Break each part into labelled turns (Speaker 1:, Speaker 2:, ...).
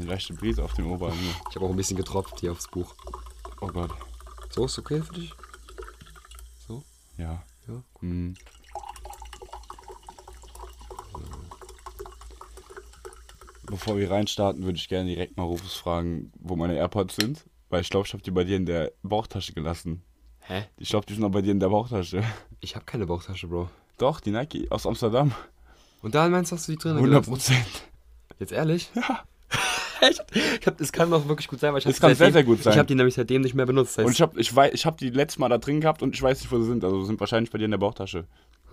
Speaker 1: leichte Brise auf dem Oberarm. hier.
Speaker 2: Ich habe auch ein bisschen getropft hier aufs Buch.
Speaker 1: Oh Gott.
Speaker 2: So, ist okay für dich? So?
Speaker 1: Ja.
Speaker 2: Ja.
Speaker 1: Hm. Bevor wir reinstarten, würde ich gerne direkt mal Rufus fragen, wo meine AirPods sind. Weil ich glaube, ich habe die bei dir in der Bauchtasche gelassen.
Speaker 2: Hä?
Speaker 1: Ich glaube, die sind auch bei dir in der Bauchtasche.
Speaker 2: Ich habe keine Bauchtasche, Bro.
Speaker 1: Doch, die Nike aus Amsterdam.
Speaker 2: Und da meinst du, hast du die drin?
Speaker 1: 100 Prozent.
Speaker 2: Jetzt ehrlich? Ja. ich hab, es kann doch wirklich gut sein, weil ich
Speaker 1: Es
Speaker 2: hab die
Speaker 1: kann sehr,
Speaker 2: seitdem-
Speaker 1: sehr gut sein.
Speaker 2: Ich habe die nämlich seitdem nicht mehr benutzt. Das
Speaker 1: Und
Speaker 2: heißt,
Speaker 1: ich habe ich wei- ich hab die letztes Mal da drin gehabt und ich weiß nicht, wo sie sind. Also sind wahrscheinlich bei dir in der Bauchtasche.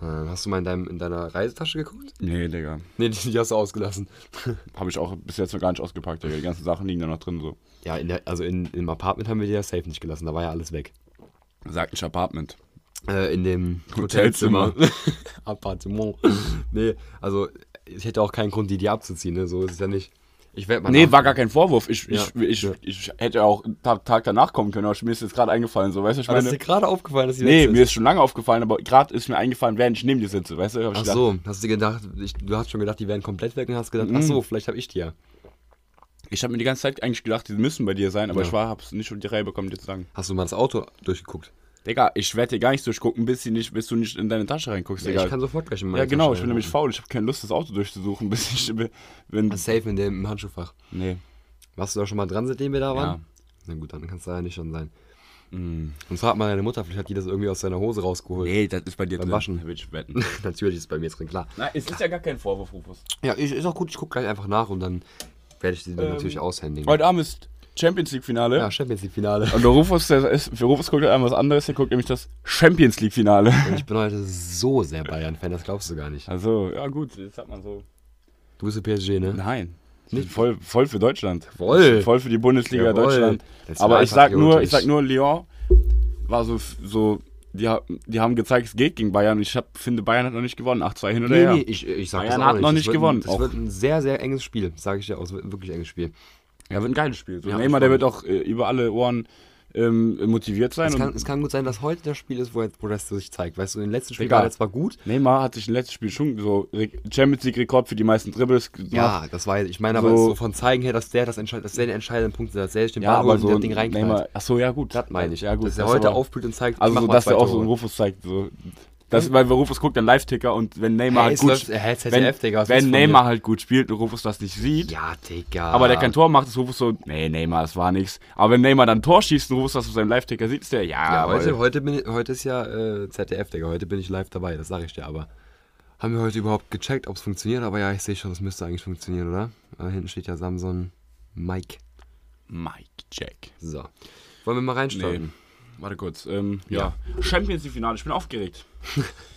Speaker 2: Äh, hast du mal in, deinem, in deiner Reisetasche geguckt?
Speaker 1: Nee, Digga.
Speaker 2: Nee, die, die hast du ausgelassen.
Speaker 1: Habe ich auch bis jetzt noch gar nicht ausgepackt, Digga. Die ganzen Sachen liegen da noch drin so.
Speaker 2: Ja, in der, also in, im Apartment haben wir die ja safe nicht gelassen, da war ja alles weg.
Speaker 1: Sagt nicht Apartment.
Speaker 2: Äh, in dem
Speaker 1: Hotelzimmer.
Speaker 2: Appartement. nee, also ich hätte auch keinen Grund, die dir abzuziehen, ne? So ist es ja nicht. Ich werde mal.
Speaker 1: Nee,
Speaker 2: nach-
Speaker 1: war gar kein Vorwurf. Ich, ich,
Speaker 2: Ja.
Speaker 1: ich,
Speaker 2: Ja.
Speaker 1: ich hätte auch einen Ta- Tag danach kommen können, aber ich- mir ist jetzt gerade eingefallen, so, weißt du, ich
Speaker 2: Aber ist
Speaker 1: meine.
Speaker 2: dir gerade aufgefallen, dass die
Speaker 1: Nee,
Speaker 2: weg
Speaker 1: mir
Speaker 2: sind?
Speaker 1: ist schon lange aufgefallen, aber gerade ist mir eingefallen, während ich neben dir sitze, weißt du, hab ich
Speaker 2: Ach
Speaker 1: gedacht,
Speaker 2: so, hast du dir gedacht, ich, du hast schon gedacht, die wären komplett weg und hast gedacht, ach
Speaker 1: Mhm.
Speaker 2: so, vielleicht habe ich die ja.
Speaker 1: ich habe mir die ganze Zeit eigentlich gedacht, die müssen bei dir sein, aber
Speaker 2: Ja.
Speaker 1: ich war, hab's nicht auf die Reihe bekommen, dir zu sagen.
Speaker 2: Hast du mal das Auto durchgeguckt?
Speaker 1: Digga, ich werde dir gar nichts durchgucken, bis, die nicht, bis du nicht in deine Tasche reinguckst,
Speaker 2: Ja,
Speaker 1: Digga.
Speaker 2: ich kann sofort gleich in meine
Speaker 1: ja genau,
Speaker 2: Tasche
Speaker 1: ich bin nämlich
Speaker 2: reingucken.
Speaker 1: faul, ich habe keine Lust, das Auto durchzusuchen, bis ich, wenn,
Speaker 2: Safe in dem im Handschuhfach.
Speaker 1: nee.
Speaker 2: Warst du da schon mal dran, seitdem wir da waren?
Speaker 1: Ja. Mhm.
Speaker 2: Na gut, dann kannst du da ja nicht schon sein. Und frag mal deine Mutter, vielleicht hat die das irgendwie aus seiner Hose rausgeholt.
Speaker 1: Nee, das ist bei dir
Speaker 2: Beim
Speaker 1: drin.
Speaker 2: Waschen.
Speaker 1: Will ich wetten.
Speaker 2: Natürlich ist es bei mir jetzt drin, klar.
Speaker 1: Nein, es ist ja gar kein Vorwurf, Rufus.
Speaker 2: Ja, ich, ist auch gut, ich gucke gleich einfach nach und dann werde ich die dann
Speaker 1: Ähm,
Speaker 2: natürlich aushändigen.
Speaker 1: Heute Abend ist Champions League-Finale.
Speaker 2: Ja, Champions League Finale.
Speaker 1: Und der Rufus, der ist, für Rufus guckt halt einmal was anderes, der guckt nämlich das Champions League Finale.
Speaker 2: Und ich bin heute so sehr Bayern-Fan, das glaubst du gar nicht.
Speaker 1: Also, ja gut, jetzt hat man so.
Speaker 2: Du bist der PSG, ne?
Speaker 1: Nein. Ich bin voll, voll für Deutschland.
Speaker 2: Voll.
Speaker 1: Voll für die Bundesliga
Speaker 2: Jawohl.
Speaker 1: Deutschland.
Speaker 2: Jetzt
Speaker 1: Aber
Speaker 2: war
Speaker 1: ich sag,
Speaker 2: einfach
Speaker 1: nur,
Speaker 2: idiotisch.
Speaker 1: ich sag nur, Lyon war so, so die, ha- die haben gezeigt, es geht gegen Bayern. Ich hab, finde, Bayern hat noch nicht gewonnen. 8-2 hin oder
Speaker 2: Nee,
Speaker 1: her.
Speaker 2: nee, ich, ich sag
Speaker 1: Bayern
Speaker 2: das auch
Speaker 1: hat noch nicht
Speaker 2: das wird, ein-
Speaker 1: gewonnen, auch.
Speaker 2: Das wird ein sehr, sehr enges Spiel, sage ich dir auch. Es wird ein wirklich enges Spiel.
Speaker 1: Ja, wird ein geiles Spiel. So,
Speaker 2: Ja,
Speaker 1: Neymar,
Speaker 2: ich
Speaker 1: der
Speaker 2: freu
Speaker 1: wird auch äh, über alle Ohren ähm, motiviert sein.
Speaker 2: Es kann,
Speaker 1: Und
Speaker 2: es kann gut sein, dass heute das Spiel ist, wo, jetzt, wo das sich zeigt. Weißt du, in den letzten Spielen
Speaker 1: Digga.
Speaker 2: war das zwar gut.
Speaker 1: Neymar hat sich im letzten Spiel schon so Re- Champions League Rekord für die meisten Dribbles gemacht.
Speaker 2: Ja, das war, ich meine aber
Speaker 1: So.
Speaker 2: so von zeigen her, dass der das entscheidet, dass der den entscheidenden Punkt setzt, dass der sich den
Speaker 1: Ja,
Speaker 2: Ball
Speaker 1: aber
Speaker 2: holt und
Speaker 1: so
Speaker 2: das Ding reinknallt.
Speaker 1: Neymar, ach so, ja gut.
Speaker 2: Das meine ich.
Speaker 1: Ja gut.
Speaker 2: dass er
Speaker 1: das
Speaker 2: heute
Speaker 1: aber-
Speaker 2: aufblüht und zeigt,
Speaker 1: Also,
Speaker 2: mach
Speaker 1: so,
Speaker 2: mal
Speaker 1: dass
Speaker 2: zwei
Speaker 1: er auch so
Speaker 2: Tore. Hm?
Speaker 1: einen Rufus zeigt. So. Das, weil Rufus guckt dann Live-Ticker und wenn Neymar
Speaker 2: Hey,
Speaker 1: halt
Speaker 2: es
Speaker 1: gut
Speaker 2: läuft-
Speaker 1: spielt,
Speaker 2: hey, ZDF,
Speaker 1: wenn,
Speaker 2: Digga, was
Speaker 1: wenn
Speaker 2: willst du von
Speaker 1: Neymar halt gut spielt und Rufus das nicht sieht,
Speaker 2: Ja, Digga.
Speaker 1: aber der kein Tor macht, ist Rufus so, nee, Neymar, das war nix. Aber wenn Neymar dann ein Tor schießt und Rufus das auf seinem Live-Ticker sieht, ist der, ja,
Speaker 2: Ja, heute,
Speaker 1: heute,
Speaker 2: heute, bin ich, heute ist ja äh, ZDF, Digga. Heute bin ich live dabei, das sage ich dir aber. Haben wir heute überhaupt gecheckt, ob es funktioniert? Aber ja, ich sehe schon, es müsste eigentlich funktionieren, oder? Aber hinten steht ja Samsung Mike.
Speaker 1: Mike Jack.
Speaker 2: So. Wollen wir mal
Speaker 1: Nee.
Speaker 2: reinstarten?
Speaker 1: Warte kurz. Ähm, ja. Champions League Finale. Ich bin aufgeregt.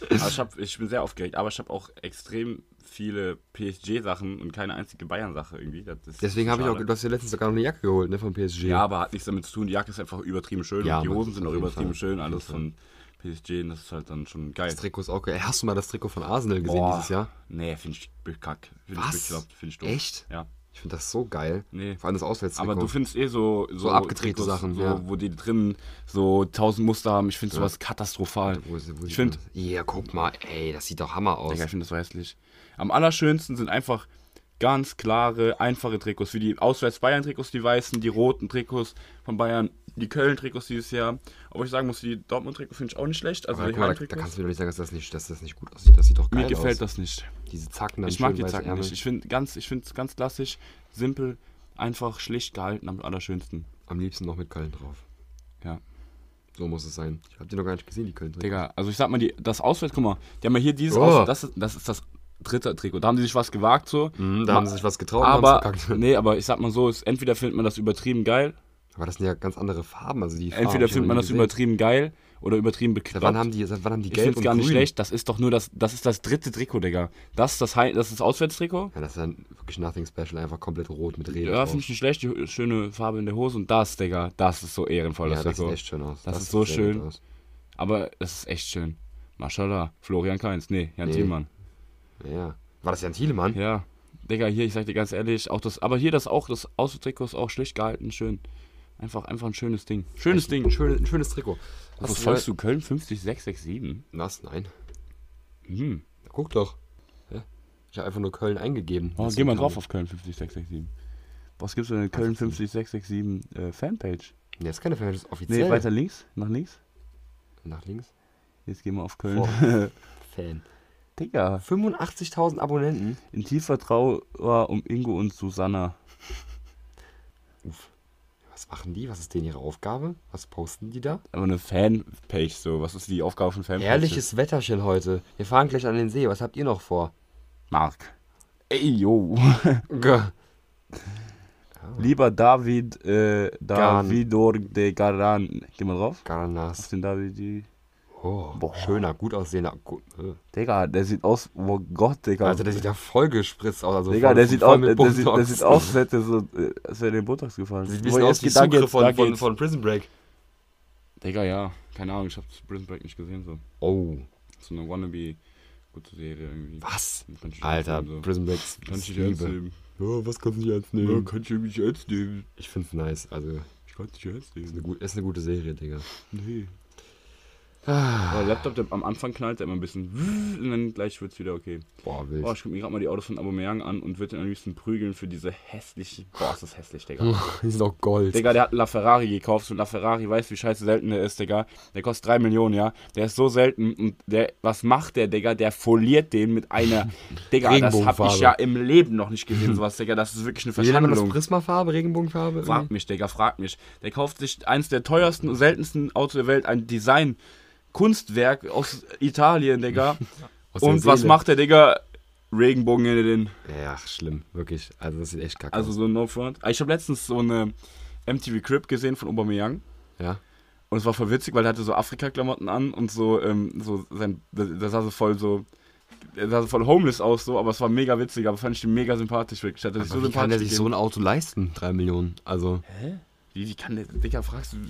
Speaker 1: also ich, hab, ich bin sehr aufgeregt, aber ich habe auch extrem viele PSG-Sachen und keine einzige Bayern-Sache irgendwie. Das ist
Speaker 2: Deswegen habe ich auch,
Speaker 1: schade.
Speaker 2: du hast dir letztens sogar noch eine Jacke geholt, ne, vom PSG.
Speaker 1: Ja, aber hat nichts damit zu tun. Die Jacke ist einfach übertrieben schön
Speaker 2: Ja,
Speaker 1: und die
Speaker 2: Mann,
Speaker 1: Hosen sind
Speaker 2: auf
Speaker 1: auch
Speaker 2: jeden
Speaker 1: übertrieben
Speaker 2: Fall.
Speaker 1: schön.
Speaker 2: Auf
Speaker 1: Alles
Speaker 2: jeden
Speaker 1: von PSG, und das ist halt dann schon geil.
Speaker 2: Das Trikot ist auch geil. Ey, Hast du mal das Trikot von Arsenal gesehen
Speaker 1: Boah.
Speaker 2: dieses Jahr?
Speaker 1: Nee, finde ich bekack. Find
Speaker 2: Was?
Speaker 1: Ich bekloppt, find ich doof.
Speaker 2: Echt?
Speaker 1: Ja.
Speaker 2: Ich finde das so geil.
Speaker 1: Nee.
Speaker 2: Vor allem das Auswärtstrikot.
Speaker 1: Aber du findest eh so, so,
Speaker 2: abgedrehte Sachen,
Speaker 1: so,
Speaker 2: ja.
Speaker 1: wo die drin so tausend Muster haben. Ich finde sowas katastrophal.
Speaker 2: Wo ist- wo
Speaker 1: ich
Speaker 2: sieht
Speaker 1: finde,
Speaker 2: man das? Ja, guck mal, ey, das sieht doch Hammer aus.
Speaker 1: Digga, ich finde das so hässlich. Am allerschönsten sind einfach ganz klare, einfache Trikots, wie die Auswärts-Bayern-Trikots, die weißen, die roten Trikots von Bayern, die Köln-Trikots dieses Jahr. Obwohl ich sagen muss, die Dortmund-Trikots finde ich auch nicht schlecht. Also
Speaker 2: Aber
Speaker 1: die
Speaker 2: guck mal, da, da
Speaker 1: Heimtrikots.
Speaker 2: kannst du mir doch nicht sagen, dass das nicht, dass das nicht gut aussieht. Das sieht doch geil
Speaker 1: Mir
Speaker 2: aus.
Speaker 1: gefällt das nicht.
Speaker 2: Diese Zacken dann
Speaker 1: Ich mag
Speaker 2: schön
Speaker 1: die
Speaker 2: weiße
Speaker 1: Zacken
Speaker 2: Ärmel.
Speaker 1: nicht. Ich finde ganz, ich finde es ganz klassisch, simpel, einfach schlicht gehalten am allerschönsten.
Speaker 2: Am liebsten noch mit Köln drauf.
Speaker 1: Ja.
Speaker 2: So muss es sein. Ich hab die noch gar nicht gesehen, die Köln drin.
Speaker 1: Digga, also ich sag mal, die, das Auswärts, guck mal, die haben ja hier dieses
Speaker 2: Oh.
Speaker 1: Auswärts, das ist, das ist das dritte Trikot. Da haben die sich was gewagt so.
Speaker 2: Mhm, Da haben sie sich was getraut und
Speaker 1: aber,
Speaker 2: haben's verkackt.
Speaker 1: nee, aber ich sag mal so, es, entweder findet man das übertrieben geil,
Speaker 2: Aber das sind ja ganz andere Farben. Also die Farben
Speaker 1: entweder
Speaker 2: hab Ah, ich noch
Speaker 1: findet man
Speaker 2: nie
Speaker 1: das
Speaker 2: gesehen.
Speaker 1: übertrieben geil oder übertrieben
Speaker 2: Seit wann
Speaker 1: bekloppt.
Speaker 2: haben die, seit wann haben die
Speaker 1: Ich
Speaker 2: gelb
Speaker 1: find's
Speaker 2: und
Speaker 1: gar nicht
Speaker 2: grün?
Speaker 1: schlecht, das ist doch nur das, das ist das dritte Trikot, Digga. Das ist das, Hei- das, ist das Auswärtstrikot.
Speaker 2: Ja, das ist dann wirklich nothing special, einfach komplett rot mit Reden.
Speaker 1: Ja, finde ich nicht schlecht, die schöne Farbe in der Hose und das, Digga, das ist so ehrenvoll,
Speaker 2: ja, das sieht
Speaker 1: Trikot.
Speaker 2: echt schön aus.
Speaker 1: Das ist so
Speaker 2: sieht sehr gut
Speaker 1: schön.
Speaker 2: aus.
Speaker 1: Aber es ist echt schön. Maschallah. Florian Kainz. Nee, Jan
Speaker 2: Nee.
Speaker 1: Thielmann.
Speaker 2: Ja, Ja. War das Jan Thielemann?
Speaker 1: Ja. Digga, hier, ich sag dir ganz ehrlich, auch das, aber hier das auch, das Außentrikot ist auch schlicht gehalten, schön. Einfach, einfach ein schönes Ding. Schönes Ding.
Speaker 2: Ein, schön, ein schönes Trikot.
Speaker 1: Was
Speaker 2: du
Speaker 1: folgst du Köln 50667?
Speaker 2: mal- Was? Nein.
Speaker 1: Hm.
Speaker 2: Guck doch. Hä? Ich habe einfach nur Köln eingegeben.
Speaker 1: Oh,
Speaker 2: Deswegen
Speaker 1: geh mal
Speaker 2: kam
Speaker 1: drauf
Speaker 2: das.
Speaker 1: auf Köln 50667. Was gibt's denn in Köln 50667 äh, Fanpage?
Speaker 2: Nee, das ist keine Fanpage, das ist
Speaker 1: Nee,
Speaker 2: offiziell.
Speaker 1: weiter links, nach links.
Speaker 2: Nach links.
Speaker 1: Jetzt gehen wir auf Köln.
Speaker 2: Vor. Fan.
Speaker 1: Digga,
Speaker 2: 85.000 Abonnenten.
Speaker 1: in tiefer Trauer um Ingo und Susanna.
Speaker 2: Uff. Was machen die? Was ist denn ihre Aufgabe? Was posten die da?
Speaker 1: Aber eine Fanpage, so. Was ist die Aufgabe von Fanpage?
Speaker 2: Herrliches Wetterchen heute. Wir fahren gleich an den See. Was habt ihr noch vor?
Speaker 1: Mark. Ey, yo.
Speaker 2: Gah.
Speaker 1: Lieber David, äh, Davidor de Garan. Geh mal drauf. Auf
Speaker 2: Garnas.
Speaker 1: den David, die.
Speaker 2: Oh,
Speaker 1: Boah.
Speaker 2: schöner, gut aussehender. gu- äh.
Speaker 1: Digga, der sieht aus. Oh Gott, Digga.
Speaker 2: Also der sieht ja voll gespritzt aus. Also
Speaker 1: Digga,
Speaker 2: voll-
Speaker 1: der sieht,
Speaker 2: voll
Speaker 1: aus,
Speaker 2: mit
Speaker 1: äh, der, sieht, der
Speaker 2: Botox.
Speaker 1: sieht aus, als hätte so, äh, als wäre dem Botox gefallen.
Speaker 2: Sieht ein
Speaker 1: Boah,
Speaker 2: bisschen
Speaker 1: jetzt
Speaker 2: aus wie
Speaker 1: geht- da
Speaker 2: Sucre
Speaker 1: geht's, da
Speaker 2: von, von,
Speaker 1: geht's.
Speaker 2: von Prison Break.
Speaker 1: Digga, ja. Keine Ahnung, ich hab's Prison Break nicht gesehen. So,
Speaker 2: Oh,
Speaker 1: so eine wannabe gute Serie irgendwie.
Speaker 2: was?
Speaker 1: Kann ich
Speaker 2: Alter,
Speaker 1: nicht
Speaker 2: Prison Break
Speaker 1: Also, Kann
Speaker 2: ist
Speaker 1: ich nicht
Speaker 2: Liebe. Hm.
Speaker 1: nehmen. Äh,
Speaker 2: Ja, was kannst du nicht ernst
Speaker 1: Ja, kann ich nicht ernst nehmen.
Speaker 2: Ich find's nice. Also,
Speaker 1: Ich kann nicht ernst
Speaker 2: ist
Speaker 1: nehmen.
Speaker 2: eine, gut, ist eine gute Serie, Digga.
Speaker 1: Nee.
Speaker 2: Ah.
Speaker 1: Aber der Laptop, der am Anfang knallt, der immer ein bisschen und dann gleich wird's wieder okay.
Speaker 2: Boah, wild.
Speaker 1: Boah, ich guck mir gerade mal die Autos von Aubameyang an und würde ihn am liebsten prügeln für diese hässliche... Boah, ist das hässlich, Digga.
Speaker 2: die sind auch Gold.
Speaker 1: Oh, Digga, der hat einen LaFerrari gekauft und LaFerrari weiß, wie scheiße selten der ist, Digga. Der kostet 3 Millionen, ja. Der ist so selten und der, was macht der, Digga? Der foliert den mit einer, Digga, das hab ich
Speaker 2: Regenbogenfarbe.
Speaker 1: ja im Leben noch nicht gesehen, sowas, Digga. Das ist wirklich eine
Speaker 2: Wie nennt man das?
Speaker 1: Verschandlung.
Speaker 2: Prismafarbe, Regenbogenfarbe?
Speaker 1: Frag mich, Digga, frag mich. Der kauft sich eins der teuersten und seltensten Autos der Welt, ein Design-Kunstwerk aus Italien, Digga.
Speaker 2: Aus der
Speaker 1: und was
Speaker 2: Seele.
Speaker 1: macht der, Digga? Regenbogen hinter den.
Speaker 2: Ja, ach, schlimm, wirklich. Also das sieht echt kacke
Speaker 1: Also
Speaker 2: aus.
Speaker 1: so ein No Front. Ich habe letztens so eine MTV Crip gesehen von Aubameyang.
Speaker 2: Ja.
Speaker 1: Und es war voll witzig, weil er hatte so Afrika-Klamotten an und so, ähm, so sein, der, der sah so voll so, der sah so voll homeless aus, so, aber es war mega witzig, aber fand ich den mega sympathisch wirklich. Hat er sich so
Speaker 2: Aber wie kann der
Speaker 1: sympathisch
Speaker 2: sich so
Speaker 1: gegeben.
Speaker 2: ein Auto leisten? Drei Millionen. Also.
Speaker 1: Hä? Wie, wie kann der, Digga, fragst du,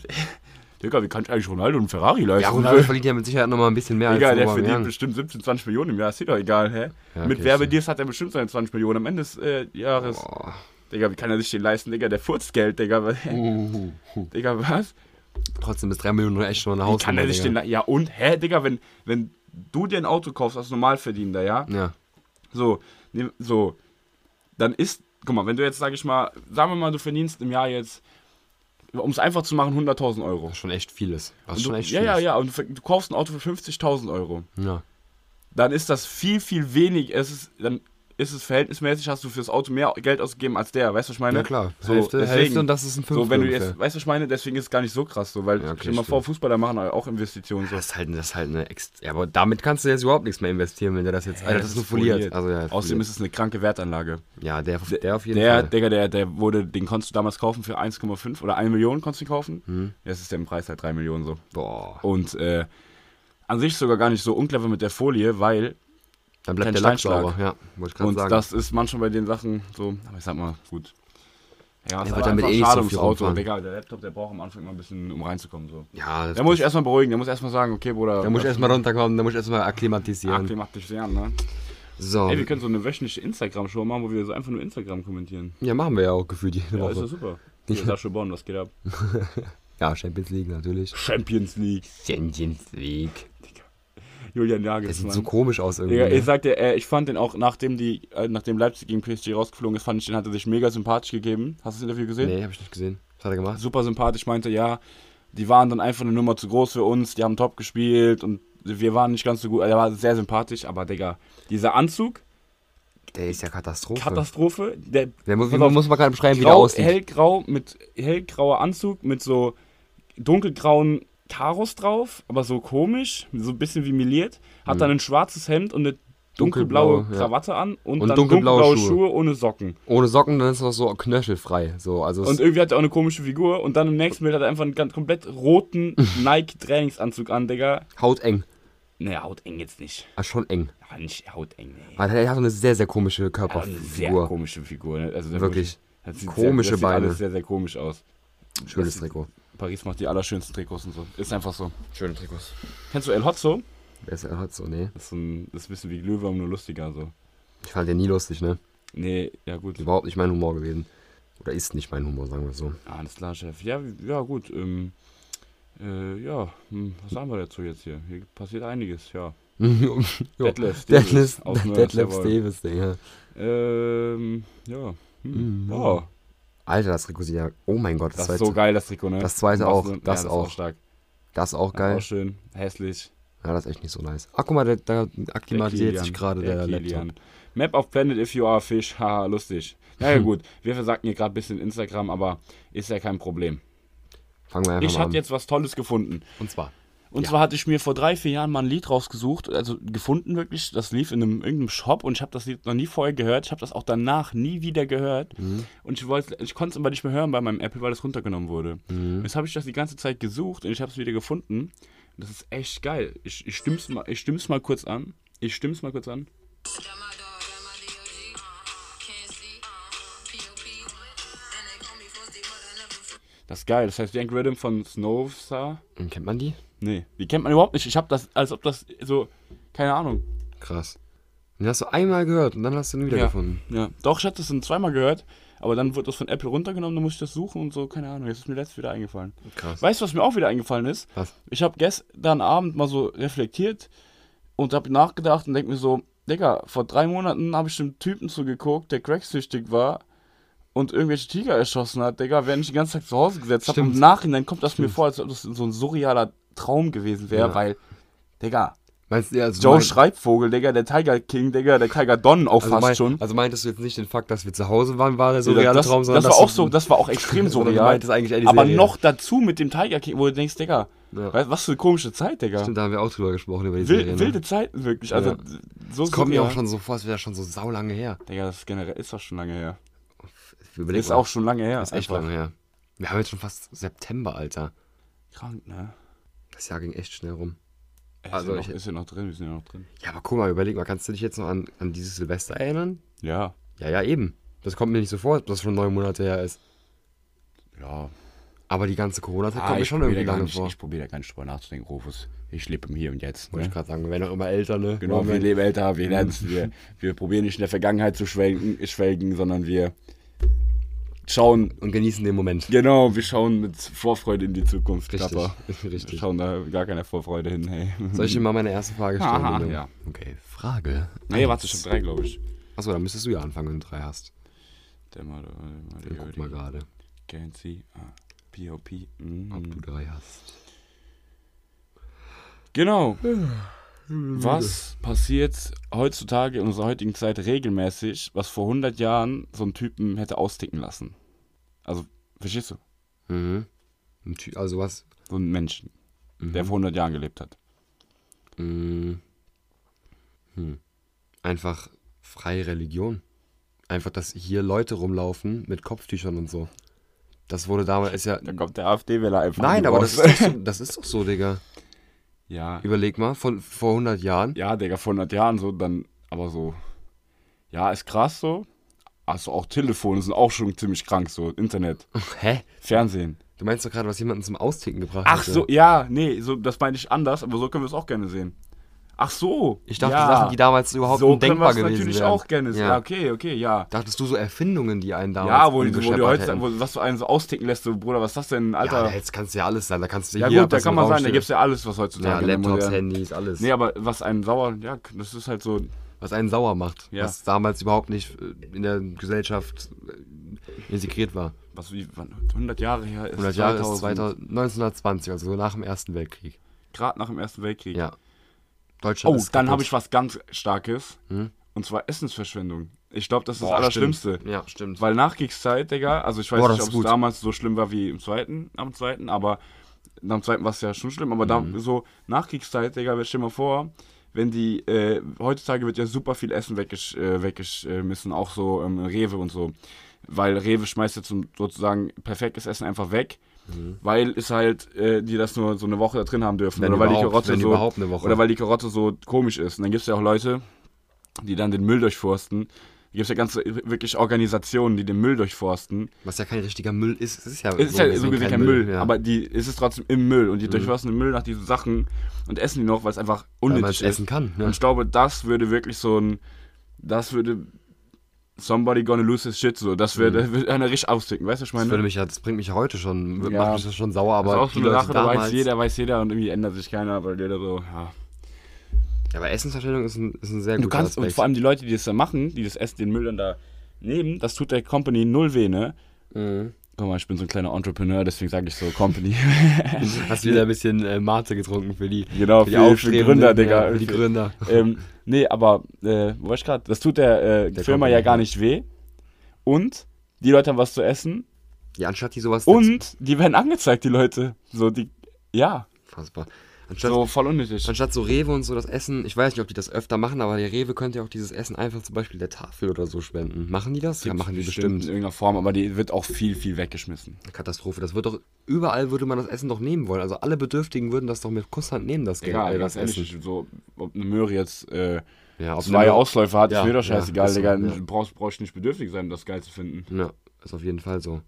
Speaker 1: Digga, wie kann ich eigentlich Ronaldo und Ferrari leisten?
Speaker 2: Ja, Ronaldo verdient ja mit Sicherheit nochmal ein bisschen mehr
Speaker 1: Digga,
Speaker 2: als
Speaker 1: der verdient
Speaker 2: Aubameyang.
Speaker 1: bestimmt 17, 20 Millionen im Jahr, ist dir doch egal, hä?
Speaker 2: Ja,
Speaker 1: Mit
Speaker 2: okay,
Speaker 1: Werbedeals hat er bestimmt seine 20 Millionen am Ende des äh, Jahres.
Speaker 2: Boah.
Speaker 1: Digga, wie kann er sich den leisten, Digga? Der furzt Geld, Digga. weil- Digga, was?
Speaker 2: Trotzdem ist 3 Millionen echt schon eine
Speaker 1: Wie
Speaker 2: Hausnummer.
Speaker 1: kann er sich den.
Speaker 2: Digga.
Speaker 1: le- Ja, und? Hä, Digga, wenn, wenn du dir ein Auto kaufst als Normalverdienender, ja?
Speaker 2: Ja.
Speaker 1: So, nehm- so. Dann ist. Guck mal, wenn du jetzt, sag ich mal, sagen wir mal, du verdienst im Jahr jetzt, um es einfach zu machen, 100.000 Euro.
Speaker 2: Was schon echt vieles. Was
Speaker 1: Und
Speaker 2: schon
Speaker 1: du,
Speaker 2: echt
Speaker 1: ja,
Speaker 2: vieles.
Speaker 1: ja, ja. Und du, ver- du kaufst ein Auto für 50.000 Euro.
Speaker 2: ja.
Speaker 1: Dann ist das viel, viel wenig. Es ist, dann ist es verhältnismäßig, hast du fürs Auto mehr Geld ausgegeben als der. Weißt du, was ich meine?
Speaker 2: Ja, klar.
Speaker 1: ne? So,
Speaker 2: Hälfte,
Speaker 1: deswegen,
Speaker 2: Hälfte und das ist ein Fünftel.
Speaker 1: so, wenn du
Speaker 2: ungefähr.
Speaker 1: jetzt, weißt du, was ich meine? Deswegen ist es gar nicht so krass, so, weil
Speaker 2: Ja, okay,
Speaker 1: stell dir mal vor,
Speaker 2: stimmt.
Speaker 1: Fußballer machen auch Investitionen so.
Speaker 2: Das ist, halt, das ist halt eine extra. Ja, aber damit kannst du jetzt überhaupt nichts mehr investieren, wenn der das jetzt. Alter, das, ist nur foliert. Also, ja,
Speaker 1: Außerdem
Speaker 2: foliert.
Speaker 1: ist es eine kranke Wertanlage.
Speaker 2: Ja, der, der auf jeden
Speaker 1: Der,
Speaker 2: Fall.
Speaker 1: Digga, der, der wurde, den konntest du damals kaufen für 1,5 oder 1 Million konntest du ihn kaufen.
Speaker 2: Mhm.
Speaker 1: Jetzt ist der im Preis halt 3 Millionen so.
Speaker 2: Boah.
Speaker 1: Und äh, an sich sogar gar nicht so unclever mit der Folie, weil, kein
Speaker 2: Dann bleibt der Lack
Speaker 1: Steinschlag.
Speaker 2: sauber. Ja, wollte ich gerade
Speaker 1: und
Speaker 2: sagen.
Speaker 1: das ist manchmal bei den Sachen so, aber ich sag mal, gut. Ja,
Speaker 2: wird damit eh nicht so viel
Speaker 1: Auto.
Speaker 2: rumfahren.
Speaker 1: Digga, der Laptop, der braucht am Anfang immer ein bisschen, um reinzukommen. So.
Speaker 2: ja, das
Speaker 1: Da muss ich erstmal beruhigen, da muss ich erstmal sagen, okay, Bruder.
Speaker 2: da muss ich
Speaker 1: das-
Speaker 2: erstmal runterkommen, da muss ich erstmal akklimatisieren.
Speaker 1: Akte macht dich sehr, ne?
Speaker 2: So.
Speaker 1: Ey, wir können so eine wöchentliche Instagram-Show machen, wo wir so einfach nur Instagram kommentieren.
Speaker 2: ja, machen wir ja also auch gefühlt jede
Speaker 1: Ja, ist
Speaker 2: Woche.
Speaker 1: ja super. Hier, Sascha Bonn, was geht ab?
Speaker 2: Ja, Champions League natürlich.
Speaker 1: Champions League.
Speaker 2: Champions League.
Speaker 1: Julian
Speaker 2: Der sieht
Speaker 1: Nagelsmann.
Speaker 2: so komisch aus irgendwie.
Speaker 1: Digga,
Speaker 2: ne?
Speaker 1: ich sag dir, äh, ich fand den auch, nachdem, die, äh, nachdem Leipzig gegen PSG rausgeflogen ist, fand ich den, hat er sich mega sympathisch gegeben. Hast du das Interview gesehen?
Speaker 2: Nee, hab ich nicht gesehen. Was hat er gemacht?
Speaker 1: Super sympathisch, meinte, ja, die waren dann einfach eine Nummer zu groß für uns, die haben top gespielt und wir waren nicht ganz so gut. Er war sehr sympathisch, aber Digga, dieser Anzug,
Speaker 2: Also, Der ist ja Katastrophe.
Speaker 1: Katastrophe, der
Speaker 2: der muss,
Speaker 1: Pass
Speaker 2: man
Speaker 1: auf.
Speaker 2: muss mal gerade beschreiben, wie der
Speaker 1: grau,
Speaker 2: aussieht.
Speaker 1: hellgrau mit hellgrauer Anzug mit so dunkelgrauen Karos drauf, aber so komisch, so ein bisschen wie miliert. Hat dann ein schwarzes Hemd und eine dunkelblaue
Speaker 2: Dunkelblau, Mhm. ja.
Speaker 1: Krawatte an und,
Speaker 2: Und
Speaker 1: dann dunkelblaue,
Speaker 2: dunkelblaue
Speaker 1: Schuhe.
Speaker 2: Schuhe.
Speaker 1: ohne Socken.
Speaker 2: Ohne Socken, dann ist er so knöchelfrei. So, also
Speaker 1: Und
Speaker 2: es-
Speaker 1: irgendwie hat er auch eine komische Figur und dann im nächsten Bild hat er einfach einen ganz komplett roten Nike-Trainingsanzug an, Digga.
Speaker 2: hauteng.
Speaker 1: Naja, haut eng jetzt nicht.
Speaker 2: Ah, schon eng.
Speaker 1: Ja, nicht haut eng, nee.
Speaker 2: Aber er hat eine sehr, sehr komische
Speaker 1: Er hat eine sehr
Speaker 2: Körperfigur.
Speaker 1: komische Figur. Ne? Also der
Speaker 2: Wirklich.
Speaker 1: muss- das sieht
Speaker 2: Komische
Speaker 1: sehr, das
Speaker 2: Beine.
Speaker 1: Sieht alles sehr, sehr komisch aus.
Speaker 2: Schönes Trikot.
Speaker 1: Paris macht die allerschönsten Trikots und so. Ist einfach so.
Speaker 2: Schöne Trikots.
Speaker 1: Kennst du El Hotzo?
Speaker 2: Wer ist er hat so, nee.
Speaker 1: Das ist, ein, das ist ein bisschen wie Glühwein, nur lustiger so.
Speaker 2: Ich fand den nie lustig, ne?
Speaker 1: Nee, ja gut.
Speaker 2: Überhaupt nicht mein Humor gewesen. Oder ist nicht mein Humor, sagen wir so.
Speaker 1: Alles klar, Chef. Ja, wie- ja gut. Ähm, äh, ja, hm, was sagen wir dazu jetzt hier? Hier passiert einiges, ja.
Speaker 2: Jo.
Speaker 1: Detlef Davis
Speaker 2: Detlef
Speaker 1: aus Neues,
Speaker 2: Detlef
Speaker 1: jawohl.
Speaker 2: Davis, Digga.
Speaker 1: Ähm, ja. Hm.
Speaker 2: Mhm.
Speaker 1: ja.
Speaker 2: Alter, das Trikot sieht ja. Oh mein Gott, das,
Speaker 1: Das
Speaker 2: zweite.
Speaker 1: ist so geil, das Trikot, ne?
Speaker 2: Das zweite
Speaker 1: Und
Speaker 2: auch,
Speaker 1: Bosnien-
Speaker 2: das auch.
Speaker 1: stark.
Speaker 2: Das ist auch
Speaker 1: Geil.
Speaker 2: geil.
Speaker 1: Auch schön, hässlich.
Speaker 2: Ja, das ist echt nicht so nice. Ach, guck mal, der- da akklimatisiert
Speaker 1: Kilian,
Speaker 2: sich gerade der,
Speaker 1: Kilian.
Speaker 2: Laptop.
Speaker 1: Map of Planet if you are a fish. Haha, lustig. Naja, gut. Wir versagten hier gerade ein bisschen Instagram, aber ist ja kein Problem.
Speaker 2: Fangen wir einfach
Speaker 1: Ich
Speaker 2: mal an.
Speaker 1: habe jetzt was Tolles gefunden.
Speaker 2: Und zwar.
Speaker 1: Und
Speaker 2: Ja.
Speaker 1: zwar hatte ich mir vor drei, vier Jahren mal ein Lied rausgesucht, also gefunden wirklich. Das lief in einem, irgendeinem Shop und ich habe das Lied noch nie vorher gehört. Ich habe das auch danach nie wieder gehört. Und ich, wollte- ich konnte es aber nicht mehr hören bei meinem Apple, weil es runtergenommen wurde. Jetzt habe ich das die ganze Zeit gesucht und ich habe es wieder gefunden. Das ist echt geil. Ich, ich stimme es mal, ich stimm's mal kurz an. Ich stimme es mal kurz an.
Speaker 3: Got my dog, got my DOG. Can't see. POP. And they call me Frosty, but I never
Speaker 1: Das ist geil. Das heißt Yank Rhythm von Snowstar.
Speaker 2: Und Hm, kennt man die?
Speaker 1: Nee, die kennt man überhaupt nicht. Ich habe das, als ob das so, keine Ahnung.
Speaker 2: Krass. Den hast du einmal gehört und dann hast du ihn wiedergefunden.
Speaker 1: Ja. ja. Doch, ich hatte das dann zweimal gehört, aber dann wurde das von Apple runtergenommen, dann musste ich das suchen und so, keine Ahnung. Jetzt ist mir letztes wieder eingefallen.
Speaker 2: Krass.
Speaker 1: Weißt du, was mir auch wieder eingefallen ist?
Speaker 2: Was?
Speaker 1: Ich habe gestern Abend mal so reflektiert und habe nachgedacht und denke mir so, Digga, vor drei Monaten habe ich dem Typen zugeguckt, der cracksüchtig war und irgendwelche Tiger erschossen hat, Digga, während ich den ganzen Tag zu Hause gesetzt habe. Und
Speaker 2: Stimmt.
Speaker 1: im Nachhinein kommt das mir vor, als ob das so ein surrealer Traum gewesen wäre,
Speaker 2: Ja.
Speaker 1: weil, Digga,
Speaker 2: Meinst du, ja, also
Speaker 1: Joe
Speaker 2: mein-
Speaker 1: Schreibvogel, Digga, der Tiger King, Digga, der Tiger Don auch
Speaker 2: also,
Speaker 1: fast
Speaker 2: mein,
Speaker 1: schon.
Speaker 2: also meintest du jetzt nicht den Fakt, dass wir zu Hause waren, war der
Speaker 1: Nee,
Speaker 2: surreale
Speaker 1: das,
Speaker 2: Traum, sondern
Speaker 1: das war
Speaker 2: dass
Speaker 1: auch
Speaker 2: du-
Speaker 1: so, das war auch extrem
Speaker 2: Sondern du
Speaker 1: surreal.
Speaker 2: meintest eigentlich eher die
Speaker 1: Aber
Speaker 2: Serie.
Speaker 1: noch dazu mit dem Tiger King, wo du denkst, Digga,
Speaker 2: Ja.
Speaker 1: was, was für eine komische Zeit, Digga.
Speaker 2: Stimmt, da haben wir auch drüber gesprochen, über die
Speaker 1: Wil-
Speaker 2: Serie.
Speaker 1: wilde
Speaker 2: ne?
Speaker 1: Zeiten wirklich. Also
Speaker 2: Ja.
Speaker 1: so
Speaker 2: Das kommt mir
Speaker 1: surreal.
Speaker 2: auch schon so vor, als wäre das schon so saulange her.
Speaker 1: Digga, das ist generell ist doch schon lange her.
Speaker 2: Überleg
Speaker 1: ist
Speaker 2: mal.
Speaker 1: auch schon lange her.
Speaker 2: Ist echt
Speaker 1: einfach.
Speaker 2: lange her. Wir haben jetzt schon fast September, Alter.
Speaker 1: Krank, ne?
Speaker 2: Das Jahr ging echt schnell rum.
Speaker 1: Ey,
Speaker 2: Also
Speaker 1: ist, ja
Speaker 2: ich-
Speaker 1: noch, ist ja noch drin, wir sind ja noch drin.
Speaker 2: Ja, aber guck mal, überleg mal, kannst du dich jetzt noch an, an dieses Silvester erinnern?
Speaker 1: Ja.
Speaker 2: Ja, ja, eben. Das kommt mir nicht so vor, dass das schon neun Monate her ist.
Speaker 1: Ja.
Speaker 2: Aber die ganze Corona-Zeit
Speaker 1: Ah,
Speaker 2: kommt mir
Speaker 1: ich
Speaker 2: schon
Speaker 1: probiere
Speaker 2: irgendwie
Speaker 1: gar
Speaker 2: lange
Speaker 1: nicht,
Speaker 2: vor.
Speaker 1: ich probiere da gar nicht drüber nachzudenken, Rufus. Ich lebe im Hier und Jetzt.
Speaker 2: Wollte
Speaker 1: Ne?
Speaker 2: ich gerade Mhm. sagen, wir werden auch immer älter, ne?
Speaker 1: Genau, wir
Speaker 2: wir
Speaker 1: leben älter, wir lernen wir, wir probieren nicht in der Vergangenheit zu schwelgen, schwelgen, sondern wir schauen,
Speaker 2: und genießen den Moment.
Speaker 1: genau, wir schauen mit Vorfreude in die Zukunft,
Speaker 2: Richtig,
Speaker 1: Kappa. Wir
Speaker 2: richtig.
Speaker 1: schauen da gar keine Vorfreude hin, hey.
Speaker 2: Soll ich dir mal meine erste Frage stellen?
Speaker 1: Aha,
Speaker 2: Junge?
Speaker 1: ja.
Speaker 2: Okay, Frage.
Speaker 1: Nee, warte, schon drei, glaube ich.
Speaker 2: Achso, dann müsstest du ja anfangen, wenn du drei hast.
Speaker 1: Der mal, der mal,
Speaker 2: Dann guck mal gerade,
Speaker 1: Can't see. Ah, POP. mm.
Speaker 2: ob du drei hast.
Speaker 1: Genau. Was passiert heutzutage in unserer heutigen Zeit regelmäßig, was vor 100 Jahren so einen Typen hätte austicken lassen? Also, verstehst du?
Speaker 2: Mhm. Ein Ty- Also was?
Speaker 1: So einen Menschen, der Mhm. vor 100 Jahren gelebt hat.
Speaker 2: Mhm. Hm. Einfach freie Religion. Einfach, dass hier Leute rumlaufen mit Kopftüchern und so. Das wurde damals, ist ja...
Speaker 1: Da kommt der AfD-Wähler einfach.
Speaker 2: Nein, aber das
Speaker 1: raus.
Speaker 2: ist, doch so, das ist doch so, Digga.
Speaker 1: Ja,
Speaker 2: Überleg mal, von vor 100 Jahren.
Speaker 1: ja, Digga, vor 100 Jahren so, dann, aber so. Ja, ist krass so. Also auch Telefone sind auch schon ziemlich krank so. Internet,
Speaker 2: Hä?
Speaker 1: Fernsehen. Also
Speaker 2: Du meinst doch gerade, was jemanden zum Austicken gebracht
Speaker 1: Ach
Speaker 2: hätte.
Speaker 1: so, ja, nee, so, das meine ich anders, aber so können wir es auch gerne sehen. Ach so.
Speaker 2: Ich dachte,
Speaker 1: ja.
Speaker 2: Sachen, die damals überhaupt
Speaker 1: so
Speaker 2: undenkbar
Speaker 1: können wir es
Speaker 2: gewesen
Speaker 1: natürlich
Speaker 2: wären.
Speaker 1: auch gerne sehen. Ja.
Speaker 2: Ja.
Speaker 1: okay, okay, ja.
Speaker 2: Dachtest du so Erfindungen, die einen damals
Speaker 1: Ja, wo, wo du
Speaker 2: umgescheppert
Speaker 1: heute,
Speaker 2: hätten?
Speaker 1: wo, was du einen so austicken lässt, so, Bruder, was ist das denn,
Speaker 2: Ja,
Speaker 1: Alter?
Speaker 2: jetzt kannst du ja alles sein. Da kannst du
Speaker 1: Ja,
Speaker 2: hier
Speaker 1: gut, da
Speaker 2: was
Speaker 1: kann
Speaker 2: im
Speaker 1: man
Speaker 2: Raum
Speaker 1: sagen, da
Speaker 2: steht.
Speaker 1: gibt's ja alles, was
Speaker 2: ja,
Speaker 1: heutzutage in der
Speaker 2: Laptops,
Speaker 1: modernen-
Speaker 2: Handys, alles.
Speaker 1: Nee, aber was einen sauer, ja, das ist halt so,
Speaker 2: was einen sauer macht.
Speaker 1: Ja.
Speaker 2: Was damals überhaupt nicht äh, in der Gesellschaft äh, integriert war.
Speaker 1: was wie, wann, 100 Jahre her ist
Speaker 2: 100 Jahre ist
Speaker 1: 2000,
Speaker 2: 2000, 1920, also so nach dem Ersten Weltkrieg.
Speaker 1: Grad nach dem Ersten Weltkrieg.
Speaker 2: Ja. Deutschland
Speaker 1: Oh,
Speaker 2: ist
Speaker 1: dann
Speaker 2: kaputt. Hm?
Speaker 1: habe ich was ganz Starkes, und zwar Essensverschwendung. Ich glaube, das ist das
Speaker 2: Boah,
Speaker 1: Allerschlimmste.
Speaker 2: stimmt. Ja, stimmt.
Speaker 1: Weil Nachkriegszeit, Digga, also ich weiß
Speaker 2: Boah, das
Speaker 1: nicht,
Speaker 2: ist
Speaker 1: ob es
Speaker 2: gut.
Speaker 1: damals so schlimm war wie im zweiten, am zweiten, aber am zweiten war es ja schon schlimm, aber
Speaker 2: Mhm.
Speaker 1: da, so Nachkriegszeit, Digga, stell dir mal vor, wenn die, äh, heutzutage wird ja super viel Essen weggesch, äh, weggeschmissen, auch so ähm, Rewe und so. Weil Rewe schmeißt jetzt so- sozusagen perfektes Essen einfach weg, weil es halt, äh, die das nur so eine Woche da drin haben dürfen.
Speaker 2: Mhm. Wenn
Speaker 1: oder weil die
Speaker 2: überhaupt,
Speaker 1: Karotte
Speaker 2: wenn
Speaker 1: so.
Speaker 2: überhaupt eine Woche.
Speaker 1: Oder weil die Karotte so komisch ist. Und dann gibt es ja auch Leute, die dann den Müll durchforsten. Da gibt es ja ganze wirklich Organisationen, die den Müll durchforsten.
Speaker 2: was ja kein richtiger Müll ist. Es ist ja
Speaker 1: Es ist ja Mhm. so gesehen kein Müll,
Speaker 2: ja.
Speaker 1: aber die ist es trotzdem im Müll und die durchforsten den Müll nach diesen Sachen und essen die noch, weil es einfach
Speaker 2: weil man es
Speaker 1: unnötig ist.
Speaker 2: essen kann.
Speaker 1: Und
Speaker 2: Ne?
Speaker 1: ich glaube, das würde wirklich so ein. Das würde. Somebody gonna lose his shit, so. Das würde, würde einer richtig austicken, weißt du, was ich
Speaker 2: Das,
Speaker 1: meine?
Speaker 2: würde mich ja, das bringt mich ja heute schon,
Speaker 1: Ja.
Speaker 2: macht mich das schon sauer, aber
Speaker 1: das ist auch so
Speaker 2: die
Speaker 1: eine
Speaker 2: Leute
Speaker 1: Sache, da
Speaker 2: damals,
Speaker 1: weiß jeder, weiß jeder und irgendwie ändert sich keiner, weil jeder so, ja.
Speaker 2: Ja, aber Essensverschwendung ist ein, ist ein sehr
Speaker 1: Du
Speaker 2: guter
Speaker 1: kannst, und
Speaker 2: Aspekt.
Speaker 1: vor allem die Leute, die das da machen, die das Essen, den Müll dann da nehmen, das tut der Company null weh, ne?
Speaker 2: Mhm.
Speaker 1: Guck mal, ich bin so ein kleiner Entrepreneur, deswegen sage ich so Company.
Speaker 2: Hast wieder ein bisschen äh, Mate getrunken für die,
Speaker 1: genau, für,
Speaker 2: für die
Speaker 1: die für
Speaker 2: Aufstrebenden,
Speaker 1: Gründer,
Speaker 2: ja,
Speaker 1: Digga.
Speaker 2: Für die Gründer.
Speaker 1: ähm, nee, aber äh, wo war ich gerade? Das tut der, äh,
Speaker 2: Der
Speaker 1: Firma
Speaker 2: Company,
Speaker 1: ja gar
Speaker 2: ja.
Speaker 1: nicht weh. Und die Leute haben was zu essen.
Speaker 2: Ja, anstatt die sowas.
Speaker 1: Und die werden angezeigt, die Leute. So, die. Ja.
Speaker 2: Unfassbar. Anstatt,
Speaker 1: So voll unnötig.
Speaker 2: anstatt so Rewe und so das Essen, ich weiß nicht, ob die das öfter machen, aber der Rewe könnte ja auch dieses Essen einfach zum Beispiel der Tafel oder so spenden. Machen die das? Ja, machen die
Speaker 1: in
Speaker 2: bestimmt.
Speaker 1: irgendeiner Form, aber die wird auch viel, viel weggeschmissen.
Speaker 2: Katastrophe. Das wird doch, überall würde man das Essen doch nehmen wollen. Also alle Bedürftigen würden das doch mit Kusshand nehmen, das Geld,
Speaker 1: Egal,
Speaker 2: äh,
Speaker 1: das
Speaker 2: das
Speaker 1: ehrlich,
Speaker 2: Essen.
Speaker 1: so, ob eine Möhre jetzt äh,
Speaker 2: Ja, auf
Speaker 1: zwei
Speaker 2: jeden-
Speaker 1: Ausläufer hat,
Speaker 2: Ja,
Speaker 1: ist mir doch
Speaker 2: ja,
Speaker 1: scheißegal,
Speaker 2: ist so,
Speaker 1: Digga.
Speaker 2: ja.
Speaker 1: Du brauchst, brauchst nicht bedürftig sein, um das geil zu finden.
Speaker 2: Ja, ist auf jeden Fall so.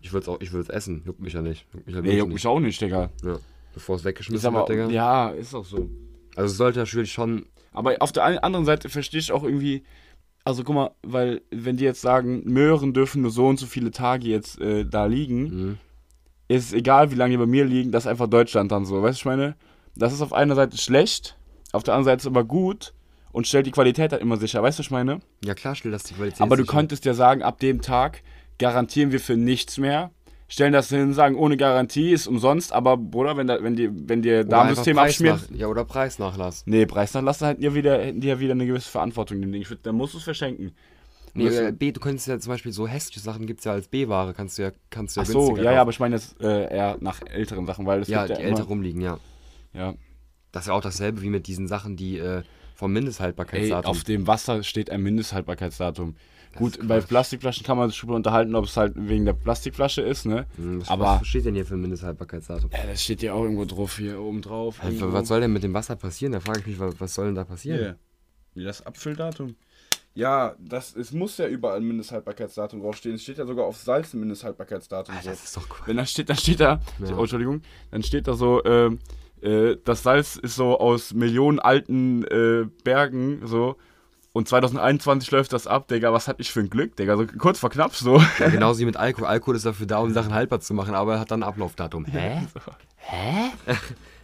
Speaker 2: Ich würde es auch, ich würde es essen. Juckt mich ja nicht. Juckt mich ja
Speaker 1: Nee,
Speaker 2: wirklich
Speaker 1: juckt mich auch nicht, Digga.
Speaker 2: nicht. Ja. Bevor es
Speaker 1: Ist
Speaker 2: weggeschmissen
Speaker 1: aber,
Speaker 2: wird, Digga.
Speaker 1: ja, ist auch so.
Speaker 2: Also es sollte natürlich schon.
Speaker 1: Aber auf der an- anderen Seite verstehe ich auch irgendwie, also guck mal, weil wenn die jetzt sagen, Möhren dürfen nur so und so viele Tage jetzt äh, da liegen,
Speaker 2: Mhm.
Speaker 1: ist es egal, wie lange die bei mir liegen, das ist einfach Deutschland dann so. Weißt du, ich meine, das ist auf einer Seite schlecht, auf der anderen Seite ist es aber gut und stellt die Qualität halt immer sicher. Weißt du, was ich meine?
Speaker 2: Ja klar, stell das die Qualität.
Speaker 1: aber du
Speaker 2: sicher.
Speaker 1: könntest ja sagen, ab dem Tag garantieren wir für nichts mehr. Stellen das hin, sagen, ohne Garantie ist umsonst, aber Bruder, wenn, da, wenn, die, wenn dir
Speaker 2: Oder einfach
Speaker 1: Darmsystem
Speaker 2: Preis
Speaker 1: abschmiert,
Speaker 2: nach- Ja, oder Preisnachlass.
Speaker 1: Nee, Preisnachlassen hätten ja wieder, hätten die ja wieder eine gewisse Verantwortung dem Ding. Ich würd- Dann musst du es verschenken.
Speaker 2: Nee,
Speaker 1: das-
Speaker 2: äh, B, du könntest ja zum Beispiel so hässliche Sachen gibt es ja als B-Ware, kannst du ja, kannst du ja
Speaker 1: Ach so,
Speaker 2: günstiger
Speaker 1: ja, ja, aber
Speaker 2: kaufen.
Speaker 1: ich meine jetzt äh, eher nach älteren Sachen, weil es
Speaker 2: ja, die
Speaker 1: gibt ja
Speaker 2: älter
Speaker 1: immer,
Speaker 2: rumliegen, ja.
Speaker 1: ja.
Speaker 2: Das ist ja auch dasselbe wie mit diesen Sachen, die äh, vom
Speaker 1: Ey,
Speaker 2: Mindesthaltbarkeitsdatum.
Speaker 1: auf dem Wasser steht ein Mindesthaltbarkeitsdatum. Gut,
Speaker 2: ist
Speaker 1: bei
Speaker 2: Quatsch.
Speaker 1: Plastikflaschen kann man sich schon unterhalten, ob es halt wegen der Plastikflasche ist, ne?
Speaker 2: Hm, was,
Speaker 1: aber
Speaker 2: was steht denn hier für ein Mindesthaltbarkeitsdatum?
Speaker 1: äh, das steht ja auch irgendwo drauf hier oben drauf.
Speaker 2: Hey, wa-
Speaker 1: irgendwo.
Speaker 2: was soll denn mit dem Wasser passieren? Da frage ich mich, wa- was soll denn da passieren?
Speaker 1: Hier. Wie Das Abfülldatum. Ja, das, es muss ja überall ein Mindesthaltbarkeitsdatum draufstehen. Es steht ja sogar auf Salz ein Mindesthaltbarkeitsdatum.
Speaker 2: Ah,
Speaker 1: drauf.
Speaker 2: das ist doch cool.
Speaker 1: Wenn da steht, dann steht da,
Speaker 2: Ja.
Speaker 1: oh, Entschuldigung, dann steht da so, ähm, äh, das Salz ist so aus Millionen alten äh, Bergen so und 2021 läuft das ab, Digga, was hatte ich für ein Glück, Digga, so kurz vor knapp so.
Speaker 2: Ja, genauso wie mit Alkohol. Alkohol ist dafür da, um Sachen haltbar zu machen, aber er hat dann ein Ablaufdatum. Hä? Hä?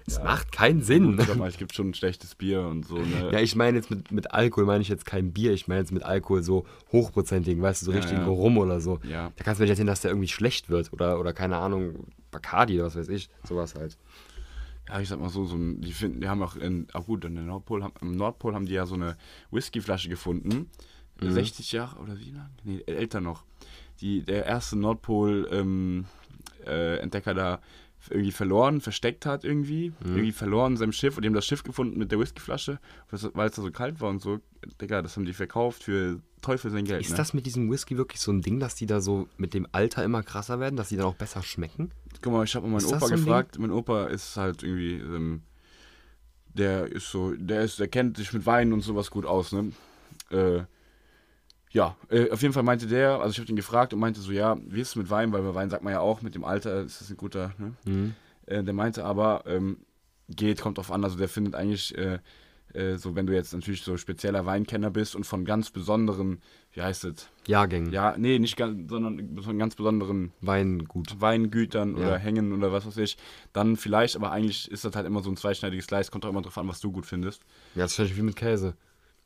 Speaker 2: Das macht keinen Sinn.
Speaker 1: Sag mal, es gibt schon ein schlechtes Bier und so, ne?
Speaker 2: Ja, ich meine jetzt mit, mit Alkohol, meine ich jetzt kein Bier, ich meine jetzt mit Alkohol so hochprozentigen, weißt du, so
Speaker 1: Ja,
Speaker 2: richtigen
Speaker 1: ja.
Speaker 2: Rum oder so.
Speaker 1: Ja.
Speaker 2: Da kannst du mir nicht erzählen, dass der irgendwie schlecht wird oder, oder keine Ahnung, Bacardi oder was weiß ich, sowas halt.
Speaker 1: Ja, ich sag mal so, so ein, die finden, die haben auch in, ah gut, in der Nordpol, haben- am Nordpol haben die ja so eine Whiskyflasche gefunden. 60 Jahre oder wie lang? Nee, älter noch. Die, der erste Nordpol-Entdecker ähm, äh, Entdecker da irgendwie verloren, versteckt hat irgendwie. Irgendwie verloren in seinem Schiff und die haben das Schiff gefunden mit der Whiskyflasche, was- weil es da so kalt war und so. Digga, das haben die verkauft für Teufel sein Geld.
Speaker 2: Ist
Speaker 1: ne?
Speaker 2: das mit diesem Whisky wirklich so ein Ding, dass die da so mit dem Alter immer krasser werden, dass die dann auch besser schmecken?
Speaker 1: Guck mal, ich habe mal meinen
Speaker 2: Ist das
Speaker 1: Opa
Speaker 2: so ein
Speaker 1: gefragt. Mein Opa ist halt irgendwie, ähm, der ist so, der ist, der kennt sich mit Wein und sowas gut aus, ne? Äh, ja, äh, auf jeden Fall meinte der, also ich habe ihn gefragt und meinte so, ja, wie ist es mit Wein? Weil bei Wein sagt man ja auch, mit dem Alter ist das ein guter, ne?
Speaker 2: Mhm.
Speaker 1: Äh, der meinte aber, ähm, geht, kommt drauf an, also der findet eigentlich, äh, äh, so wenn du jetzt natürlich so spezieller Weinkenner bist und von ganz besonderen, wie heißt es?
Speaker 2: Jahrgängen,
Speaker 1: Ja, nee, nicht ganz, sondern von ganz besonderen
Speaker 2: Weingut.
Speaker 1: Weingütern
Speaker 2: Ja.
Speaker 1: oder Hängen oder was weiß ich, dann vielleicht, aber eigentlich ist das halt immer so ein zweischneidiges Gleis, kommt auch immer drauf an, was du gut findest.
Speaker 2: Ja, das ist wahrscheinlich wie mit Käse.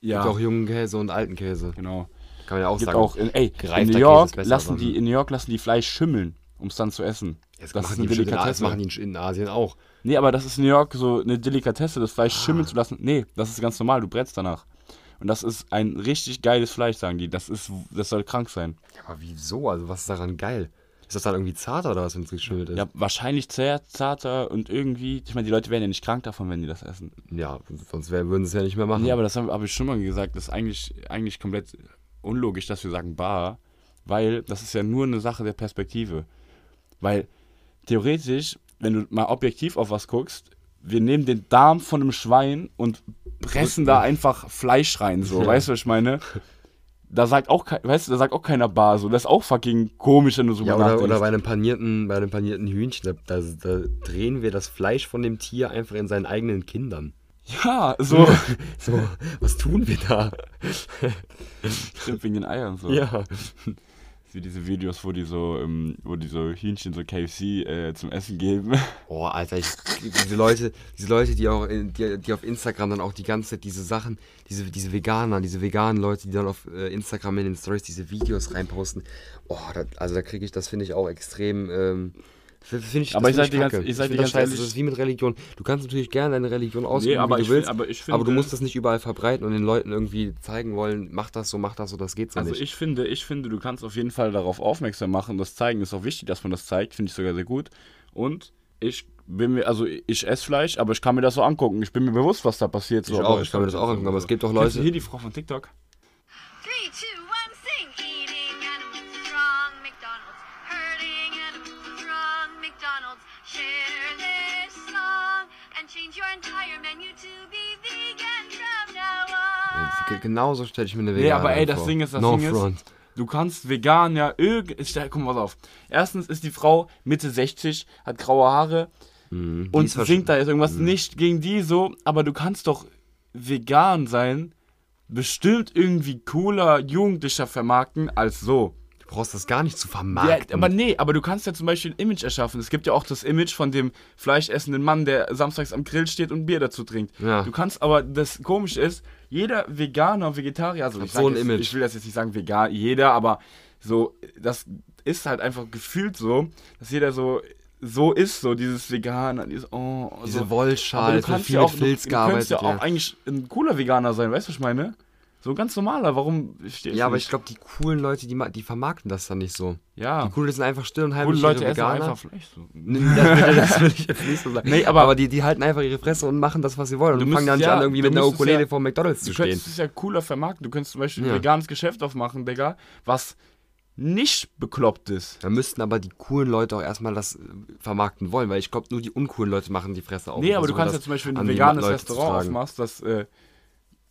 Speaker 1: Ja,
Speaker 2: Gibt auch jungen Käse und alten Käse.
Speaker 1: genau.
Speaker 2: Kann man ja auch
Speaker 1: Gibt
Speaker 2: sagen.
Speaker 1: auch, in, ey, in
Speaker 2: gereifter
Speaker 1: New
Speaker 2: Käse
Speaker 1: York
Speaker 2: ist besser,
Speaker 1: lassen
Speaker 2: aber-
Speaker 1: die, in New York lassen die Fleisch schimmeln, um es dann zu essen.
Speaker 2: Jetzt
Speaker 1: das
Speaker 2: machen
Speaker 1: ist
Speaker 2: die
Speaker 1: eine
Speaker 2: bestimmt in ne? Asien- Das machen
Speaker 1: Delikatesse.
Speaker 2: die in- in Asien auch.
Speaker 1: Nee, aber das ist in New York so eine Delikatesse, das
Speaker 2: Ah.
Speaker 1: Fleisch schimmeln zu lassen. Nee, das ist ganz normal, du brätst danach. Und das ist ein richtig geiles Fleisch, sagen die. Das ist, das soll krank sein.
Speaker 2: Ja, aber wieso? Also was ist daran geil? Ist das dann irgendwie zarter oder was, wenn es geschnibbelt ist?
Speaker 1: Ja, wahrscheinlich zär, zarter und irgendwie. Ich meine, die Leute werden ja nicht krank davon, wenn die das essen.
Speaker 2: Ja, sonst wär, würden sie es ja nicht mehr machen.
Speaker 1: Nee, aber das habe hab ich schon mal gesagt. Das ist eigentlich, eigentlich komplett unlogisch, dass wir sagen bar, weil das ist ja nur eine Sache der Perspektive. Weil theoretisch, wenn du mal objektiv auf was guckst, wir nehmen den Darm von einem Schwein und pressen da einfach Fleisch rein, so.
Speaker 2: Ja.
Speaker 1: Weißt du, was ich meine? Da sagt auch, kei- weißt du, da sagt auch keiner bar, so. Das ist auch fucking komisch, wenn du so
Speaker 2: ja, oder,
Speaker 1: nachdenkst.
Speaker 2: oder bei einem panierten, bei einem panierten Hühnchen, da, da, da drehen wir das Fleisch von dem Tier einfach in seinen eigenen Kindern.
Speaker 1: ja, so.
Speaker 2: So, was tun wir da?
Speaker 1: Stimmt, wegen den Eiern, so.
Speaker 2: Ja.
Speaker 1: Wie diese Videos, wo die so, ähm, wo die so Hähnchen so KFC äh, zum Essen geben.
Speaker 2: Oh, Alter, ich, diese Leute, diese Leute, die auch, in- die, die auf Instagram dann auch die ganze Zeit diese Sachen, diese, diese Veganer, diese veganen Leute, die dann auf äh, Instagram in den Stories diese Videos reinposten. Oh, da, also da kriege ich, das finde ich auch extrem. Ähm, f- finde ich,
Speaker 1: Aber
Speaker 2: das
Speaker 1: ich
Speaker 2: finde
Speaker 1: sag dir ganz-
Speaker 2: kacke.
Speaker 1: ich sag
Speaker 2: finde
Speaker 1: dir ganz
Speaker 2: das scheiße.
Speaker 1: ehrlich-
Speaker 2: das ist wie mit Religion. Du kannst natürlich gerne deine Religion ausüben,
Speaker 1: aber
Speaker 2: wie du
Speaker 1: ich fin-
Speaker 2: willst,
Speaker 1: aber ich
Speaker 2: aber du
Speaker 1: finde-
Speaker 2: musst das nicht überall verbreiten und den Leuten irgendwie zeigen wollen, mach das so, mach das so, das geht so
Speaker 1: Also
Speaker 2: nicht.
Speaker 1: ich finde, ich finde, du kannst auf jeden Fall darauf aufmerksam machen. Das Zeigen ist auch wichtig, dass man das zeigt. Finde ich sogar sehr gut. Und ich bin mir, also ich esse Fleisch, aber ich kann mir das so angucken. Ich bin mir bewusst, was da passiert. so,
Speaker 2: Ich
Speaker 1: aber
Speaker 2: auch, ich kann mir das auch angucken, aber es gibt doch
Speaker 1: Kennst du
Speaker 2: Leute-
Speaker 1: Hier die Frau von TikTok.
Speaker 3: Three, two, one, sing. Eating animals, strong McDonald's. Hurting animals, strong McDonald's. Share this song and change your entire menu to be vegan from now on.
Speaker 2: Ge- Genauso stelle ich mir eine
Speaker 1: Nee,
Speaker 2: Veganerin
Speaker 1: aber ey, das
Speaker 2: vor.
Speaker 1: Ding ist, das
Speaker 2: no
Speaker 1: Ding
Speaker 2: front.
Speaker 1: ist, du kannst vegan ja irgendwie. Guck mal pass auf. Erstens ist die Frau Mitte 60, hat graue Haare und
Speaker 2: Mhm, ist Mhm. versch-
Speaker 1: singt da jetzt irgendwas nicht gegen die so, aber du kannst doch vegan sein, bestimmt irgendwie cooler, jugendlicher vermarkten als so.
Speaker 2: Du brauchst das gar nicht zu
Speaker 1: Ja,
Speaker 2: vermarkten.
Speaker 1: aber nee, aber du kannst ja zum Beispiel ein Image erschaffen. Es gibt ja auch das Image von dem fleischessenden Mann, der samstags am Grill steht und Bier dazu trinkt.
Speaker 2: Ja.
Speaker 1: Du kannst aber, das Komische ist, jeder Veganer, Vegetarier, also ich, sag
Speaker 2: so ein
Speaker 1: jetzt,
Speaker 2: Image.
Speaker 1: ich will das jetzt nicht sagen vegan, jeder, aber so, das ist halt einfach gefühlt so, dass jeder so, so ist, so dieses Veganer, dieses, oh, so.
Speaker 2: Diese
Speaker 1: Aber
Speaker 2: Wollschale,
Speaker 1: du
Speaker 2: es wird
Speaker 1: kannst
Speaker 2: viel
Speaker 1: ja auch,
Speaker 2: mit
Speaker 1: du,
Speaker 2: Filz
Speaker 1: du könntest
Speaker 2: gearbeitet.
Speaker 1: ja
Speaker 2: Ja,
Speaker 1: auch eigentlich ein cooler Veganer sein, weißt du, was ich meine? So ein ganz normaler, warum steht
Speaker 2: ja aber ich glaube, die coolen Leute, die, ma- die vermarkten das dann nicht so.
Speaker 1: ja,
Speaker 2: Die coolen sind einfach still und
Speaker 1: coole
Speaker 2: heimlich
Speaker 1: Leute
Speaker 2: ihre
Speaker 1: essen
Speaker 2: Veganer.
Speaker 1: einfach Fleisch. So.
Speaker 2: Nee, das, will, das will ich jetzt nicht so sagen.
Speaker 1: Nee, aber-
Speaker 2: die, die halten einfach ihre Fresse und machen das, was sie wollen.
Speaker 1: Du
Speaker 2: Und fangen
Speaker 1: müsstest
Speaker 2: dann nicht
Speaker 1: ja-
Speaker 2: an, irgendwie
Speaker 1: du
Speaker 2: mit einer
Speaker 1: müsstest
Speaker 2: Ukulele
Speaker 1: ja-
Speaker 2: vor McDonalds zu
Speaker 1: Du
Speaker 2: stehen.
Speaker 1: könntest es ja cooler vermarkten. Du könntest zum Beispiel ein
Speaker 2: Ja.
Speaker 1: veganes Geschäft aufmachen, Digga, was nicht bekloppt ist.
Speaker 2: Da müssten aber die coolen Leute auch erstmal das äh, vermarkten wollen, weil ich glaube, nur die uncoolen Leute machen die Fresse auf.
Speaker 1: nee,
Speaker 2: und
Speaker 1: aber du
Speaker 2: versuchen
Speaker 1: kannst
Speaker 2: das
Speaker 1: ja zum Beispiel
Speaker 2: an
Speaker 1: ein
Speaker 2: die
Speaker 1: veganes
Speaker 2: Leute zu
Speaker 1: Restaurant
Speaker 2: tragen.
Speaker 1: aufmachst, das äh,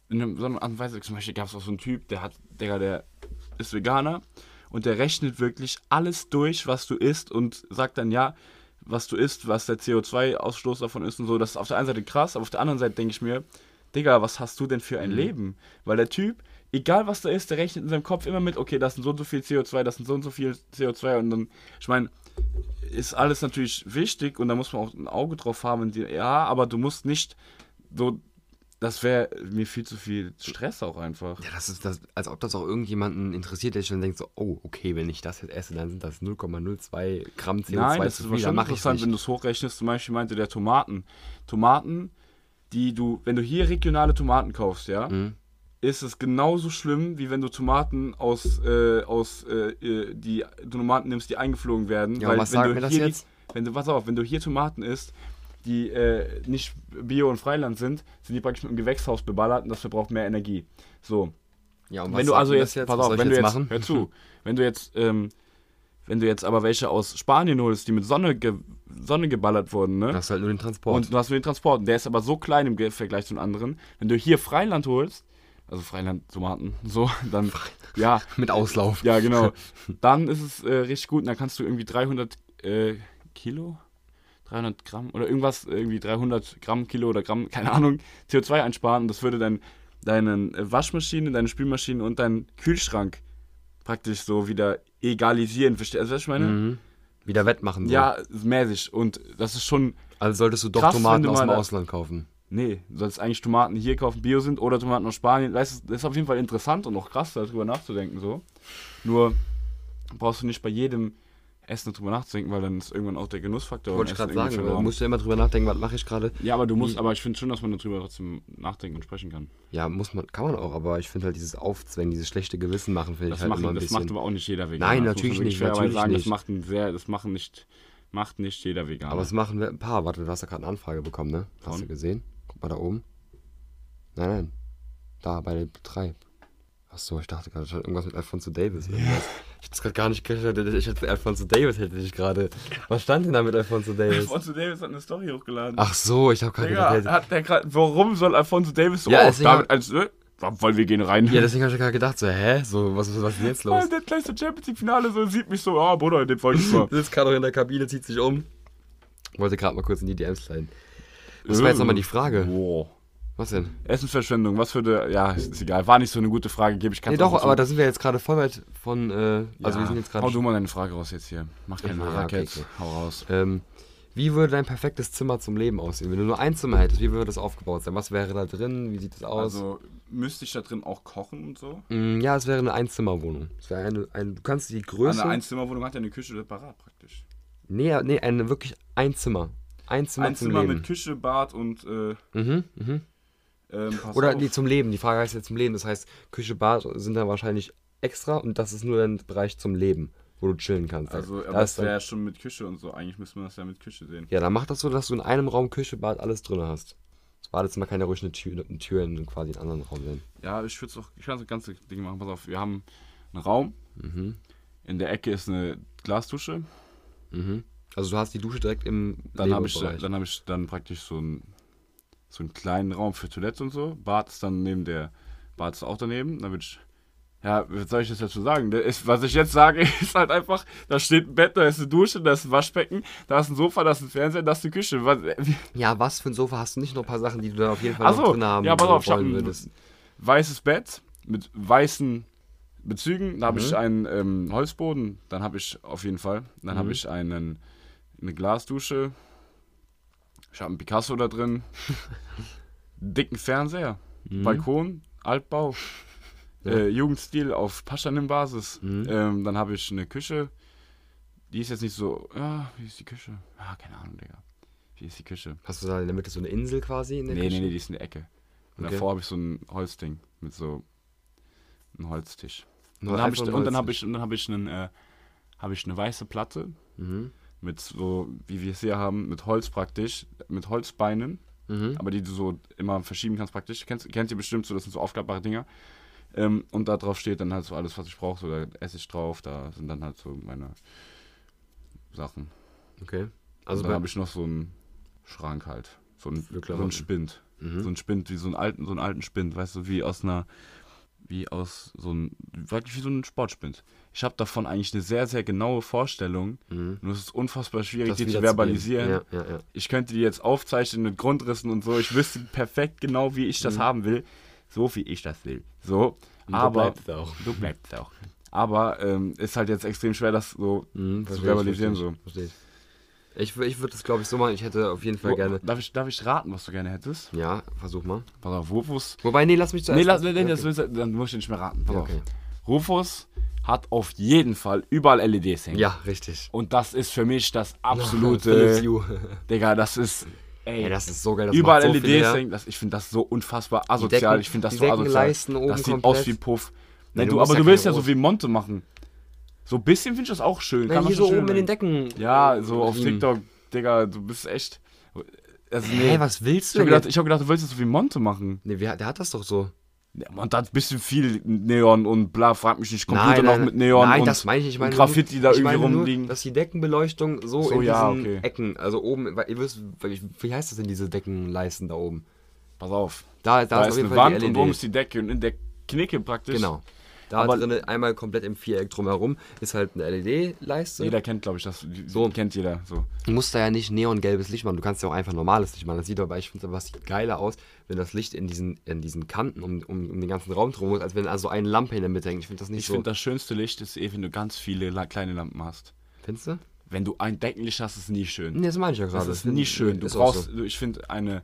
Speaker 1: in einem- so einer Art und Weise, zum Beispiel gab es auch so einen Typ, der hat, Digga, der ist Veganer und der rechnet wirklich alles durch, was du isst und sagt dann, ja, was du isst, was der CO2-Ausstoß davon ist und so. Das ist auf der einen Seite krass, aber auf der anderen Seite denke ich mir, Digga, was hast du denn für
Speaker 2: Mhm.
Speaker 1: ein Leben? Weil der Typ, egal was da ist, der rechnet in seinem Kopf immer mit, okay, das sind so und so viel CO2, das sind so und so viel CO2 und dann, ich meine, ist alles natürlich wichtig und da muss man auch ein Auge drauf haben. und die- Ja, aber du musst nicht so, das wäre mir viel zu viel Stress auch einfach.
Speaker 2: Ja, das ist das, als ob das auch irgendjemanden interessiert, der sich dann denkt so, oh, okay, wenn ich das jetzt esse, dann sind das 0,02 Gramm CO2
Speaker 1: Nein, das
Speaker 2: zu
Speaker 1: ist
Speaker 2: viel,
Speaker 1: wahrscheinlich
Speaker 2: dann mache ich
Speaker 1: interessant,
Speaker 2: nicht.
Speaker 1: wenn du es hochrechnest. Zum Beispiel meinte der Tomaten. Tomaten, die du, wenn du hier regionale Tomaten kaufst, ja,
Speaker 2: Mhm.
Speaker 1: ist es genauso schlimm, wie wenn du Tomaten aus, äh, aus äh, äh, die Tomaten nimmst, die eingeflogen werden.
Speaker 2: Ja, aber was
Speaker 1: wenn
Speaker 2: sagt
Speaker 1: du
Speaker 2: mir das
Speaker 1: hier die-
Speaker 2: jetzt?
Speaker 1: Wenn du, pass auf, wenn du hier Tomaten isst, die äh, nicht Bio und Freiland sind, sind die praktisch mit einem Gewächshaus beballert und das verbraucht mehr Energie. So.
Speaker 2: Ja, und
Speaker 1: Wenn
Speaker 2: was
Speaker 1: du
Speaker 2: sagt
Speaker 1: also
Speaker 2: mir
Speaker 1: jetzt,
Speaker 2: das
Speaker 1: pass auf,
Speaker 2: Was soll ich
Speaker 1: wenn du jetzt,
Speaker 2: machen?
Speaker 1: hör zu, wenn du jetzt, ähm, wenn du jetzt aber welche aus Spanien holst, die mit Sonne, ge Sonne geballert wurden, ne?
Speaker 2: Das ist halt nur den Transport.
Speaker 1: Und du hast nur den Transport, der ist aber so klein im Ge- Vergleich zu den anderen. Wenn du hier Freiland holst, also Freiland-Tomaten, so, dann, ja,
Speaker 2: mit Auslauf.
Speaker 1: ja, genau, dann ist es äh, richtig gut und dann kannst du irgendwie 300 äh, Kilo, 300 Gramm oder irgendwas, irgendwie 300 Gramm, Kilo oder Gramm, keine Ahnung, CO2 einsparen und das würde dein, deinen äh, Waschmaschine, deine Spülmaschine und deinen Kühlschrank praktisch so wieder egalisieren. Verstehst du, was ich meine?
Speaker 2: Mhm. Wieder wettmachen. So.
Speaker 1: Ja, mäßig und das ist schon
Speaker 2: Also solltest du doch
Speaker 1: Krass, wenn
Speaker 2: Tomaten
Speaker 1: du
Speaker 2: aus
Speaker 1: mal
Speaker 2: dem
Speaker 1: da-
Speaker 2: Ausland kaufen.
Speaker 1: Nee, du sollst eigentlich Tomaten hier kaufen, Bio sind oder Tomaten aus Spanien. Weißt du, das ist auf jeden Fall interessant und auch krass, darüber nachzudenken so. Nur brauchst du nicht bei jedem Essen drüber nachzudenken, weil dann ist irgendwann auch der Genussfaktor.
Speaker 2: Wollte ich
Speaker 1: beim
Speaker 2: gerade
Speaker 1: Essen irgendwie
Speaker 2: sagen,
Speaker 1: verloren.
Speaker 2: weil musst du immer drüber nachdenken, was mache ich gerade?
Speaker 1: ja, aber du musst, aber ich finde schon, dass man darüber trotzdem nachdenken und sprechen kann.
Speaker 2: Ja, muss man, kann man auch, aber ich finde halt dieses Aufzwängen, dieses schlechte Gewissen machen, finde
Speaker 1: Das,
Speaker 2: ich halt
Speaker 1: macht,
Speaker 2: immer ein
Speaker 1: das
Speaker 2: bisschen.
Speaker 1: macht aber auch nicht jeder Veganer.
Speaker 2: Nein,
Speaker 1: Das muss man
Speaker 2: natürlich
Speaker 1: wirklich
Speaker 2: nicht,
Speaker 1: fairerweise
Speaker 2: natürlich
Speaker 1: sagen,
Speaker 2: nicht.
Speaker 1: Das macht ein sehr, das machen nicht, macht nicht jeder Veganer.
Speaker 2: aber es machen wir ein paar. Warte, du hast ja gerade eine Anfrage bekommen, ne? Hast du
Speaker 1: Von?
Speaker 2: gesehen? Guck mal da oben. Nein, nein. Da, bei der 3. Achso, ich dachte gerade, das hat irgendwas mit Alfonso Davis. irgendwas. Ich hab's gerade gar nicht gehört. Ich hätte Alfonso Davis hätte ich gerade. Was stand denn da mit Alfonso Davis?
Speaker 1: Alfonso Davis hat eine Story hochgeladen.
Speaker 2: Ach so, ich habe gerade
Speaker 1: Digga,
Speaker 2: gedacht, der hätte-
Speaker 1: hat der grad, warum soll Alfonso Davis so
Speaker 2: Ja,
Speaker 1: oh,
Speaker 2: deswegen
Speaker 1: David, als, äh, weil wir gehen rein.
Speaker 2: Ja, deswegen habe ich gerade gedacht, so, hä? So, was, was ist denn jetzt los?
Speaker 1: Mann, der gleich so Champions League Finale so sieht mich so, ah, Bruder, in dem Fall nicht mal.
Speaker 2: Sitzt gerade noch in der Kabine, zieht sich um. Wollte gerade mal kurz in die DMs leiden. Das war jetzt nochmal die Frage.
Speaker 1: Wow.
Speaker 2: Was denn?
Speaker 1: Äh. Essensverschwendung, was würde. Ja, ist, ist egal. War nicht so eine gute Frage, gebe ich
Speaker 2: Nee,
Speaker 1: keine
Speaker 2: doch, aber da sind wir jetzt gerade voll weit von. Äh, also, wir sind jetzt
Speaker 1: Hau du
Speaker 2: gerade.
Speaker 1: mal deine Frage raus jetzt hier. Mach keinen
Speaker 2: Ja,
Speaker 1: ja,
Speaker 2: okay,
Speaker 1: Rackets.
Speaker 2: okay.
Speaker 1: Hau raus.
Speaker 2: Ähm, wie würde dein perfektes Zimmer zum Leben aussehen? Wenn du nur ein Zimmer hättest, wie würde das aufgebaut sein? Was wäre da drin? Wie sieht das aus?
Speaker 1: Also, müsste ich da drin auch kochen und so?
Speaker 2: Mm, ja, es wäre eine Einzimmerwohnung. Es wäre eine, eine, du kannst die Größe.
Speaker 1: Eine Einzimmerwohnung hat ja eine Küche separat praktisch.
Speaker 2: nee, nee, eine wirklich ein Zimmer. Ein Zimmer
Speaker 1: Ein
Speaker 2: zum
Speaker 1: Zimmer
Speaker 2: Leben.
Speaker 1: mit Küche, Bad und. Äh,
Speaker 2: mhm, mhm.
Speaker 1: ähm, pass
Speaker 2: Oder
Speaker 1: auf.
Speaker 2: nee, zum Leben. Die Frage heißt ja zum Leben. Das heißt, Küche, Bad sind dann wahrscheinlich extra und das ist nur dein Bereich zum Leben, wo du chillen kannst.
Speaker 1: Also,
Speaker 2: Da
Speaker 1: aber
Speaker 2: ist
Speaker 1: das
Speaker 2: dann-
Speaker 1: wäre ja schon mit Küche und so. Eigentlich müsste man das ja mit Küche sehen.
Speaker 2: Ja, dann mach das so, dass du in einem Raum Küche, Bad alles drin hast. Das Badezimmer kann ja ruhig eine Tür, eine Tür in quasi einen anderen Raum sein.
Speaker 1: Ja, ich würde es auch, ich kann das ganze Ding machen. Pass auf, wir haben einen Raum. In der Ecke ist eine Glasdusche.
Speaker 2: Mhm. Also du hast die Dusche direkt im
Speaker 1: Dann habe ich,
Speaker 2: Lebebereich.
Speaker 1: dann habe ich dann praktisch so einen, so einen kleinen Raum für Toilette und so. Bad ist dann neben der, Bad ist auch daneben. Dann würde ich, ja, was soll ich das dazu sagen? Der Ist, was ich jetzt sage, ist halt einfach, da steht ein Bett, da ist eine Dusche, da ist ein Waschbecken, da ist ein Sofa, da ist ein Fernseher, da ist eine Küche. Was, äh,
Speaker 2: Ja, was für ein Sofa hast du nicht noch ein paar Sachen, die du da auf jeden Fall noch
Speaker 1: Achso,
Speaker 2: drin haben
Speaker 1: ja, pass auf, ich habe
Speaker 2: wollen
Speaker 1: ein
Speaker 2: würdest?
Speaker 1: weißes Bett mit weißen Bezügen. Da habe ich einen ähm, Holzboden, dann habe ich auf jeden Fall. Dann habe ich einen, eine Glasdusche. Ich habe einen Picasso da drin. Dicken Fernseher. Balkon, Altbau. Äh, Jugendstil auf Paschanim-Basis. Ähm, dann habe ich eine Küche. Die ist jetzt nicht so. Ah, wie ist die Küche? Ah, keine Ahnung, Digga. Wie ist die Küche?
Speaker 2: Hast du da in der Mitte so eine Insel quasi? In der
Speaker 1: Nee,
Speaker 2: Küche?
Speaker 1: nee, nee, die ist in der Ecke. Und
Speaker 2: Okay.
Speaker 1: davor habe ich so ein Holzding mit so einem Holztisch. Und
Speaker 2: Nur
Speaker 1: dann habe ich,
Speaker 2: einfach ein
Speaker 1: und dann hab
Speaker 2: Holztisch.
Speaker 1: ich, und dann hab ich, einen, äh, hab ich eine weiße Platte
Speaker 2: Mhm.
Speaker 1: mit so, wie wir es hier haben, mit Holz praktisch, mit Holzbeinen,
Speaker 2: Mhm.
Speaker 1: aber die du so immer verschieben kannst praktisch. Kennst, kennt ihr bestimmt so, das sind so aufklappbare Dinger. Ähm, und da drauf steht dann halt so alles, was ich brauche. So, da esse ich drauf, da sind dann halt so meine Sachen.
Speaker 2: Okay.
Speaker 1: Also
Speaker 2: Also
Speaker 1: dann
Speaker 2: bei,
Speaker 1: habe ich noch so einen Schrank halt. So einen, so
Speaker 2: Klamotten.
Speaker 1: einen Spind.
Speaker 2: Mhm.
Speaker 1: So einen Spind, wie so einen alten, so einen alten Spind, weißt du, wie aus einer, wie aus so einem, wirklich wie so ein Sportspind. Ich habe davon eigentlich eine sehr, sehr genaue Vorstellung. Nur es ist unfassbar schwierig,
Speaker 2: Mhm. das
Speaker 1: die zu
Speaker 2: wiederzugeben.
Speaker 1: verbalisieren.
Speaker 2: Ja, ja, ja.
Speaker 1: Ich könnte die jetzt aufzeichnen mit Grundrissen und so. Ich wüsste perfekt genau, wie ich
Speaker 2: Mhm.
Speaker 1: das haben will. So wie ich das will. So. aber
Speaker 2: bleibst auch.
Speaker 1: Du bleibst auch. Aber ähm, ist halt jetzt extrem schwer, das so
Speaker 2: Mhm,
Speaker 1: zu
Speaker 2: verstehe ich,
Speaker 1: verbalisieren.
Speaker 2: verstehe
Speaker 1: So.
Speaker 2: ich, Verstehe ich. Ich, wür- ich würde das, glaube ich, so machen. Ich hätte auf jeden Fall
Speaker 1: Wo-
Speaker 2: gerne.
Speaker 1: Darf ich, darf ich raten, was du gerne hättest?
Speaker 2: Ja, versuch mal.
Speaker 1: Pass auf, Rufus.
Speaker 2: Wobei, nee, lass mich zuerst.
Speaker 1: Nee, lass, nee, nee,
Speaker 2: okay.
Speaker 1: das willst du, dann muss ich nicht mehr raten. Pass
Speaker 2: Ja, okay.
Speaker 1: auf. Rufus hat auf jeden Fall überall LEDs hängen.
Speaker 2: Ja, richtig.
Speaker 1: Und das ist für mich das
Speaker 2: Philips
Speaker 1: absolute.
Speaker 2: Hue.
Speaker 1: Digga, das ist. Ey,
Speaker 2: Ey, das ist so geil. Das
Speaker 1: überall
Speaker 2: macht so viel
Speaker 1: LEDs
Speaker 2: her.
Speaker 1: hängen. Das, ich finde das so unfassbar
Speaker 2: Die
Speaker 1: asozial.
Speaker 2: Decken-
Speaker 1: ich finde das
Speaker 2: die
Speaker 1: so asozial.
Speaker 2: Deckenleisten oben
Speaker 1: das sieht aus
Speaker 2: komplett.
Speaker 1: wie Puff.
Speaker 2: Nee,
Speaker 1: Nee,
Speaker 2: du
Speaker 1: du,
Speaker 2: musst
Speaker 1: aber
Speaker 2: ja
Speaker 1: du willst ja
Speaker 2: keine
Speaker 1: so wie Monte machen. So ein bisschen finde ich das auch schön.
Speaker 2: Na,
Speaker 1: Kann man
Speaker 2: hier
Speaker 1: schon
Speaker 2: so
Speaker 1: schön
Speaker 2: oben in den
Speaker 1: machen.
Speaker 2: Decken.
Speaker 1: Ja, so auf
Speaker 2: Hm.
Speaker 1: TikTok, Digga, du bist echt. Also, nee.
Speaker 2: Hä, was
Speaker 1: Ich
Speaker 2: willst du
Speaker 1: hab,
Speaker 2: denn?
Speaker 1: gedacht, ich hab gedacht, du willst das so wie Monte machen.
Speaker 2: Nee, wer, der hat das doch so.
Speaker 1: Ja, Monte hat ein bisschen viel Neon und bla, frag mich nicht. Computer
Speaker 2: Nein,
Speaker 1: noch
Speaker 2: nein,
Speaker 1: mit Neon
Speaker 2: Nein,
Speaker 1: und
Speaker 2: das meine ich nicht. Ich
Speaker 1: und
Speaker 2: meine
Speaker 1: Graffiti
Speaker 2: nur,
Speaker 1: da
Speaker 2: ich
Speaker 1: irgendwie
Speaker 2: meine nur,
Speaker 1: rumliegen.
Speaker 2: Dass die Deckenbeleuchtung so,
Speaker 1: So,
Speaker 2: in
Speaker 1: ja,
Speaker 2: diesen
Speaker 1: okay.
Speaker 2: Ecken, also oben, weil ihr wisst, weil ich- wie heißt das denn, diese Deckenleisten da oben?
Speaker 1: Pass auf.
Speaker 2: Da, da,
Speaker 1: Da,
Speaker 2: ist auf
Speaker 1: ist
Speaker 2: jeden
Speaker 1: eine
Speaker 2: Fall
Speaker 1: Wand
Speaker 2: die LED.
Speaker 1: und oben ist die E Decke und in der Knicke praktisch.
Speaker 2: genau. Da
Speaker 1: Aber-
Speaker 2: drin einmal komplett im Viereck drumherum ist halt eine LED-Leiste.
Speaker 1: Jeder kennt, glaube ich, das. So.
Speaker 2: So.
Speaker 1: Kennt jeder. So.
Speaker 2: Du musst da ja nicht neongelbes Licht machen, du kannst ja auch einfach normales Licht machen. Das sieht aber, ich finde es sieht geiler aus, wenn das Licht in diesen, in diesen Kanten um, um, um den ganzen Raum drum ist, als wenn also eine Lampe in der Mitte hängt. Ich finde das nicht
Speaker 1: Ich
Speaker 2: so.
Speaker 1: finde, das schönste Licht ist eh, wenn du ganz viele la- kleine Lampen hast.
Speaker 2: Findest du?
Speaker 1: Wenn du ein Deckenlicht hast, ist nie schön.
Speaker 2: Nee, das meine ich ja gerade.
Speaker 1: Das ist nie schön. Du
Speaker 2: Ist auch
Speaker 1: brauchst,
Speaker 2: So.
Speaker 1: du- ich finde, eine.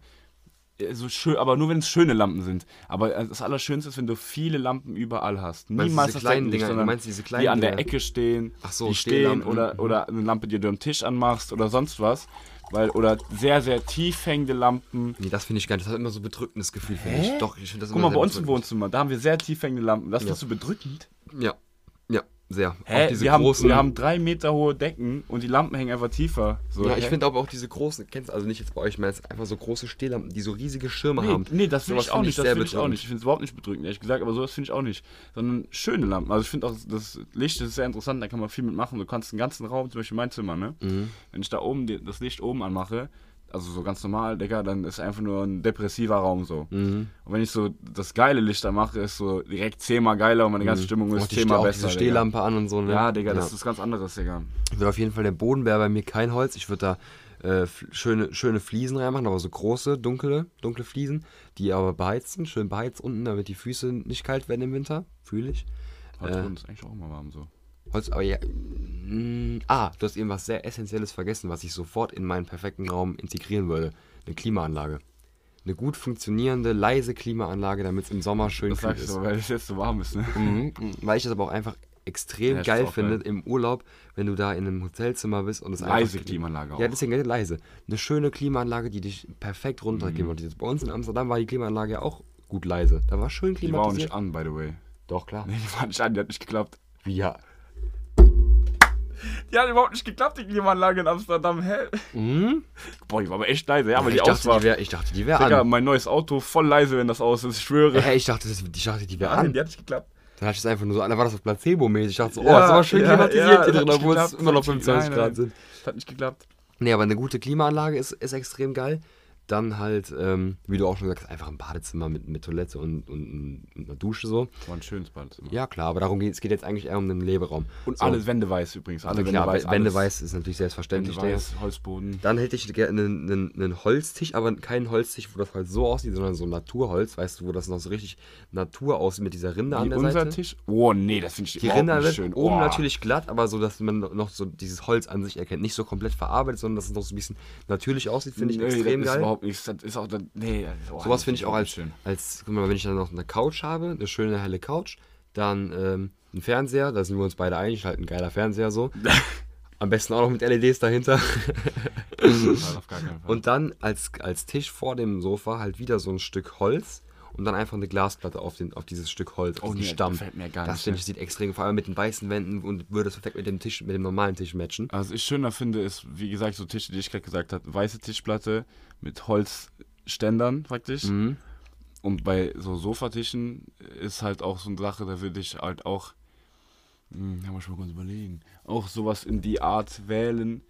Speaker 1: äh, So schön, aber nur wenn es schöne Lampen sind. Aber äh, das Allerschönste ist, wenn du viele Lampen überall hast.
Speaker 2: Meinst du
Speaker 1: Niemals
Speaker 2: diese
Speaker 1: das
Speaker 2: kleinen
Speaker 1: Deckenlicht,
Speaker 2: Dinger? Du
Speaker 1: sondern
Speaker 2: meinst diese kleinen
Speaker 1: die an der
Speaker 2: Dinger?
Speaker 1: Ecke stehen,
Speaker 2: Ach so,
Speaker 1: die stehen
Speaker 2: Stehlampen,
Speaker 1: oder,
Speaker 2: mhm.
Speaker 1: oder eine Lampe, die du am Tisch anmachst oder sonst was. Weil, oder sehr, sehr tief hängende Lampen.
Speaker 2: Nee, das finde ich geil. Das hat immer so ein bedrückendes Gefühl, finde ich. Doch, ich finde das
Speaker 1: Guck
Speaker 2: immer
Speaker 1: mal, bei
Speaker 2: sehr
Speaker 1: uns im
Speaker 2: bedrückend.
Speaker 1: Wohnzimmer, da haben wir sehr tief hängende Lampen. Das findest du bedrückend?
Speaker 2: Ja. Ja, sehr.
Speaker 1: Hä?
Speaker 2: Auch diese
Speaker 1: wir, haben,
Speaker 2: großen.
Speaker 1: wir haben drei Meter hohe Decken und die Lampen hängen einfach tiefer. So,
Speaker 2: ja, ich
Speaker 1: hä?
Speaker 2: finde aber auch diese großen, kennst du, also nicht jetzt bei euch, ich meine jetzt einfach so große Stehlampen, die so riesige Schirme
Speaker 1: Nee,
Speaker 2: haben.
Speaker 1: nee, das finde
Speaker 2: Sowas
Speaker 1: ich auch
Speaker 2: find
Speaker 1: nicht. Das
Speaker 2: sehr
Speaker 1: finde ich auch
Speaker 2: bedrückend.
Speaker 1: nicht. Ich finde es überhaupt nicht bedrückend, ehrlich gesagt, aber sowas finde ich auch nicht. Sondern schöne Lampen. Also ich finde auch, das Licht ist sehr interessant, da kann man viel mitmachen. Du kannst den ganzen Raum, zum Beispiel mein Zimmer, ne?
Speaker 2: Mhm.
Speaker 1: Wenn ich da oben die, das Licht oben anmache, also so ganz normal, Digga, dann ist einfach nur ein depressiver Raum so.
Speaker 2: Mhm.
Speaker 1: Und wenn ich so das geile Licht da mache, ist so direkt zehnmal geiler und meine ganze Stimmung
Speaker 2: Oh,
Speaker 1: ist
Speaker 2: die
Speaker 1: zehnmal
Speaker 2: auch
Speaker 1: besser.
Speaker 2: diese Stehlampe an und so, ne? Also
Speaker 1: Digga. Ja, Digga, das ist was ganz anderes, Digga.
Speaker 2: Ich würde auf jeden Fall, der Boden wäre bei mir kein Holz. Ich würde da äh, f- schöne, schöne Fliesen reinmachen, aber so große, dunkle, dunkle Fliesen, die aber beheizt sind, schön beheizt unten, damit die Füße nicht kalt werden im Winter. Fühle ich.
Speaker 1: Holzboden ist eigentlich auch immer warm so.
Speaker 2: Holz, aber ja. mm, Ah, du hast eben was sehr Essentielles vergessen, was ich sofort in meinen perfekten Raum integrieren würde. Eine Klimaanlage. Eine gut funktionierende, leise Klimaanlage, damit es im Sommer schön
Speaker 1: Das
Speaker 2: kühl
Speaker 1: sagst
Speaker 2: ist.
Speaker 1: du, weil es jetzt so warm ist, ne?
Speaker 2: Mhm. Weil ich das aber auch einfach extrem
Speaker 1: Ja, ist
Speaker 2: geil
Speaker 1: auch
Speaker 2: finde
Speaker 1: geil.
Speaker 2: im Urlaub, wenn du da in einem Hotelzimmer bist und es
Speaker 1: Leise
Speaker 2: einfach...
Speaker 1: Klimaanlage
Speaker 2: Ja,
Speaker 1: auch.
Speaker 2: deswegen äh, leise. Eine schöne Klimaanlage, die dich perfekt
Speaker 1: Mhm.
Speaker 2: runterklimatisiert. Bei uns in Amsterdam war die Klimaanlage ja auch gut leise. Da war schön
Speaker 1: Die war auch
Speaker 2: klimatisiert.
Speaker 1: nicht an, by the way.
Speaker 2: Doch, klar.
Speaker 1: Nee, die war nicht an, die hat nicht geklappt.
Speaker 2: Wie ja.
Speaker 1: Die hat überhaupt nicht geklappt, die Klimaanlage in Amsterdam. Hä? Boah, die war aber echt leise, ja, aber die
Speaker 2: Hm? ich,
Speaker 1: aus
Speaker 2: dachte,
Speaker 1: war.
Speaker 2: die wär, ich dachte, die wäre
Speaker 1: Digga,
Speaker 2: an.
Speaker 1: mein neues Auto, voll leise, wenn das aus ist, ich schwöre.
Speaker 2: Hä, ich dachte, das, ich dachte, die wäre
Speaker 1: Ah, nee,
Speaker 2: an.
Speaker 1: die hat nicht geklappt.
Speaker 2: Dann hatte ich es einfach nur so an, da war das so placebo-mäßig. Ich dachte so, oh,
Speaker 1: Ja,
Speaker 2: das ist aber schön
Speaker 1: ja,
Speaker 2: klimatisiert
Speaker 1: ja,
Speaker 2: hier
Speaker 1: das
Speaker 2: drin,
Speaker 1: hat
Speaker 2: obwohl es
Speaker 1: geklappt,
Speaker 2: immer noch
Speaker 1: das hat
Speaker 2: 25
Speaker 1: geklappt.
Speaker 2: Grad sind.
Speaker 1: Das hat nicht geklappt.
Speaker 2: Nee, aber eine gute Klimaanlage ist, ist extrem geil. Dann halt, ähm, wie du auch schon gesagt hast, einfach ein Badezimmer mit, mit Toilette und, und, und einer Dusche so.
Speaker 1: War ein schönes Badezimmer.
Speaker 2: Ja, klar, aber darum geht es geht jetzt eigentlich eher um den Leberaum.
Speaker 1: Und
Speaker 2: so,
Speaker 1: alle Wände weiß übrigens. Alle
Speaker 2: Also klar,
Speaker 1: Wände weiß.
Speaker 2: Wände
Speaker 1: alles.
Speaker 2: weiß ist natürlich
Speaker 1: Wände
Speaker 2: selbstverständlich. Digga.
Speaker 1: weiß, Holzboden.
Speaker 2: Dann hätte ich gerne einen, einen, einen Holztisch, aber keinen Holztisch, wo das halt so aussieht, sondern so Naturholz, weißt du, wo das noch so richtig Natur aussieht mit dieser Rinde an
Speaker 1: Wie
Speaker 2: der
Speaker 1: unser
Speaker 2: Seite.
Speaker 1: Tisch. Oh, nee, das finde ich
Speaker 2: Die
Speaker 1: überhaupt
Speaker 2: Rinder
Speaker 1: nicht
Speaker 2: wird
Speaker 1: schön.
Speaker 2: oben
Speaker 1: oh.
Speaker 2: natürlich glatt, aber so, dass man noch so dieses Holz an sich erkennt. Nicht so komplett verarbeitet, sondern dass es noch so ein bisschen natürlich aussieht, finde ich
Speaker 1: nee,
Speaker 2: extrem
Speaker 1: das ist
Speaker 2: geil.
Speaker 1: überhaupt nichts. Das ist auch. Das, nee, das- oh,
Speaker 2: Sowas
Speaker 1: das
Speaker 2: finde ich auch als,
Speaker 1: schön.
Speaker 2: als, guck mal, wenn ich dann noch eine Couch habe, eine schöne helle Couch, dann ähm, ein Fernseher, da sind wir uns beide einig, halt ein geiler Fernseher so. Am besten auch noch mit LEDs dahinter.
Speaker 1: Auf gar keinen Fall.
Speaker 2: Und dann als, als Tisch vor dem Sofa halt wieder so ein Stück Holz und dann einfach eine Glasplatte auf, den, auf dieses Stück Holz, auf
Speaker 1: Oh,
Speaker 2: den
Speaker 1: nee,
Speaker 2: Stamm.
Speaker 1: gefällt mir gar
Speaker 2: das
Speaker 1: nicht,
Speaker 2: finde
Speaker 1: ne?
Speaker 2: ich sieht extrem, vor allem mit den weißen Wänden und würde es perfekt mit dem Tisch, mit dem normalen Tisch matchen.
Speaker 1: Was Also ich schöner finde, ist, wie gesagt, so Tische, die ich gerade gesagt habe, weiße Tischplatte mit Holzständern praktisch.
Speaker 2: Mhm.
Speaker 1: Und bei so Sofatischen ist halt auch so eine Sache, da würde ich halt auch, hm, kann man schon mal kurz überlegen, auch sowas in die Art wählen.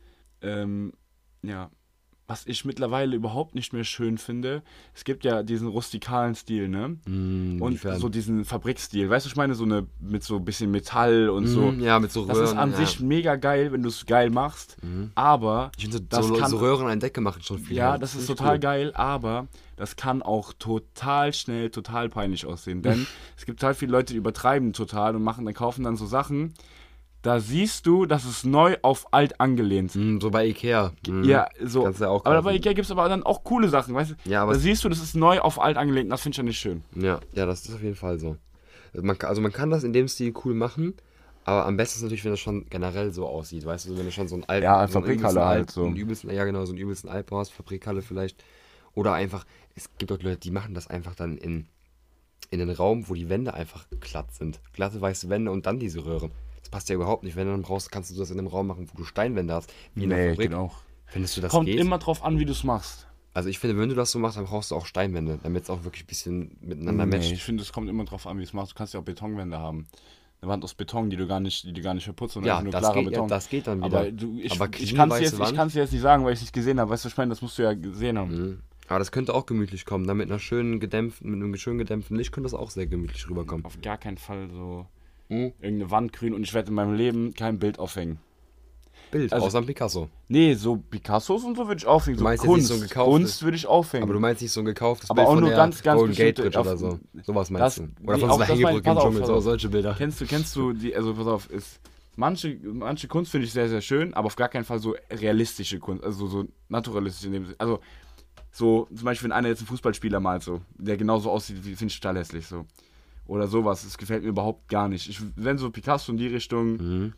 Speaker 1: Ähm, ja, was ich mittlerweile überhaupt nicht mehr schön finde, es gibt ja diesen rustikalen Stil, ne? und
Speaker 2: Mhm, inwiefern?
Speaker 1: so diesen Fabrikstil. Weißt du, ich meine, so eine mit so ein bisschen Metall und so.
Speaker 2: Mhm, ja, mit so
Speaker 1: Ähm, Das ist
Speaker 2: Röhren,
Speaker 1: an
Speaker 2: ja. Mhm.
Speaker 1: sich mega geil, wenn du es geil machst, aber
Speaker 2: Ich finde, so,
Speaker 1: das
Speaker 2: so,
Speaker 1: kann,
Speaker 2: so Röhren an Decke machen schon viel.
Speaker 1: ja,
Speaker 2: her.
Speaker 1: das ist
Speaker 2: ziemlich
Speaker 1: total
Speaker 2: cool.
Speaker 1: geil, aber das kann auch total schnell total peinlich aussehen, denn es gibt halt viele Leute, die übertreiben total und machen dann kaufen dann so Sachen, da siehst du, dass es neu auf alt angelehnt.
Speaker 2: Mhm, so bei Ikea. Mhm.
Speaker 1: Ja, so.
Speaker 2: Kannst du ja auch
Speaker 1: aber
Speaker 2: kaufen.
Speaker 1: bei Ikea gibt es aber dann auch coole Sachen, weißt du?
Speaker 2: Ja, aber
Speaker 1: da
Speaker 2: es-
Speaker 1: siehst du, das ist neu auf alt angelehnt, und das finde ich ja nicht schön.
Speaker 2: Ja, ja, das ist auf jeden Fall so. Also man, kann- also man kann das in dem Stil cool machen, aber am besten ist natürlich, wenn das schon generell so aussieht, weißt du, wenn du schon so einen alten,
Speaker 1: Ja,
Speaker 2: so einen
Speaker 1: Fabrikhalle
Speaker 2: übelsten
Speaker 1: halt
Speaker 2: alten-
Speaker 1: so.
Speaker 2: einen übelsten, ja genau, so einen übelsten Alp hast, Fabrikhalle vielleicht oder einfach, es gibt auch Leute, die machen das einfach dann in in den Raum, wo die Wände einfach glatt sind, glatte weiße Wände und dann diese Röhren. Das passt ja überhaupt nicht. Wenn du dann brauchst, kannst du das in einem Raum machen, wo du Steinwände hast, wie in der Fabrik.
Speaker 1: genau.
Speaker 2: Findest du das
Speaker 1: Kommt
Speaker 2: geht?
Speaker 1: immer drauf an, wie du es machst.
Speaker 2: Also ich finde, wenn du das so machst, dann brauchst du auch Steinwände, damit es auch wirklich ein bisschen miteinander matcht.
Speaker 1: ich finde, es kommt immer drauf an, wie du es machst. Du kannst ja auch Betonwände haben. Eine Wand aus Beton, die du gar nicht, die du gar nicht verputzt, sondern
Speaker 2: Ja,
Speaker 1: einfach nur
Speaker 2: das
Speaker 1: klarer
Speaker 2: geht- ja,
Speaker 1: Beton.
Speaker 2: das geht dann
Speaker 1: Aber,
Speaker 2: wieder.
Speaker 1: du, ich,
Speaker 2: Aber
Speaker 1: ich
Speaker 2: clean
Speaker 1: kann es
Speaker 2: weiße
Speaker 1: jetzt, ich
Speaker 2: Wand? Mhm.
Speaker 1: kann's dir jetzt nicht sagen, weil ich es nicht gesehen habe. Weißt du, ich meine, das musst du ja gesehen haben.
Speaker 2: Aber das könnte auch gemütlich kommen. Dann mit einer schönen gedämpften, mit einem schön gedämpften Licht könnte das auch sehr gemütlich rüberkommen.
Speaker 1: Auf gar keinen Fall so
Speaker 2: Hm?
Speaker 1: irgendeine Wand grün und ich werde in meinem Leben kein Bild aufhängen.
Speaker 2: Bild,
Speaker 1: also-
Speaker 2: außer am Picasso.
Speaker 1: Nee, so Picassos und so würde ich aufhängen. So
Speaker 2: meinst jetzt nicht
Speaker 1: Kunst,
Speaker 2: so ein gekauftes-
Speaker 1: Kunst würde ich aufhängen.
Speaker 2: Aber du meinst nicht so ein gekauftes
Speaker 1: Aber
Speaker 2: Bild
Speaker 1: auch
Speaker 2: von
Speaker 1: nur
Speaker 2: der
Speaker 1: ganz, ganz
Speaker 2: Golden Gate
Speaker 1: bestimmte-
Speaker 2: Bridge oder
Speaker 1: auf-
Speaker 2: so.
Speaker 1: Das-
Speaker 2: Sowas meinst du? Oder
Speaker 1: nee,
Speaker 2: von
Speaker 1: auch
Speaker 2: so einer
Speaker 1: das meine ich-
Speaker 2: Hängebrücke im
Speaker 1: pass auf, also
Speaker 2: Dschungel,
Speaker 1: pass
Speaker 2: so,
Speaker 1: auf.
Speaker 2: solche Bilder.
Speaker 1: Kennst du, kennst du die, also pass auf, ist, manche, manche Kunst finde ich sehr, sehr schön, aber auf gar keinen Fall so realistische Kunst, also so naturalistisch in dem Sinne. Also, so, zum Beispiel, wenn einer jetzt einen Fußballspieler malt, so, der genauso aussieht, wie finde ich total hässlich, so. Oder sowas, das gefällt mir überhaupt gar nicht. Ich, wenn so Picasso in die Richtung,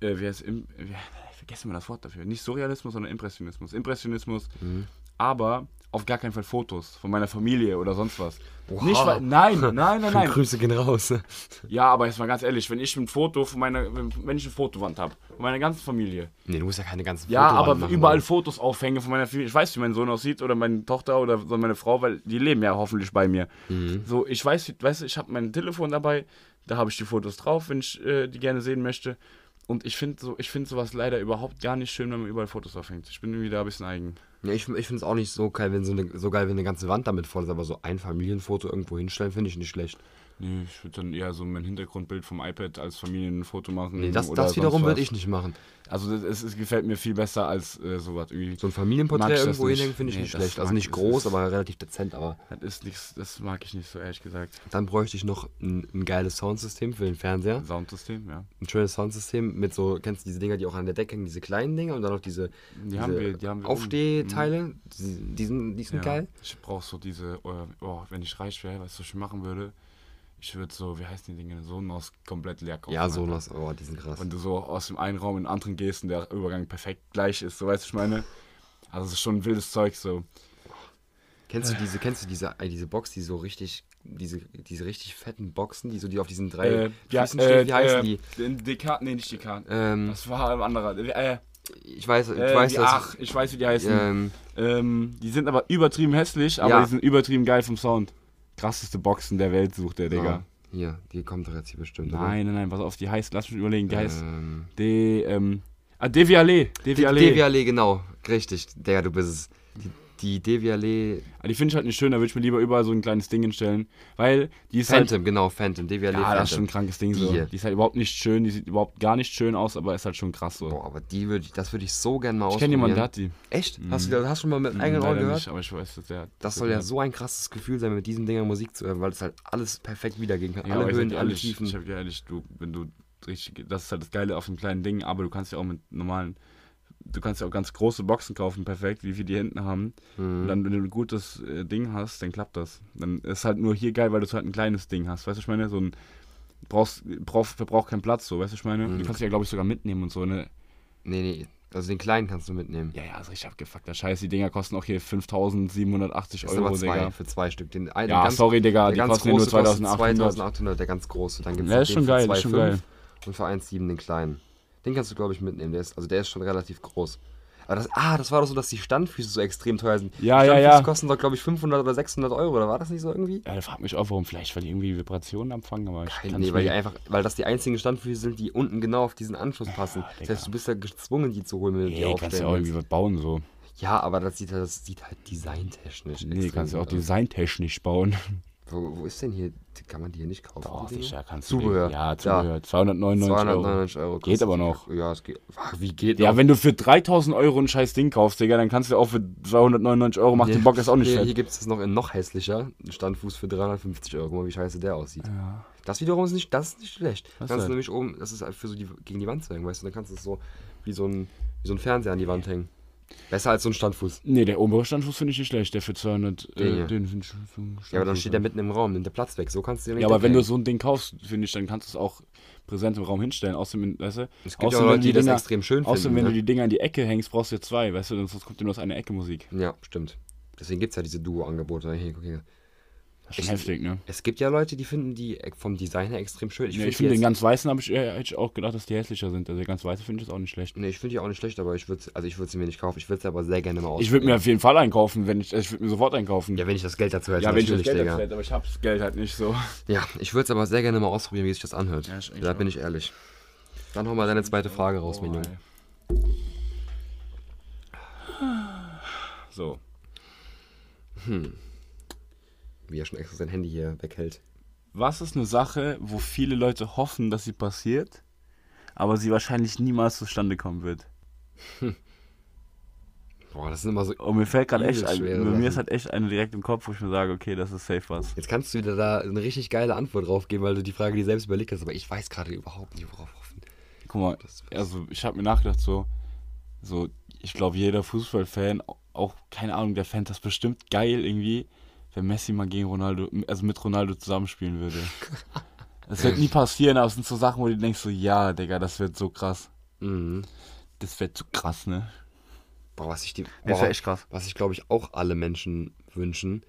Speaker 1: äh, wie heißt, im, wie, vergessen wir das Wort dafür, nicht Surrealismus, sondern Impressionismus. Impressionismus, aber auf gar keinen Fall Fotos von meiner Familie oder sonst was.
Speaker 2: Oha.
Speaker 1: Nicht, weil, nein, nein, nein, nein.
Speaker 2: Grüße gehen raus.
Speaker 1: Ja, aber jetzt mal ganz ehrlich, wenn ich ein Foto von meiner, wenn wenn ich eine Fotowand habe, von meiner ganzen Familie.
Speaker 2: Nee, du musst ja keine ganzen
Speaker 1: Ja,
Speaker 2: Fotowand
Speaker 1: aber
Speaker 2: machen,
Speaker 1: überall
Speaker 2: Mann.
Speaker 1: Fotos aufhänge von meiner Familie. Ich weiß, wie mein Sohn aussieht oder meine Tochter oder so meine Frau, weil die leben ja hoffentlich bei mir. So, ich weiß, wie- weißt du, ich habe mein Telefon dabei, da habe ich die Fotos drauf, wenn ich äh, die gerne sehen möchte. Und ich finde so, ich finde sowas leider überhaupt gar nicht schön, wenn man überall Fotos aufhängt. Ich bin irgendwie da ein bisschen eigen.
Speaker 2: Ja, ich ich finde es auch nicht so geil, wenn so, eine, so geil, wenn eine ganze Wand damit voll ist, aber so ein Familienfoto irgendwo hinstellen, finde ich nicht schlecht.
Speaker 1: Nee, ich würde dann eher so mein Hintergrundbild vom iPad als Familienfoto machen.
Speaker 2: Nee, das,
Speaker 1: oder
Speaker 2: das wiederum
Speaker 1: sonst
Speaker 2: würde
Speaker 1: was.
Speaker 2: ich nicht machen.
Speaker 1: Also das- es, es gefällt mir viel besser als äh, sowas. Irgendwie.
Speaker 2: So ein
Speaker 1: Mag
Speaker 2: Familienporträt
Speaker 1: ich das
Speaker 2: irgendwo
Speaker 1: nicht.
Speaker 2: hinhängen finde ich
Speaker 1: Nee,
Speaker 2: nicht
Speaker 1: das
Speaker 2: schlecht. Also
Speaker 1: mag-
Speaker 2: nicht
Speaker 1: das
Speaker 2: groß,
Speaker 1: ist-
Speaker 2: aber relativ dezent. Aber
Speaker 1: Das ist nichts, das mag ich nicht so, ehrlich gesagt.
Speaker 2: dann bräuchte ich noch ein, ein geiles Soundsystem für den Fernseher.
Speaker 1: Soundsystem, ja.
Speaker 2: Ein schönes Soundsystem mit so, kennst du diese Dinger, die auch an der Decke hängen, diese kleinen Dinger und dann noch diese, diese
Speaker 1: haben wir- die haben wir oben. Mhm.
Speaker 2: Aufstehteile. Die, die sind, die
Speaker 1: ja.
Speaker 2: sind geil.
Speaker 1: Ich brauche so diese, äh, oh, wenn ich reich wäre, was ich machen würde, ich würde so, wie heißen die Dinge, Sonos komplett leer kaufen.
Speaker 2: Ja, so
Speaker 1: Alter.
Speaker 2: was. Oh, die sind krass.
Speaker 1: Wenn du so aus dem einen Raum in den anderen gehst und der Übergang perfekt gleich ist, so weißt du, ich meine. Also es ist schon wildes Zeug so.
Speaker 2: Kennst du diese, kennst du diese, äh, diese Box, die so richtig, diese, diese richtig fetten Boxen, die so die auf diesen drei
Speaker 1: Äh, ja,
Speaker 2: Füßen stehen,
Speaker 1: äh,
Speaker 2: wie heißen
Speaker 1: äh,
Speaker 2: die?
Speaker 1: Dekan, nee, nicht Dekan.
Speaker 2: Ähm,
Speaker 1: Das war ein anderer. Äh,
Speaker 2: ich weiß, ich
Speaker 1: äh,
Speaker 2: weiß,
Speaker 1: die,
Speaker 2: dass
Speaker 1: ach, ich weiß, wie die heißen.
Speaker 2: ähm,
Speaker 1: Ähm, die sind aber übertrieben hässlich, aber
Speaker 2: Ja.
Speaker 1: die sind übertrieben geil vom Sound. Krasseste Boxen der Welt sucht der, Digga.
Speaker 2: ah, hier, die kommt doch jetzt hier bestimmt.
Speaker 1: Nein, nein, nein, pass auf, die heißt, lass mich überlegen, die
Speaker 2: oder?
Speaker 1: heißt
Speaker 2: Ähm,
Speaker 1: D, ähm, ah, Devialet, Devialet.
Speaker 2: Devialet, genau, richtig. Der, du bist es. Die, die Devialet
Speaker 1: Ah, die finde ich halt nicht schön, da würde ich mir lieber überall so ein kleines Ding hinstellen, weil die ist halt,
Speaker 2: Phantom, genau, Phantom. Devialet
Speaker 1: ja,
Speaker 2: Phantom.
Speaker 1: das ist schon ein krankes Ding so.
Speaker 2: Die.
Speaker 1: Die ist halt überhaupt nicht schön, die sieht überhaupt gar nicht schön aus, aber ist halt schon krass so.
Speaker 2: Boah, aber die würde ich, das würde ich so gerne mal
Speaker 1: ich
Speaker 2: ausprobieren.
Speaker 1: kenne jemanden, der hat die.
Speaker 2: Echt? Hast du hast schon mal mit eigenen Ohren
Speaker 1: Leider
Speaker 2: gehört?
Speaker 1: nicht, aber ich weiß, dass der
Speaker 2: Das soll ja so ein krasses Gefühl sein, mit diesen Dingern Musik zu hören, weil es halt alles perfekt wiedergeben kann.
Speaker 1: Ja,
Speaker 2: alle
Speaker 1: aber ich sag
Speaker 2: Höhen,
Speaker 1: dir
Speaker 2: alle
Speaker 1: ehrlich, Ich
Speaker 2: Tiefen.
Speaker 1: hab dir ehrlich, du, wenn du richtig, das ist halt das Geile auf dem kleinen Ding, aber du kannst ja auch mit normalen, du kannst ja auch ganz große Boxen kaufen, perfekt, wie wir die hinten haben. Und dann, wenn du ein gutes äh, Ding hast, dann klappt das. Dann ist halt nur hier geil, weil du halt ein kleines Ding hast. Weißt du, ich meine, so ein, brauchst, brauch, verbraucht keinen Platz, so, weißt du, ich meine, du kannst die ja, glaube ich, sogar mitnehmen und so, ne?
Speaker 2: Nee, nee. Also den kleinen kannst du mitnehmen.
Speaker 1: Ja, ja, ist richtig abgefuckter Scheiß, die Dinger kosten auch hier 5780
Speaker 2: Das sind
Speaker 1: Euro,
Speaker 2: aber zwei
Speaker 1: Digga.
Speaker 2: für zwei Stück. Den, einen-
Speaker 1: Ja,
Speaker 2: den ganz-
Speaker 1: sorry, Digga,
Speaker 2: der
Speaker 1: die
Speaker 2: ganz
Speaker 1: kosten ja nur
Speaker 2: große kostet
Speaker 1: 2800.
Speaker 2: 2800, der ganz große. Dann gibt's
Speaker 1: Ja,
Speaker 2: noch
Speaker 1: ist
Speaker 2: den
Speaker 1: schon
Speaker 2: für
Speaker 1: geil, ist schon
Speaker 2: 2,5 Und für 1,7 den kleinen. Den kannst du, glaube ich, mitnehmen. Der ist, also der ist schon relativ groß. Aber das, ah, das war doch so, dass die Standfüße so extrem teuer sind.
Speaker 1: Ja,
Speaker 2: die
Speaker 1: ja, ja.
Speaker 2: Standfüße kosten doch, glaube ich, 500 oder 600 Euro. Oder war das nicht so irgendwie?
Speaker 1: Ja, da frag mich auch, warum, vielleicht, weil die irgendwie Vibrationen abfangen, aber ich kann's
Speaker 2: Nee, weil, die
Speaker 1: mir-
Speaker 2: einfach, weil das die einzigen Standfüße sind, die unten genau auf diesen Anschluss passen. das
Speaker 1: Ah, Digga.
Speaker 2: heißt, du bist ja gezwungen, die zu holen, wenn du die
Speaker 1: Ey, kannst
Speaker 2: aufstellen
Speaker 1: ja auch
Speaker 2: willst.
Speaker 1: irgendwie was bauen so.
Speaker 2: Ja, aber das sieht, halt- das sieht halt designtechnisch
Speaker 1: Nee,
Speaker 2: extrem
Speaker 1: kannst ja auch
Speaker 2: gut aus.
Speaker 1: designtechnisch bauen.
Speaker 2: Wo, wo ist denn hier? Kann man die hier nicht kaufen? die Dinger?
Speaker 1: kannst
Speaker 2: Mhm. Zubehör.
Speaker 1: den- Ja, Zubehör.
Speaker 2: Ja.
Speaker 1: 299 Euro.
Speaker 2: 299 Euro.
Speaker 1: Geht
Speaker 2: kostet
Speaker 1: aber
Speaker 2: die.
Speaker 1: noch.
Speaker 2: Ja, es geht. Ach, wie geht
Speaker 1: Ja,
Speaker 2: noch?
Speaker 1: wenn du für 3000 Euro ein scheiß Ding kaufst, Digga, dann kannst du auch für 299 Euro, macht den Bock ist auch nicht
Speaker 2: Hier,
Speaker 1: fett.
Speaker 2: hier gibt es das noch in noch hässlicher. Ein Standfuß für 350 Euro. Guck mal, wie scheiße der aussieht. Das wiederum ist nicht, das ist nicht schlecht.
Speaker 1: Was
Speaker 2: kannst
Speaker 1: denn?
Speaker 2: du nämlich oben, das ist halt für so die, gegen die Wand zu hängen, weißt du? Dann kannst du es so wie so, ein, wie so ein Fernseher an die Wand hängen. Besser als so ein Standfuß.
Speaker 1: Nee, der obere Standfuß finde ich nicht schlecht. Der für 200,
Speaker 2: Den
Speaker 1: äh,
Speaker 2: hier.
Speaker 1: den finde ich schon
Speaker 2: Ja, aber dann steht der mitten im Raum, nimmt der Platz weg. So kannst du den
Speaker 1: Ja, aber wenn du so ein Ding kaufst, finde ich, dann kannst du es auch präsent im Raum hinstellen. Außerdem, weißt du,
Speaker 2: Es gibt ja
Speaker 1: außerdem,
Speaker 2: auch
Speaker 1: wenn
Speaker 2: Leute,
Speaker 1: du die
Speaker 2: die das
Speaker 1: Dinger-
Speaker 2: extrem schön
Speaker 1: außerdem,
Speaker 2: finden,
Speaker 1: wenn du
Speaker 2: ne?
Speaker 1: die Dinger in die Ecke hängst, brauchst du ja zwei, weißt du, sonst kommt dir nur aus einer Ecke Musik.
Speaker 2: Ja, stimmt. Deswegen gibt es ja diese Duo-Angebote. Hier, guck hier.
Speaker 1: Das ist schon heftig, ne?
Speaker 2: Es gibt ja Leute, die finden die e, vom Design her extrem schön.
Speaker 1: Ich finde
Speaker 2: die
Speaker 1: find den
Speaker 2: jetzt-
Speaker 1: ganz weißen, habe ich, äh, hätte ich auch gedacht, dass die hässlicher sind. Also der ganz weiße finde ich das auch nicht schlecht.
Speaker 2: Nee, ich finde die auch nicht schlecht, aber ich würde also ich würde sie mir nicht kaufen. Ich würde sie aber sehr gerne mal
Speaker 1: Ich
Speaker 2: ausprobieren.
Speaker 1: würde mir auf jeden Fall einkaufen, wenn ich, ich würde mir sofort einkaufen.
Speaker 2: ja, wenn ich das Geld dazu hätte,
Speaker 1: Ja, wenn ich das
Speaker 2: natürlich,
Speaker 1: Geld
Speaker 2: Digga.
Speaker 1: dazu hätte, aber ich hab's Geld halt nicht so.
Speaker 2: Ja, ich würde es aber sehr gerne mal ausprobieren, wie sich das anhört.
Speaker 1: Ja, ich eigentlich
Speaker 2: da bin ich ehrlich. Dann hau mal deine zweite Frage raus, mein Junge.
Speaker 1: So.
Speaker 2: Wie er schon extra sein Handy hier weghält.
Speaker 1: Was ist eine Sache, wo viele Leute hoffen, dass sie passiert, aber sie wahrscheinlich niemals zustande kommen wird?
Speaker 2: Boah, das sind immer so.
Speaker 1: Und mir fällt gerade echt,
Speaker 2: Übelst
Speaker 1: ein,
Speaker 2: schwere
Speaker 1: mir ist
Speaker 2: Sachen.
Speaker 1: halt echt eine direkt im Kopf, wo ich mir sage, okay, das ist safe was.
Speaker 2: Jetzt kannst du wieder da eine richtig geile Antwort drauf geben, weil du die Frage dir selbst überlegt hast, aber ich weiß gerade überhaupt nicht, worauf hoffen.
Speaker 1: Guck mal,
Speaker 2: Das-
Speaker 1: also ich habe mir nachgedacht, so, so ich glaube, jeder Fußballfan, auch keine Ahnung, der fänd das bestimmt geil irgendwie, wenn Messi mal gegen Ronaldo, also mit Ronaldo zusammenspielen würde. Das wird nie passieren, aber es sind so Sachen, wo du denkst, so, ja, Digga, das wird so krass.
Speaker 2: Mhm.
Speaker 1: Das wird so krass, ne?
Speaker 2: Boah, was ich die.
Speaker 1: Das
Speaker 2: boah,
Speaker 1: wär echt krass.
Speaker 2: Was ich, glaube ich, auch alle Menschen wünschen,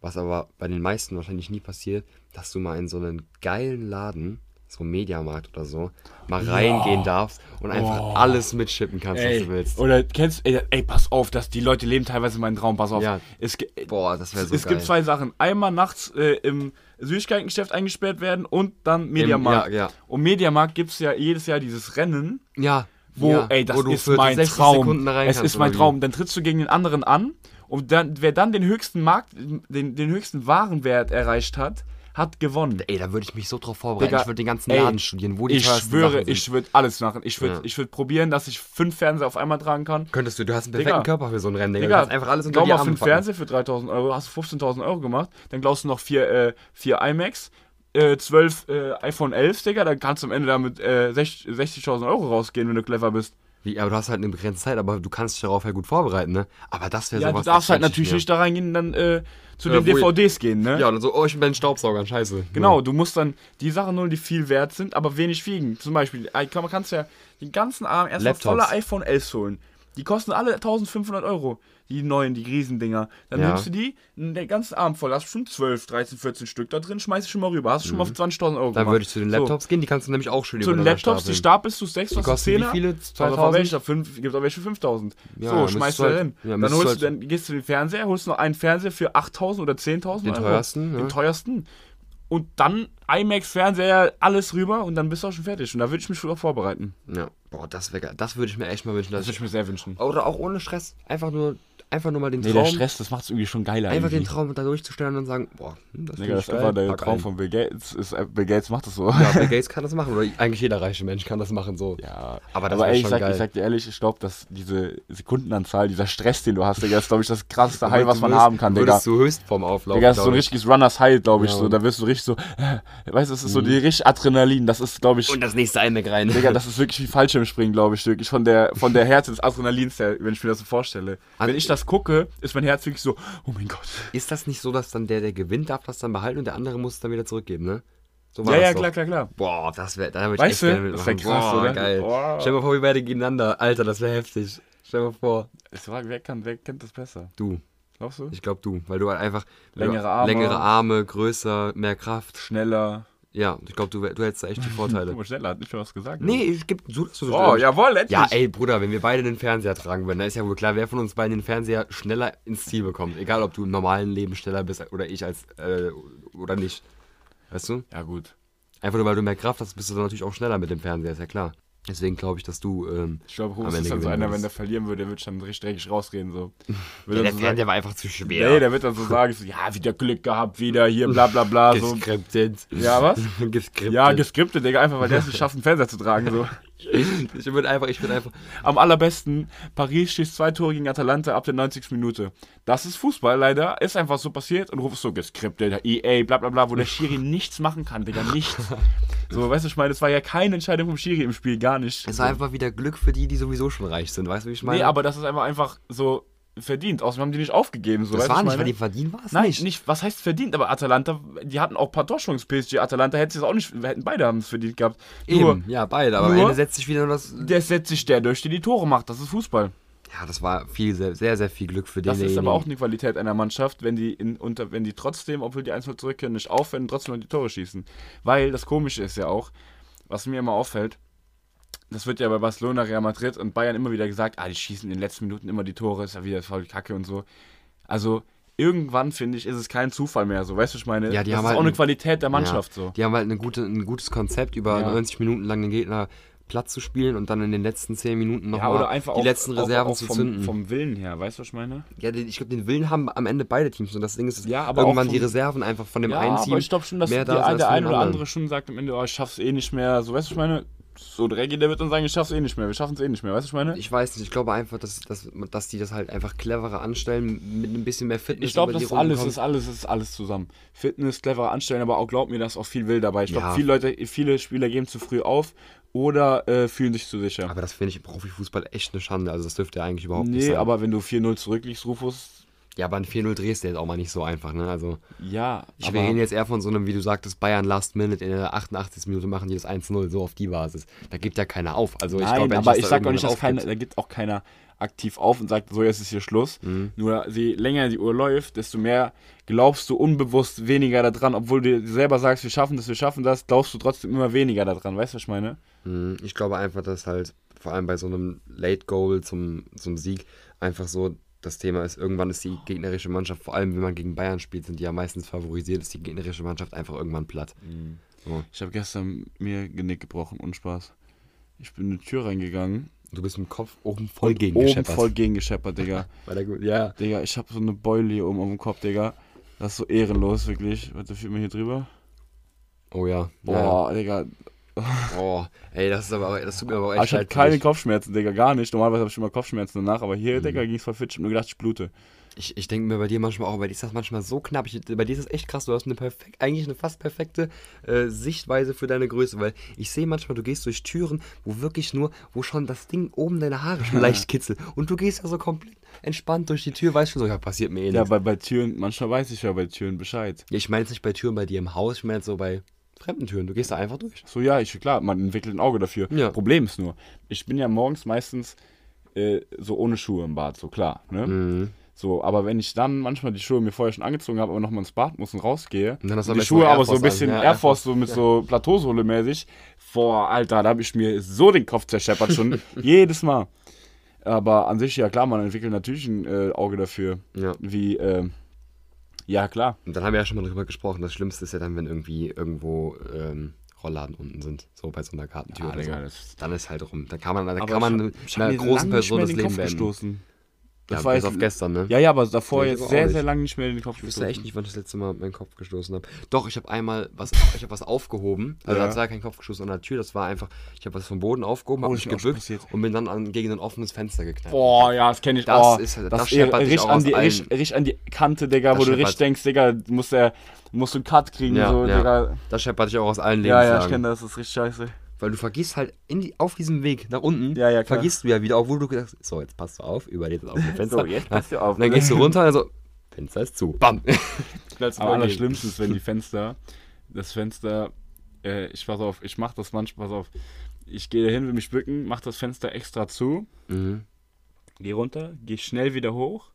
Speaker 2: was aber bei den meisten wahrscheinlich nie passiert, dass du mal in so einen geilen Laden, so einen Mediamarkt oder so, mal reingehen darfst und einfach alles mitschippen kannst, was du willst.
Speaker 1: Oder kennst ey, ey, pass auf, dass die Leute leben teilweise meinen Traum, pass auf.
Speaker 2: Ja.
Speaker 1: Es, ge- äh,
Speaker 2: Boah, das wäre so
Speaker 1: es
Speaker 2: geil.
Speaker 1: gibt zwei Sachen. Einmal nachts äh, im Süßigkeitengeschäft eingesperrt werden und dann Mediamarkt.
Speaker 2: Im- ja, ja.
Speaker 1: Und Mediamarkt gibt es ja jedes Jahr dieses Rennen,
Speaker 2: ja,
Speaker 1: wo,
Speaker 2: ja,
Speaker 1: ey, das
Speaker 2: wo du
Speaker 1: ist
Speaker 2: für
Speaker 1: mein
Speaker 2: 60
Speaker 1: Traum.
Speaker 2: Sekunden da rein
Speaker 1: Es
Speaker 2: kannst,
Speaker 1: ist mein
Speaker 2: oder wie?
Speaker 1: Traum. Dann trittst du gegen den anderen an und dann, wer dann den höchsten Markt, den, den höchsten Warenwert erreicht hat, hat gewonnen.
Speaker 2: Ey, da würde ich mich so drauf vorbereiten.
Speaker 1: Digga,
Speaker 2: ich würde den ganzen
Speaker 1: ey,
Speaker 2: Laden studieren, wo die
Speaker 1: Ich
Speaker 2: teuersten
Speaker 1: schwöre,
Speaker 2: Sachen sind.
Speaker 1: ich würde alles machen. Ich würde
Speaker 2: Ja.
Speaker 1: ich würd probieren, dass ich fünf Fernseher auf einmal tragen kann.
Speaker 2: Könntest du, du hast einen perfekten
Speaker 1: Digga.
Speaker 2: Körper für so ein Rennen, Digga. du kannst einfach alles unter
Speaker 1: glaub
Speaker 2: die
Speaker 1: mal,
Speaker 2: Arme
Speaker 1: fünf
Speaker 2: packen.
Speaker 1: Fernseher für 3000 Euro, hast du 15.000 Euro gemacht, dann glaubst du noch vier, äh, vier iMacs, äh, 12 äh, iPhone 11, Digga, dann kannst du am Ende damit äh, 60 60.000 Euro rausgehen, wenn du clever bist.
Speaker 2: Wie, aber du hast halt eine begrenzte Zeit, aber du kannst dich darauf halt gut vorbereiten, ne? Aber das wäre
Speaker 1: Ja,
Speaker 2: sowas.
Speaker 1: du darfst
Speaker 2: das
Speaker 1: halt
Speaker 2: wünsch ich
Speaker 1: natürlich
Speaker 2: mir.
Speaker 1: nicht da reingehen, dann äh, zu
Speaker 2: Ja,
Speaker 1: den
Speaker 2: wo-
Speaker 1: DVDs gehen, ne?
Speaker 2: Ja, und so, oh, ich bin bei den Staubsaugern, scheiße.
Speaker 1: Genau,
Speaker 2: Ja.
Speaker 1: du musst dann die Sachen holen, die viel wert sind, aber wenig wiegen. Zum Beispiel, äh, kann- man kannst ja den ganzen Arm erstmal
Speaker 2: Laptops.
Speaker 1: voller iPhone 11 holen. Die kosten alle 1500 Euro, die neuen, die Riesendinger. Dann
Speaker 2: Ja.
Speaker 1: nimmst du die, n- den ganzen Arm voll, hast schon 12, 13, 14 Stück da drin, schmeißt du schon mal rüber, hast du schon mal auf 20.000 Euro
Speaker 2: Mhm. Dann
Speaker 1: gemacht.
Speaker 2: würde ich zu den Laptops gehen, die kannst du nämlich auch schön
Speaker 1: So, zu den
Speaker 2: übereinander
Speaker 1: Laptops, die
Speaker 2: stapeln.
Speaker 1: stapelst du 6, was
Speaker 2: kosten wie
Speaker 1: 10er?
Speaker 2: viele? 2000?
Speaker 1: Gibt auch welche 5000.
Speaker 2: Ja, dann
Speaker 1: so,
Speaker 2: müsstest
Speaker 1: schmeißt
Speaker 2: du
Speaker 1: du
Speaker 2: halt-
Speaker 1: hin.
Speaker 2: ja,
Speaker 1: dann
Speaker 2: müsstest
Speaker 1: holst
Speaker 2: du halt-
Speaker 1: du, dann gehst du in den Fernseher, holst noch einen Fernseher für 8000 oder 10.000
Speaker 2: Den
Speaker 1: Euro.
Speaker 2: teuersten, ja.
Speaker 1: Den teuersten. Und dann IMAX-Fernseher, alles rüber und dann bist du auch schon fertig. Und da würde ich mich schon auch vorbereiten.
Speaker 2: Ja. Boah, das wäre geil. Das würde ich mir echt mal wünschen. Dass ich,
Speaker 1: mir sehr wünschen.
Speaker 2: oder auch ohne Stress. Einfach nur, einfach nur mal den
Speaker 1: Nee,
Speaker 2: Traum.
Speaker 1: der Stress, das macht es irgendwie schon geiler.
Speaker 2: Einfach den
Speaker 1: irgendwie.
Speaker 2: Traum da durchzustellen und sagen, boah, hm,
Speaker 1: Digga,
Speaker 2: das,
Speaker 1: das
Speaker 2: find ich
Speaker 1: ist
Speaker 2: geil.
Speaker 1: einfach der
Speaker 2: pack
Speaker 1: Traum
Speaker 2: ein.
Speaker 1: von Bill Gates. Ist, äh, Bill Gates macht das so.
Speaker 2: Ja, Bill Gates kann das machen. Oder eigentlich jeder reiche Mensch kann das machen, so.
Speaker 1: Ja,
Speaker 2: Aber
Speaker 1: aber,
Speaker 2: das
Speaker 1: aber
Speaker 2: wär
Speaker 1: ey, ich,
Speaker 2: schon
Speaker 1: sag,
Speaker 2: geil.
Speaker 1: ich sag dir ehrlich, ich glaube, dass diese Sekundenanzahl, dieser Stress, den du hast, Digga, ist, glaube ich, das krasseste High, was man
Speaker 2: Würdest-
Speaker 1: haben kann, Digga.
Speaker 2: Würdest du Höchstform auflaufen,
Speaker 1: Digga, das ist so
Speaker 2: glaub
Speaker 1: ein
Speaker 2: ich.
Speaker 1: richtiges Runners High, glaube ich.
Speaker 2: Ja,
Speaker 1: so. Da wirst du richtig so, äh, weißt du, es ist so die richtig Adrenalin. Das ist, glaube ich,
Speaker 2: Mhm. Und das nächste iMac rein.
Speaker 1: Digga, das ist wirklich wie Fallschirmspringen, glaube ich, wirklich. Von der, von der Herz des Adrenalins her, wenn ich mir das so vorstelle.
Speaker 2: Hat-
Speaker 1: wenn ich das gucke, ist mein Herz wirklich so, oh mein Gott.
Speaker 2: Ist das nicht so, dass dann der, der gewinnt, darf das dann behalten und der andere muss es dann wieder zurückgeben, ne? So
Speaker 1: Ja,
Speaker 2: das
Speaker 1: ja,
Speaker 2: doch.
Speaker 1: klar, klar, klar.
Speaker 2: Boah, das wäre, da würde ich
Speaker 1: Weißt
Speaker 2: echt
Speaker 1: du?
Speaker 2: gerne
Speaker 1: Das
Speaker 2: mitmachen.
Speaker 1: wär krass,
Speaker 2: Boah,
Speaker 1: oder?
Speaker 2: geil.
Speaker 1: Boah.
Speaker 2: Stell dir mal vor, wir beide gegeneinander. Alter, das wäre heftig. Stell dir mal vor.
Speaker 1: Ich frage, wer, kann, wer kennt das besser?
Speaker 2: Du,
Speaker 1: Glaubst du?
Speaker 2: ich glaube du, weil du halt einfach
Speaker 1: Längere Arme.
Speaker 2: längere Arme, größer, mehr Kraft.
Speaker 1: Schneller.
Speaker 2: Ja, ich glaube, du, wär- du hättest da echt die
Speaker 1: Guck
Speaker 2: Vorteile.
Speaker 1: mal, schneller, hat nicht schon was gesagt.
Speaker 2: nee, ich gebe so, dass du so ähm,
Speaker 1: Oh, jawohl, endlich.
Speaker 2: Ja, ey, Bruder, wenn wir beide den Fernseher tragen würden, dann ist ja wohl klar, wer von uns beiden den Fernseher schneller ins Ziel bekommt. Egal, ob du im normalen Leben schneller bist oder ich als, äh, oder nicht. Weißt du?
Speaker 1: Ja, gut.
Speaker 2: Einfach nur, weil du mehr Kraft hast, bist du dann natürlich auch schneller mit dem Fernseher, ist ja klar. Deswegen glaube ich, dass du, ähm,
Speaker 1: Ich glaube,
Speaker 2: Am
Speaker 1: Rufus
Speaker 2: Ende
Speaker 1: ist dann so
Speaker 2: gewinnen
Speaker 1: einer,
Speaker 2: wirst.
Speaker 1: wenn der verlieren würde, der würde schon richtig dreckig rausreden. So. Würde dann so
Speaker 2: ja, der
Speaker 1: sagen,
Speaker 2: Fernseher war einfach zu
Speaker 1: halt Nee,
Speaker 2: schwer.
Speaker 1: der wird dann so sagen, so, ja, wieder Glück gehabt, wieder hier, bla bla bla. So.
Speaker 2: Geskriptet.
Speaker 1: Ja, was?
Speaker 2: Geskriptet.
Speaker 1: Ja, geskriptet, Digga, einfach weil der es nicht schafft, einen Fernseher zu tragen. So.
Speaker 2: ich würde einfach, ich würde einfach,
Speaker 1: Am allerbesten, Paris schießt zwei Tore gegen Atalanta ab der 90. Minute. Das ist Fußball leider, ist einfach so passiert und Rufus so geskriptet, EA, bla bla bla, wo der Schiri nichts machen kann, Digga, nichts. So, weißt du, ich meine, das war ja keine Entscheidung vom Schiri im Spiel, gar nicht.
Speaker 2: es war einfach wieder Glück für die, die sowieso schon reich sind, weißt du, wie ich meine?
Speaker 1: Nee, aber das ist einfach, einfach so verdient. Außerdem haben die nicht aufgegeben. So,
Speaker 2: das
Speaker 1: weißt du, ich
Speaker 2: war nicht, weil
Speaker 1: meine?
Speaker 2: die verdienen war es
Speaker 1: Nein,
Speaker 2: nicht.
Speaker 1: nicht. was heißt verdient, aber Atalanta, die hatten auch ein paar Torchancen, PSG, Atalanta hätte es auch nicht, hätten beide haben es verdient gehabt. Nur,
Speaker 2: Eben, ja, beide, aber am
Speaker 1: nur-
Speaker 2: Ende setzt sich wieder nur das,
Speaker 1: der setzt sich der durch, der die Tore macht, das ist Fußball.
Speaker 2: ja, das war viel, sehr, sehr, sehr viel Glück für den.
Speaker 1: Das ist aber auch eine Qualität einer Mannschaft, wenn die, in, unter, wenn die trotzdem, obwohl die 1-0 zurückkehren, nicht aufhören und trotzdem noch die Tore schießen. Weil das Komische ist ja auch, was mir immer auffällt, das wird ja bei Barcelona, Real Madrid und Bayern immer wieder gesagt, ah, die schießen in den letzten Minuten immer die Tore, ist ja wieder voll Kacke und so. Also irgendwann, finde ich, ist es kein Zufall mehr so, weißt du, was ich meine?
Speaker 2: Ja, die
Speaker 1: das
Speaker 2: haben
Speaker 1: ist
Speaker 2: halt
Speaker 1: auch eine
Speaker 2: ein-
Speaker 1: Qualität der Mannschaft
Speaker 2: ja,
Speaker 1: so.
Speaker 2: Die haben halt eine gute, ein gutes Konzept, über
Speaker 1: Ja.
Speaker 2: 90 Minuten lang den Gegner platt zu spielen und dann in den letzten 10 Minuten
Speaker 1: Ja,
Speaker 2: nochmal
Speaker 1: oder einfach
Speaker 2: halt die
Speaker 1: auch,
Speaker 2: letzten
Speaker 1: auch,
Speaker 2: Reserven
Speaker 1: auch
Speaker 2: zu
Speaker 1: vom,
Speaker 2: zünden.
Speaker 1: vom Willen her, weißt du, was ich meine?
Speaker 2: ja, den- ich glaube, den Willen haben am Ende beide Teams und das Ding ist, dass
Speaker 1: Ja, aber
Speaker 2: irgendwann
Speaker 1: auch
Speaker 2: die
Speaker 1: vom-
Speaker 2: Reserven einfach von dem
Speaker 1: Ja,
Speaker 2: einen Team
Speaker 1: aber ich glaube schon, dass
Speaker 2: mehr
Speaker 1: die,
Speaker 2: da sind
Speaker 1: der
Speaker 2: als von
Speaker 1: ein
Speaker 2: dem
Speaker 1: oder
Speaker 2: anderen.
Speaker 1: andere schon sagt am Ende, oh, ich schaff's eh nicht mehr. So, weißt du, was ich meine? So Dreggy, der wird dann sagen, ich schaff's eh nicht mehr, wir schaffen's eh nicht mehr, weißt du, was ich meine? Ich,
Speaker 2: Ich weiß nicht, ich glaube einfach, dass, dass, dass die das halt einfach cleverer anstellen, mit ein bisschen mehr Fitness.
Speaker 1: glaube,
Speaker 2: über
Speaker 1: das
Speaker 2: die
Speaker 1: ist
Speaker 2: Runden
Speaker 1: alles,
Speaker 2: kommen.
Speaker 1: ist alles, ist alles zusammen. Fitness, clever anstellen, aber auch glaub mir, da ist auch viel Will dabei. Ich glaube,
Speaker 2: Ja.
Speaker 1: viele Leute, viele Spieler geben zu früh auf oder äh, fühlen sich zu sicher.
Speaker 2: Aber das finde ich im Profifußball echt eine Schande. Also das dürfte ja eigentlich überhaupt nicht
Speaker 1: nee,
Speaker 2: sein.
Speaker 1: aber wenn du 4-0 zurückliegst, Rufus,
Speaker 2: ja, aber ein 4-0 drehst du jetzt auch mal nicht so einfach, ne? Also
Speaker 1: ja.
Speaker 2: ich
Speaker 1: aber-
Speaker 2: rede jetzt eher von so einem, wie du sagtest, Bayern Last Minute in der 88. Minute machen die das 1-0, so auf die Basis. Da gibt ja keiner auf. Also ich
Speaker 1: Nein,
Speaker 2: glaube,
Speaker 1: aber ich sag auch nicht, dass keiner, da gibt auch keiner aktiv auf und sagt, so jetzt ist hier Schluss.
Speaker 2: Mhm.
Speaker 1: Nur je länger die Uhr läuft, desto mehr glaubst du unbewusst weniger daran, obwohl du dir selber sagst, wir schaffen das, wir schaffen das, glaubst du trotzdem immer weniger daran. Weißt du, was ich meine?
Speaker 2: Hm, Ich glaube einfach, dass halt vor allem bei so einem Late Goal zum, zum Sieg einfach so das Thema ist, irgendwann ist die gegnerische Mannschaft, vor allem wenn man gegen Bayern spielt, sind die ja meistens favorisiert, ist die gegnerische Mannschaft einfach irgendwann platt.
Speaker 1: Mhm. Ich habe gestern mir Genick gebrochen, Unspaß. Ich bin in die Tür reingegangen,
Speaker 2: Du bist im Kopf oben voll gegen
Speaker 1: oben voll gegen gescheppert, Digga.
Speaker 2: War der gut? Ja.
Speaker 1: Digga, ich habe so eine Beule hier oben auf dem Kopf, Digga. Das ist so ehrenlos, wirklich. Warte, fühlt man hier drüber?
Speaker 2: Oh ja.
Speaker 1: Boah, Digga.
Speaker 2: Ja. Oh, ey, das ist aber auch, das tut mir aber auch
Speaker 1: Aber ich
Speaker 2: echt
Speaker 1: hatte
Speaker 2: leid für
Speaker 1: keine
Speaker 2: dich.
Speaker 1: Kopfschmerzen, Digga, gar nicht. Normalerweise habe ich immer Kopfschmerzen danach, aber hier, Digga, ging es voll fit. Ich hab nur gedacht, ich blute.
Speaker 2: Ich, ich denke mir bei dir manchmal auch, bei dir ist das manchmal so knapp. Ich, bei dir ist das echt krass. Du hast eine perfekt, eigentlich eine fast perfekte äh, Sichtweise für deine Größe, weil ich sehe manchmal, du gehst durch Türen, wo wirklich nur, wo schon das Ding oben deine Haare schon leicht kitzelt. Und du gehst ja so komplett entspannt durch die Tür, weißt schon so, ja, passiert mir eh
Speaker 1: Ja,
Speaker 2: nichts.
Speaker 1: bei, bei Türen, manchmal weiß ich ja bei Türen Bescheid.
Speaker 2: Ja, ich meine jetzt nicht bei Türen bei dir im Haus, ich meine jetzt so bei fremden Türen. Du gehst da einfach durch.
Speaker 1: So, ja, ich, klar, man entwickelt ein Auge dafür.
Speaker 2: Ja.
Speaker 1: Problem ist nur, ich bin ja morgens meistens äh, so ohne Schuhe im Bad, so klar. Ne?
Speaker 2: Mhm.
Speaker 1: So, aber wenn ich dann manchmal die Schuhe mir vorher schon angezogen habe, aber nochmal ins Bad muss und rausgehe,
Speaker 2: Und dann hast du
Speaker 1: und die
Speaker 2: am besten noch
Speaker 1: Schuhe
Speaker 2: Air
Speaker 1: aber so ein
Speaker 2: Force an.
Speaker 1: bisschen
Speaker 2: Ja,
Speaker 1: Air
Speaker 2: Air
Speaker 1: Force, so mit so Plateausohle mäßig, boah, Alter, da habe ich mir so den Kopf zerscheppert schon, jedes Mal. Aber an sich, ja klar, man entwickelt natürlich ein äh, Auge dafür.
Speaker 2: Ja.
Speaker 1: Wie, ähm, ja klar.
Speaker 2: Und dann haben wir ja schon mal drüber gesprochen. Das Schlimmste ist ja dann, wenn irgendwie irgendwo ähm, Rollladen unten sind. So bei so einer Gartentür.
Speaker 1: Ah,
Speaker 2: oder
Speaker 1: Digga,
Speaker 2: so.
Speaker 1: das-
Speaker 2: Dann ist halt rum. Da kann man, da
Speaker 1: Aber
Speaker 2: kann man
Speaker 1: ich hab- ich hab
Speaker 2: einer
Speaker 1: mir lange
Speaker 2: großen
Speaker 1: nicht
Speaker 2: Person
Speaker 1: mehr in
Speaker 2: das
Speaker 1: den
Speaker 2: Leben
Speaker 1: Kopf
Speaker 2: beenden.
Speaker 1: gestoßen.
Speaker 2: Ja,
Speaker 1: Das war
Speaker 2: bis
Speaker 1: jetzt-
Speaker 2: auf gestern, ne?
Speaker 1: Ja, ja, aber davor
Speaker 2: Nee,
Speaker 1: jetzt
Speaker 2: aber auch
Speaker 1: sehr,
Speaker 2: nicht.
Speaker 1: sehr lange nicht mehr in den Kopf
Speaker 2: Ich weiß ja echt
Speaker 1: gestoßen.
Speaker 2: nicht, wann ich das letzte Mal meinen Kopf gestoßen habe. Doch, ich habe einmal was, ich habe was aufgehoben. Also
Speaker 1: Ja.
Speaker 2: das war kein Kopf gestoßen an der Tür, das war einfach, ich habe was vom Boden aufgehoben,
Speaker 1: Oh,
Speaker 2: habe
Speaker 1: ist
Speaker 2: mich
Speaker 1: mir auch schon
Speaker 2: gebückt
Speaker 1: passiert.
Speaker 2: und bin dann an, gegen ein offenes Fenster geknallt.
Speaker 1: Boah, ja, das kenne ich.
Speaker 2: Das
Speaker 1: oh,
Speaker 2: ist- das
Speaker 1: das
Speaker 2: scheppert dich
Speaker 1: richtig
Speaker 2: auch
Speaker 1: an
Speaker 2: aus
Speaker 1: die,
Speaker 2: allen.
Speaker 1: richtig, richtig an die Kante, Digga,
Speaker 2: Das
Speaker 1: wo du
Speaker 2: scheppert.
Speaker 1: richtig denkst, Digga, du musst, äh, musst du einen Cut kriegen,
Speaker 2: Ja,
Speaker 1: so,
Speaker 2: ja.
Speaker 1: Digga.
Speaker 2: Das scheppert dich auch aus allen
Speaker 1: Ja,
Speaker 2: Lebenslagen.
Speaker 1: ja, ich kenne das, das ist richtig scheiße.
Speaker 2: Weil du vergisst halt in die, auf diesem Weg nach unten,
Speaker 1: Ja, ja, klar.
Speaker 2: vergisst du ja wieder, obwohl du gedacht hast, so, jetzt passt du auf, über das offene Fenster.
Speaker 1: jetzt passt du auf. ne?
Speaker 2: Und dann gehst du runter und dann so, Fenster ist zu. Bam.
Speaker 1: Aber am schlimmsten ist, wenn die Fenster, das Fenster, äh, ich pass auf, ich mach das manchmal, pass auf. Ich gehe hin, will mich bücken, mach das Fenster extra zu,
Speaker 2: Mhm.
Speaker 1: geh runter, geh schnell wieder hoch.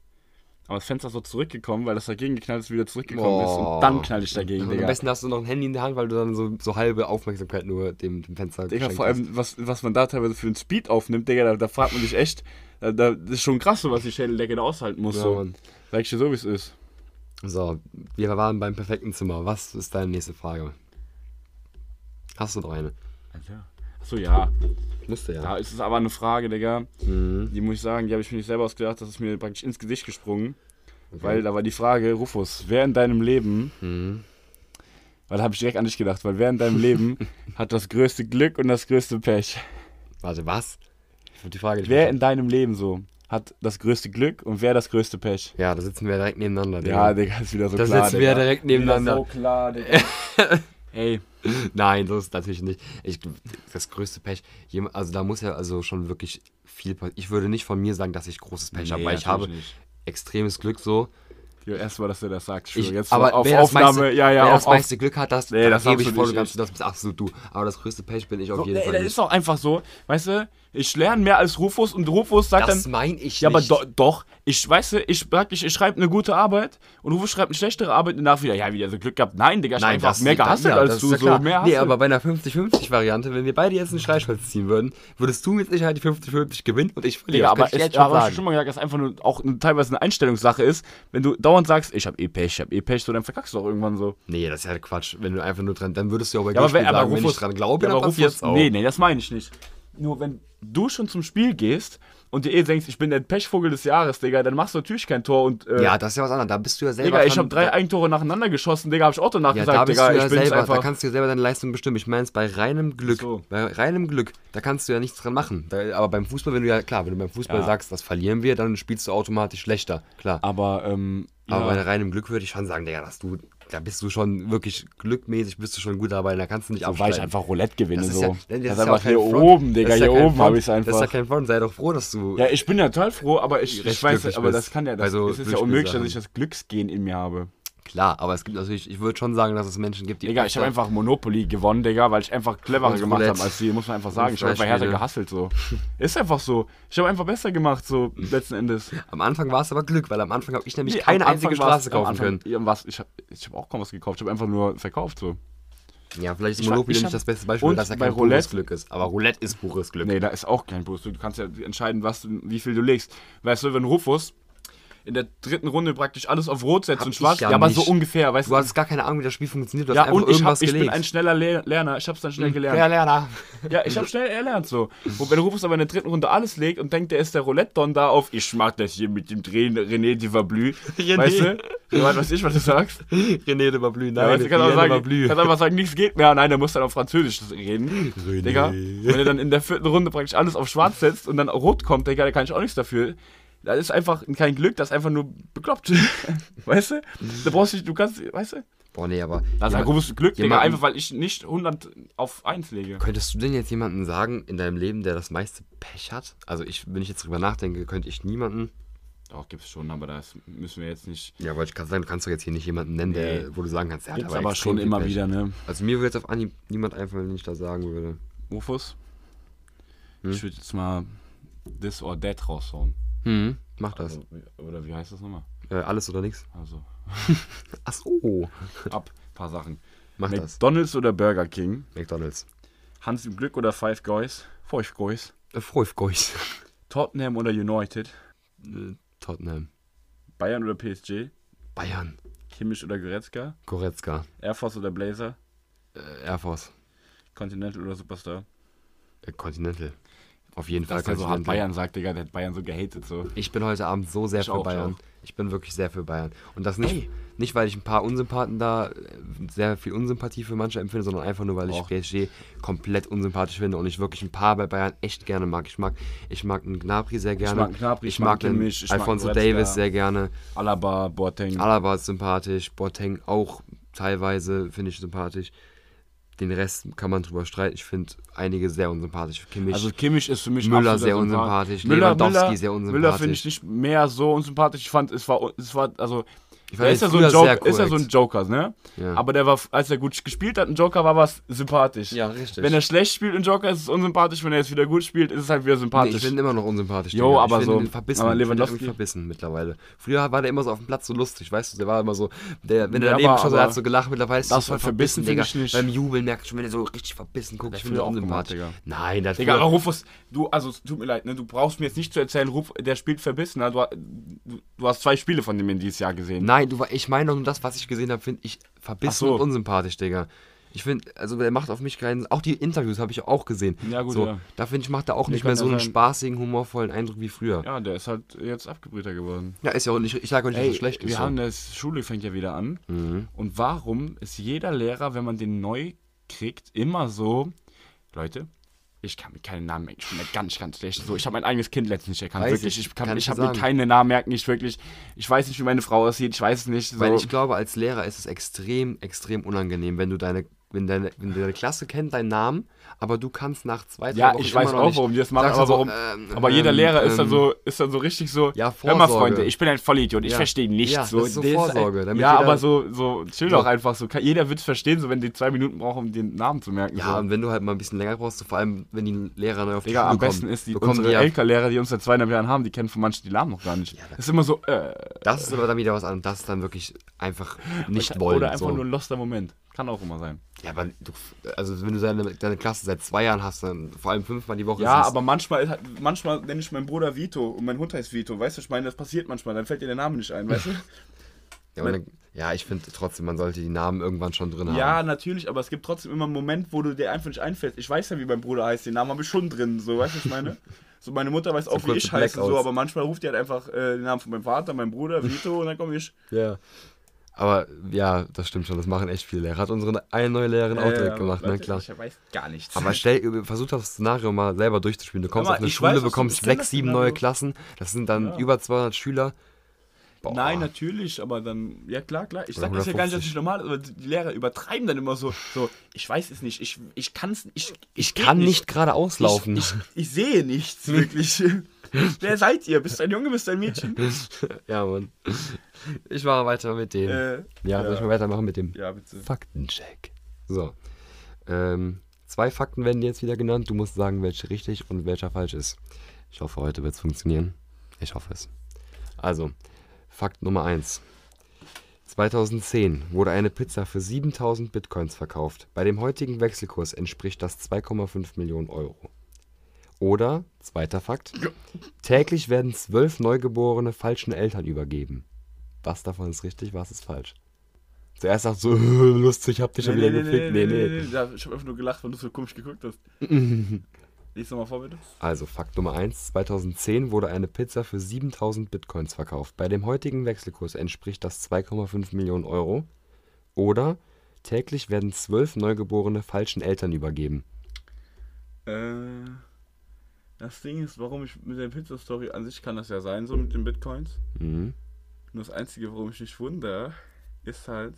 Speaker 1: Aber das Fenster ist so zurückgekommen, weil das dagegen geknallt ist, wieder zurückgekommen ist.
Speaker 2: Boah.
Speaker 1: Und dann knall ich dagegen,
Speaker 2: Und am
Speaker 1: Digga.
Speaker 2: besten hast du noch ein Handy in der Hand, weil du dann so, so halbe Aufmerksamkeit nur dem, dem Fenster
Speaker 1: Digga,
Speaker 2: geschenkt
Speaker 1: vor
Speaker 2: hast.
Speaker 1: allem, was, was man da teilweise für einen Speed aufnimmt, Digga, da, da fragt man sich echt, da, da das ist schon krass, so, was die Schädeldecke da aushalten muss.
Speaker 2: Ja,
Speaker 1: so.
Speaker 2: Mann.
Speaker 1: Sag ich dir so, wie es ist.
Speaker 2: So, wir waren beim perfekten Zimmer. Was ist deine nächste Frage? Hast du noch eine?
Speaker 1: Achso, ja.
Speaker 2: Musste
Speaker 1: Da ist es aber eine Frage, Digga.
Speaker 2: Mhm.
Speaker 1: Die muss ich sagen, die habe ich mir nicht selber ausgedacht, das ist mir praktisch ins Gesicht gesprungen. Weil da war die Frage, Rufus, wer in deinem Leben,
Speaker 2: Mhm.
Speaker 1: weil da habe ich direkt an dich gedacht, weil wer in deinem Leben hat das größte Glück und das größte Pech?
Speaker 2: Warte, was? Ich hab die Frage nicht
Speaker 1: Wer in
Speaker 2: verstanden.
Speaker 1: deinem Leben so hat das größte Glück und wer das größte Pech?
Speaker 2: Ja, da sitzen wir direkt nebeneinander.
Speaker 1: Ja,
Speaker 2: Digga.
Speaker 1: Digga, ist wieder so
Speaker 2: Da
Speaker 1: klar.
Speaker 2: sitzen wir
Speaker 1: Digga.
Speaker 2: direkt nebeneinander.
Speaker 1: Wieder so klar, Digga. Ey,
Speaker 2: Nein, so ist es natürlich nicht. Ich, das größte Pech, jem- also da muss ja also schon wirklich viel passieren. Ich würde nicht von mir sagen, dass ich großes Pech
Speaker 1: Nee,
Speaker 2: habe, weil ich
Speaker 1: natürlich
Speaker 2: habe
Speaker 1: nicht.
Speaker 2: extremes Glück so.
Speaker 1: jo, erst mal, dass du das sagst.
Speaker 2: Ich,
Speaker 1: Schwör, jetzt
Speaker 2: aber
Speaker 1: mal auf
Speaker 2: wer
Speaker 1: Aufnahme.
Speaker 2: das meiste,
Speaker 1: ja, ja,
Speaker 2: wer
Speaker 1: auf,
Speaker 2: das meiste Glück hat, das,
Speaker 1: Nee, das
Speaker 2: gebe
Speaker 1: absolut
Speaker 2: ich voll
Speaker 1: nicht,
Speaker 2: und ganz
Speaker 1: ich-
Speaker 2: zu, das bist absolut du. Aber das größte Pech bin ich auf
Speaker 1: auf.
Speaker 2: jeden
Speaker 1: Ey,
Speaker 2: Fall
Speaker 1: das
Speaker 2: nicht.
Speaker 1: ist doch einfach so. Weißt du, ich lerne mehr als Rufus und Rufus sagt
Speaker 2: das
Speaker 1: dann.
Speaker 2: meine ich
Speaker 1: Ja, aber
Speaker 2: nicht.
Speaker 1: do, doch, ich weiß, ich praktisch, ich schreibe eine gute Arbeit und Rufus schreibt eine schlechtere Arbeit und nach wieder, ja, wieder so Glück gehabt. Nein, Digga, ich hab einfach mehr
Speaker 2: da-
Speaker 1: gehasselt
Speaker 2: ja,
Speaker 1: als
Speaker 2: das
Speaker 1: du,
Speaker 2: ist ja
Speaker 1: so
Speaker 2: klar.
Speaker 1: mehr
Speaker 2: Nee,
Speaker 1: Hassel.
Speaker 2: aber bei einer 50-50-Variante, wenn wir beide jetzt einen Schleichholz ziehen würden, würdest du mit Sicherheit halt die 50-50 gewinnen und ich
Speaker 1: Digga,
Speaker 2: verliere. Das
Speaker 1: aber
Speaker 2: kann ich
Speaker 1: es-
Speaker 2: jetzt schon
Speaker 1: aber hab ich
Speaker 2: sagen.
Speaker 1: schon mal gesagt, dass einfach nur auch eine, teilweise eine Einstellungssache ist, wenn du dauernd sagst, ich hab eh Pech, ich hab eh Pech, so dann verkackst du auch irgendwann so.
Speaker 2: Nee, das ist ja Quatsch. Wenn du einfach nur dran, dann würdest du ja auch bei
Speaker 1: Ja, aber,
Speaker 2: Glücksspiel
Speaker 1: wenn, aber
Speaker 2: sagen,
Speaker 1: Rufus,
Speaker 2: wenn ich dran glaube,
Speaker 1: ja,
Speaker 2: dann
Speaker 1: aber
Speaker 2: passiert's
Speaker 1: Rufus,
Speaker 2: auch.
Speaker 1: nee, nee, das meine ich nicht. Nur wenn du schon zum Spiel gehst und dir eh denkst, ich bin der Pechvogel des Jahres, Digga, dann machst du natürlich kein Tor und äh,
Speaker 2: Ja, das ist ja was anderes. Da bist du ja selber.
Speaker 1: Digga, ich
Speaker 2: dran-
Speaker 1: habe drei Eigentore nacheinander geschossen, Digga, habe ich auch danach
Speaker 2: ja,
Speaker 1: gesagt,
Speaker 2: da bist
Speaker 1: Digga,
Speaker 2: du ja
Speaker 1: ich bin
Speaker 2: selber. Da
Speaker 1: einfach.
Speaker 2: kannst du ja selber deine Leistung bestimmen. Ich meine es bei reinem Glück.
Speaker 1: so.
Speaker 2: Bei reinem Glück, da kannst du ja nichts dran machen. Da, aber beim Fußball, wenn du ja, klar, wenn du beim Fußball
Speaker 1: Ja.
Speaker 2: sagst, das verlieren wir, dann spielst du automatisch schlechter. Klar.
Speaker 1: Aber ähm,
Speaker 2: Aber
Speaker 1: ja,
Speaker 2: bei reinem Glück würde ich schon sagen, Digga, dass du, da bist du schon wirklich glückmäßig, bist du schon gut dabei, da kannst du nicht
Speaker 1: so, weil ich einfach Roulette gewinne
Speaker 2: Das ist
Speaker 1: so.
Speaker 2: ja,
Speaker 1: halt- das
Speaker 2: das
Speaker 1: ist
Speaker 2: ist ja auch
Speaker 1: einfach
Speaker 2: kein
Speaker 1: hier
Speaker 2: Front.
Speaker 1: oben, Digga,
Speaker 2: Das ist ja
Speaker 1: hier
Speaker 2: kein
Speaker 1: oben
Speaker 2: Front.
Speaker 1: habe ich es
Speaker 2: Das ist ja
Speaker 1: einfach.
Speaker 2: kein Front, sei doch froh, dass du.
Speaker 1: Ja, ich bin ja total froh, aber ich,
Speaker 2: Recht
Speaker 1: ich weiß,
Speaker 2: glücklich
Speaker 1: aber
Speaker 2: bist.
Speaker 1: das kann ja, das
Speaker 2: Bei so
Speaker 1: es ist ja unmöglich, dass
Speaker 2: Glücksspielsachen.
Speaker 1: ich das Glücksgehen in mir habe.
Speaker 2: Klar, aber es gibt natürlich, ich würde schon sagen, dass es Menschen gibt, die.
Speaker 1: Digga, ich habe
Speaker 2: öfter-
Speaker 1: einfach Monopoly gewonnen, Digga, weil ich einfach cleverer
Speaker 2: Und
Speaker 1: gemacht habe
Speaker 2: Roulette.
Speaker 1: als sie, muss man einfach sagen. Ich habe bei
Speaker 2: Fleischspiele.
Speaker 1: Hertha gehasselt so. Ist einfach so. Ich habe einfach besser gemacht so letzten Endes.
Speaker 2: Am Anfang war es aber Glück, weil am Anfang habe ich nämlich
Speaker 1: Nee,
Speaker 2: keine
Speaker 1: am
Speaker 2: einzige
Speaker 1: Anfang war's-
Speaker 2: Straße
Speaker 1: am
Speaker 2: kaufen
Speaker 1: Anfang-
Speaker 2: können.
Speaker 1: Ja, was, ich habe ich hab auch kaum was gekauft, ich habe einfach nur verkauft so.
Speaker 2: Ja, vielleicht ist
Speaker 1: Ich war-
Speaker 2: Monopoly
Speaker 1: ich hab-
Speaker 2: nicht das beste Beispiel,
Speaker 1: und
Speaker 2: dass ja
Speaker 1: bei
Speaker 2: kein
Speaker 1: Roulette-
Speaker 2: pures Glück ist. Aber Roulette ist pures Glück.
Speaker 1: Nee, da ist auch kein Bonus. Du kannst ja entscheiden, was, du- wie viel du legst. Weißt du, wenn Rufus in der dritten Runde praktisch alles auf Rot setzt
Speaker 2: Hab
Speaker 1: und
Speaker 2: ich
Speaker 1: schwarz.
Speaker 2: ja
Speaker 1: Ja, aber
Speaker 2: nicht.
Speaker 1: so ungefähr, weißt
Speaker 2: Du hattest gar keine Ahnung, wie das Spiel funktioniert. Du
Speaker 1: Ja,
Speaker 2: hast einfach
Speaker 1: und ich,
Speaker 2: irgendwas
Speaker 1: hab, ich bin
Speaker 2: gelegt. Mhm.
Speaker 1: ein schneller Le Lerner. Ich hab's dann schnell gelernt.
Speaker 2: Ja, Lerner.
Speaker 1: Ja, ich habe schnell erlernt so. Und wenn Rufus aber in der dritten Runde alles legt und denkt, der ist der Roulette-Don da auf, ich mach das hier mit dem Drehen René Divablü.
Speaker 2: René.
Speaker 1: Weißt du? Du weißt, was ich, was du sagst.
Speaker 2: René de Bablü, nein.
Speaker 1: ja, weißt, du kannst,
Speaker 2: René
Speaker 1: auch
Speaker 2: de
Speaker 1: sagen,
Speaker 2: Bablü.
Speaker 1: kannst einfach sagen, nichts geht mehr. Nein, der muss dann auf Französisch reden.
Speaker 2: René.
Speaker 1: Digga. Wenn er dann in der vierten Runde praktisch alles auf schwarz setzt und dann auf rot kommt, Digga, da kann ich auch nichts dafür. Das ist einfach kein Glück, das ist einfach nur bekloppt. Weißt du? Da brauchst du, nicht- du kannst, weißt du?
Speaker 2: Boah, nee, aber.
Speaker 1: Da ist ein
Speaker 2: jemand-
Speaker 1: großes Glück, Digga,
Speaker 2: jemanden-
Speaker 1: einfach weil ich nicht 100 auf 1 lege.
Speaker 2: Könntest du denn jetzt jemanden sagen in deinem Leben, der das meiste Pech hat? Also ich, wenn ich jetzt drüber nachdenke, könnte ich niemanden.
Speaker 1: Doch, gibt's schon, aber das müssen wir jetzt nicht.
Speaker 2: Ja, wollte ich gerade sagen, du kannst doch jetzt hier nicht jemanden nennen,
Speaker 1: Nee.
Speaker 2: der, wo du sagen kannst, der
Speaker 1: Gibt's
Speaker 2: hat
Speaker 1: aber
Speaker 2: extrem
Speaker 1: schon
Speaker 2: viel
Speaker 1: immer
Speaker 2: Pech.
Speaker 1: wieder, ne?
Speaker 2: Also mir würde jetzt auf Anhieb niemand einfallen, den ich da sagen würde.
Speaker 1: Rufus? Ich würde jetzt mal This or That raushauen.
Speaker 2: Hm, mach das.
Speaker 1: Also, wie- oder wie heißt das nochmal?
Speaker 2: äh, alles oder nichts.
Speaker 1: Also,
Speaker 2: Ach so.
Speaker 1: ab, paar Sachen.
Speaker 2: Mach das.
Speaker 1: McDonalds oder Burger King?
Speaker 2: McDonalds.
Speaker 1: Hans im Glück oder Five Guys? Five Guys.
Speaker 2: Äh, Freufgeuch.
Speaker 1: Tottenham oder United?
Speaker 2: Äh, Tottenham.
Speaker 1: Bayern oder PSG?
Speaker 2: Bayern.
Speaker 1: Kimmich oder Goretzka?
Speaker 2: Goretzka.
Speaker 1: Air Force oder Blazer?
Speaker 2: Äh, Air Force.
Speaker 1: Continental oder Superstar?
Speaker 2: Äh, Continental. Auf jeden Fall
Speaker 1: Das ist ja so hart
Speaker 2: Continental.
Speaker 1: Bayern sagt, Digga, der hat Bayern so gehatet so.
Speaker 2: Ich bin heute Abend so sehr
Speaker 1: Ich
Speaker 2: für
Speaker 1: auch, ich
Speaker 2: Bayern.
Speaker 1: auch.
Speaker 2: Ich bin wirklich sehr für Bayern. Und das nicht,
Speaker 1: Ey.
Speaker 2: nicht weil ich ein paar Unsympathen da, äh, sehr viel Unsympathie für manche empfinde, sondern einfach nur, weil ich
Speaker 1: Auch.
Speaker 2: PSG komplett unsympathisch finde und ich wirklich ein paar bei Bayern echt gerne mag. Ich mag, ich mag einen Gnabry sehr gerne.
Speaker 1: mag einen Gnabry, ich
Speaker 2: ich
Speaker 1: mag
Speaker 2: mag einen
Speaker 1: Kimmich, ich mag
Speaker 2: Alfonso
Speaker 1: Goretzka.
Speaker 2: Davis sehr gerne.
Speaker 1: Alaba, Boateng.
Speaker 2: Alaba ist sympathisch. Boateng auch teilweise finde ich sympathisch. Den Rest kann man drüber streiten. Ich finde einige sehr unsympathisch. Kimmich.
Speaker 1: Also Kimmich ist für mich
Speaker 2: Müller
Speaker 1: absoluter
Speaker 2: sehr
Speaker 1: Sympath.
Speaker 2: unsympathisch,
Speaker 1: Müller,
Speaker 2: Lewandowski
Speaker 1: Müller,
Speaker 2: sehr
Speaker 1: Müller
Speaker 2: unsympathisch.
Speaker 1: finde ich nicht mehr so unsympathisch. Ich fand, es war, es war also,
Speaker 2: ich
Speaker 1: er
Speaker 2: ihn
Speaker 1: ist ja so ein
Speaker 2: früher
Speaker 1: Joker, ist
Speaker 2: sehr
Speaker 1: ja so
Speaker 2: korrekt.
Speaker 1: ein Joker, ne?
Speaker 2: Ja.
Speaker 1: Aber der war, als er gut gespielt hat, ein Joker war was sympathisch.
Speaker 2: Ja, richtig.
Speaker 1: Wenn er schlecht spielt, ein Joker, ist es unsympathisch. Wenn er jetzt wieder gut spielt, ist es halt wieder
Speaker 2: Nee, ich
Speaker 1: sympathisch.
Speaker 2: bin immer noch unsympathisch.
Speaker 1: Jo,
Speaker 2: Digga.
Speaker 1: aber
Speaker 2: ich
Speaker 1: so-
Speaker 2: Ihn verbissen.
Speaker 1: aber
Speaker 2: ich find ihn
Speaker 1: Lewandowski-
Speaker 2: irgendwie verbissen mittlerweile. Früher war der immer so auf dem Platz so lustig, weißt du? Der war immer so, der, wenn
Speaker 1: Ja,
Speaker 2: er daneben
Speaker 1: aber-
Speaker 2: schon so, der
Speaker 1: aber
Speaker 2: hat so gelacht, mittlerweile ist
Speaker 1: das
Speaker 2: so
Speaker 1: war verbissen, find
Speaker 2: Digga.
Speaker 1: ich nicht.
Speaker 2: Beim Jubeln merkt ich schon, wenn er so richtig verbissen guckt, ich finde
Speaker 1: früher
Speaker 2: ihn
Speaker 1: auch gemacht,
Speaker 2: unsympathisch. Nein, der hat
Speaker 1: Digga,
Speaker 2: früher-
Speaker 1: aber Rufus, du, also es tut mir leid, ne, du brauchst mir jetzt nicht zu erzählen, Ruf, der spielt verbissen. Ne? Du, du, du hast zwei Spiele von dem in dieses Jahr gesehen.
Speaker 2: Nein, du, war- ich meine doch nur das, was ich gesehen habe, finde ich verbissen
Speaker 1: Ach so.
Speaker 2: und unsympathisch, Digga. Ich finde, also der macht auf mich keinen. Auch die Interviews habe ich auch gesehen.
Speaker 1: Ja, gut,
Speaker 2: so,
Speaker 1: ja.
Speaker 2: Da finde ich, macht er auch nicht
Speaker 1: kann
Speaker 2: mehr
Speaker 1: ja
Speaker 2: so einen
Speaker 1: sein.
Speaker 2: spaßigen, humorvollen Eindruck wie früher. Ja,
Speaker 1: Ja, der ist halt jetzt abgebrühter geworden.
Speaker 2: ist ja auch nicht. Ich sage auch nicht, dass
Speaker 1: Ey,
Speaker 2: er schlecht
Speaker 1: wir
Speaker 2: ist.
Speaker 1: haben
Speaker 2: so. Mhm.
Speaker 1: das, Schule fängt ja wieder an. Und warum ist jeder Lehrer, wenn man den neu kriegt, immer so, Leute, ich kann mir keinen Namen merken, ich bin da ganz, ganz schlecht. So, ich habe mein eigenes Kind letztens nicht erkannt,
Speaker 2: Weiß
Speaker 1: wirklich.
Speaker 2: ich,
Speaker 1: Ich, kann,
Speaker 2: kann
Speaker 1: ich
Speaker 2: ich dir
Speaker 1: habe mir
Speaker 2: sagen.
Speaker 1: keine Namen merken, ich wirklich, ich weiß nicht, wie meine Frau aussieht, ich weiß es nicht. So.
Speaker 2: Weil ich glaube, als Lehrer ist es extrem, extrem unangenehm, wenn du deine, wenn deine, wenn deine Klasse kennt deinen Namen, aber du kannst nach zwei, drei
Speaker 1: ja,
Speaker 2: Wochen
Speaker 1: ich weiß
Speaker 2: immer noch
Speaker 1: auch,
Speaker 2: nicht-
Speaker 1: warum die das machen,
Speaker 2: sagst
Speaker 1: aber,
Speaker 2: du so,
Speaker 1: warum,
Speaker 2: ähm,
Speaker 1: aber jeder
Speaker 2: ähm,
Speaker 1: Lehrer ist, dann
Speaker 2: ähm,
Speaker 1: so, ist dann so richtig so,
Speaker 2: Ja,
Speaker 1: hör mal
Speaker 2: Vorsorge.
Speaker 1: Freunde, ich bin ein Vollidiot, ich
Speaker 2: Ja.
Speaker 1: verstehe nichts.
Speaker 2: Ja,
Speaker 1: so.
Speaker 2: das ist so
Speaker 1: Der
Speaker 2: Vorsorge, damit
Speaker 1: ja,
Speaker 2: jeder-
Speaker 1: aber so, so chill doch
Speaker 2: So.
Speaker 1: einfach, so, kann- jeder wird es verstehen, so wenn die zwei Minuten brauchen, um den Namen zu merken. so.
Speaker 2: Ja, und wenn du halt mal ein bisschen länger brauchst, so vor allem, wenn die Lehrer neu auf die
Speaker 1: Digga,
Speaker 2: Schule
Speaker 1: am
Speaker 2: kommen,
Speaker 1: besten ist die,
Speaker 2: bekommen
Speaker 1: unsere
Speaker 2: die ja,
Speaker 1: LK-Lehrer, die uns seit zweieinhalb Jahren haben, die kennen von manchen die Namen noch gar nicht. das ist immer so, äh,
Speaker 2: das ist aber dann wieder was anderes, das ist dann wirklich einfach nicht wollen.
Speaker 1: oder einfach
Speaker 2: so.
Speaker 1: nur ein loster Moment. Kann auch immer sein.
Speaker 2: ja, aber du, also wenn du deine, deine Klasse seit zwei Jahren hast, dann vor allem fünfmal die Woche.
Speaker 1: Ja,
Speaker 2: ist es-
Speaker 1: aber manchmal, ist halt- manchmal nenne ich meinen Bruder Vito und mein Hund heißt Vito. Weißt du, ich meine, das passiert manchmal, dann fällt dir der Name nicht ein, weißt du?
Speaker 2: Ja, aber dann, ja ich finde trotzdem, man sollte die Namen irgendwann schon drin haben.
Speaker 1: ja, natürlich, aber es gibt trotzdem immer einen Moment, wo du dir einfach nicht einfällst. Ich weiß ja, wie mein Bruder heißt, den Namen habe ich schon drin, so, weißt du, was ich meine? So, meine Mutter weiß auch, wie
Speaker 2: kurze
Speaker 1: ich heiße, so,
Speaker 2: Blackouts.
Speaker 1: aber manchmal ruft die halt einfach äh, den Namen von meinem Vater, meinem Bruder, Vito und dann komme ich.
Speaker 2: Ja. Aber ja, das stimmt schon, das machen echt viele Lehrer. Hat unsere eine neue Lehrerin auch
Speaker 1: Äh,
Speaker 2: direkt gemacht, na
Speaker 1: warte,
Speaker 2: klar.
Speaker 1: Ich weiß gar nichts.
Speaker 2: Aber stell, versuch das Szenario mal selber durchzuspielen. Du kommst
Speaker 1: Hör mal,
Speaker 2: auf eine
Speaker 1: ich
Speaker 2: Schule,
Speaker 1: weiß, was du
Speaker 2: bekommst
Speaker 1: bestellen
Speaker 2: sechs,
Speaker 1: hast,
Speaker 2: sieben
Speaker 1: Leonardo.
Speaker 2: neue Klassen. Das sind dann über 200 Schüler. Boah.
Speaker 1: Nein, natürlich, aber dann, ja klar, klar. Ich
Speaker 2: Oder
Speaker 1: sag das ja gar nicht, dass
Speaker 2: 150.
Speaker 1: ich normal, aber die Lehrer übertreiben dann immer so, so, ich weiß es nicht, ich, ich kann's, ich,
Speaker 2: Ich kann
Speaker 1: geht
Speaker 2: nicht geradeaus laufen.
Speaker 1: Ich, ich, ich sehe nichts, wirklich. Wer seid ihr? Bist du ein Junge, bist du ein Mädchen?
Speaker 2: ja, Mann. Ich mache weiter mit dem.
Speaker 1: Äh,
Speaker 2: ja, soll ich mal weitermachen mit dem
Speaker 1: ja, bitte.
Speaker 2: Faktencheck? So. Ähm, zwei Fakten werden dir jetzt wieder genannt. Du musst sagen, welche richtig und welcher falsch ist. Ich hoffe, heute wird es funktionieren. Ich hoffe es. Also, Fakt Nummer 1. 2010 wurde eine Pizza für 7000 Bitcoins verkauft. Bei dem heutigen Wechselkurs entspricht das 2,5 Millionen Euro. Oder, zweiter Fakt, täglich werden zwölf Neugeborene falschen Eltern übergeben. Was davon ist richtig, was ist falsch? Zuerst sagt so, lustig, hab dich schon wieder gefickt. Nee, nee.
Speaker 1: Da- Ich habe einfach nur gelacht, weil du so komisch geguckt hast. Lies nochmal vor, bitte.
Speaker 2: Also Fakt Nummer 1. 2010 wurde eine Pizza für 7000 Bitcoins verkauft. Bei dem heutigen Wechselkurs entspricht das 2,5 Millionen Euro. Oder täglich werden zwölf Neugeborene falschen Eltern übergeben.
Speaker 1: Äh, das Ding ist, warum ich mit der Pizza-Story an sich kann das ja sein, so mit den Bitcoins.
Speaker 2: Mhm.
Speaker 1: Nur das Einzige, warum ich mich wundere, ist halt,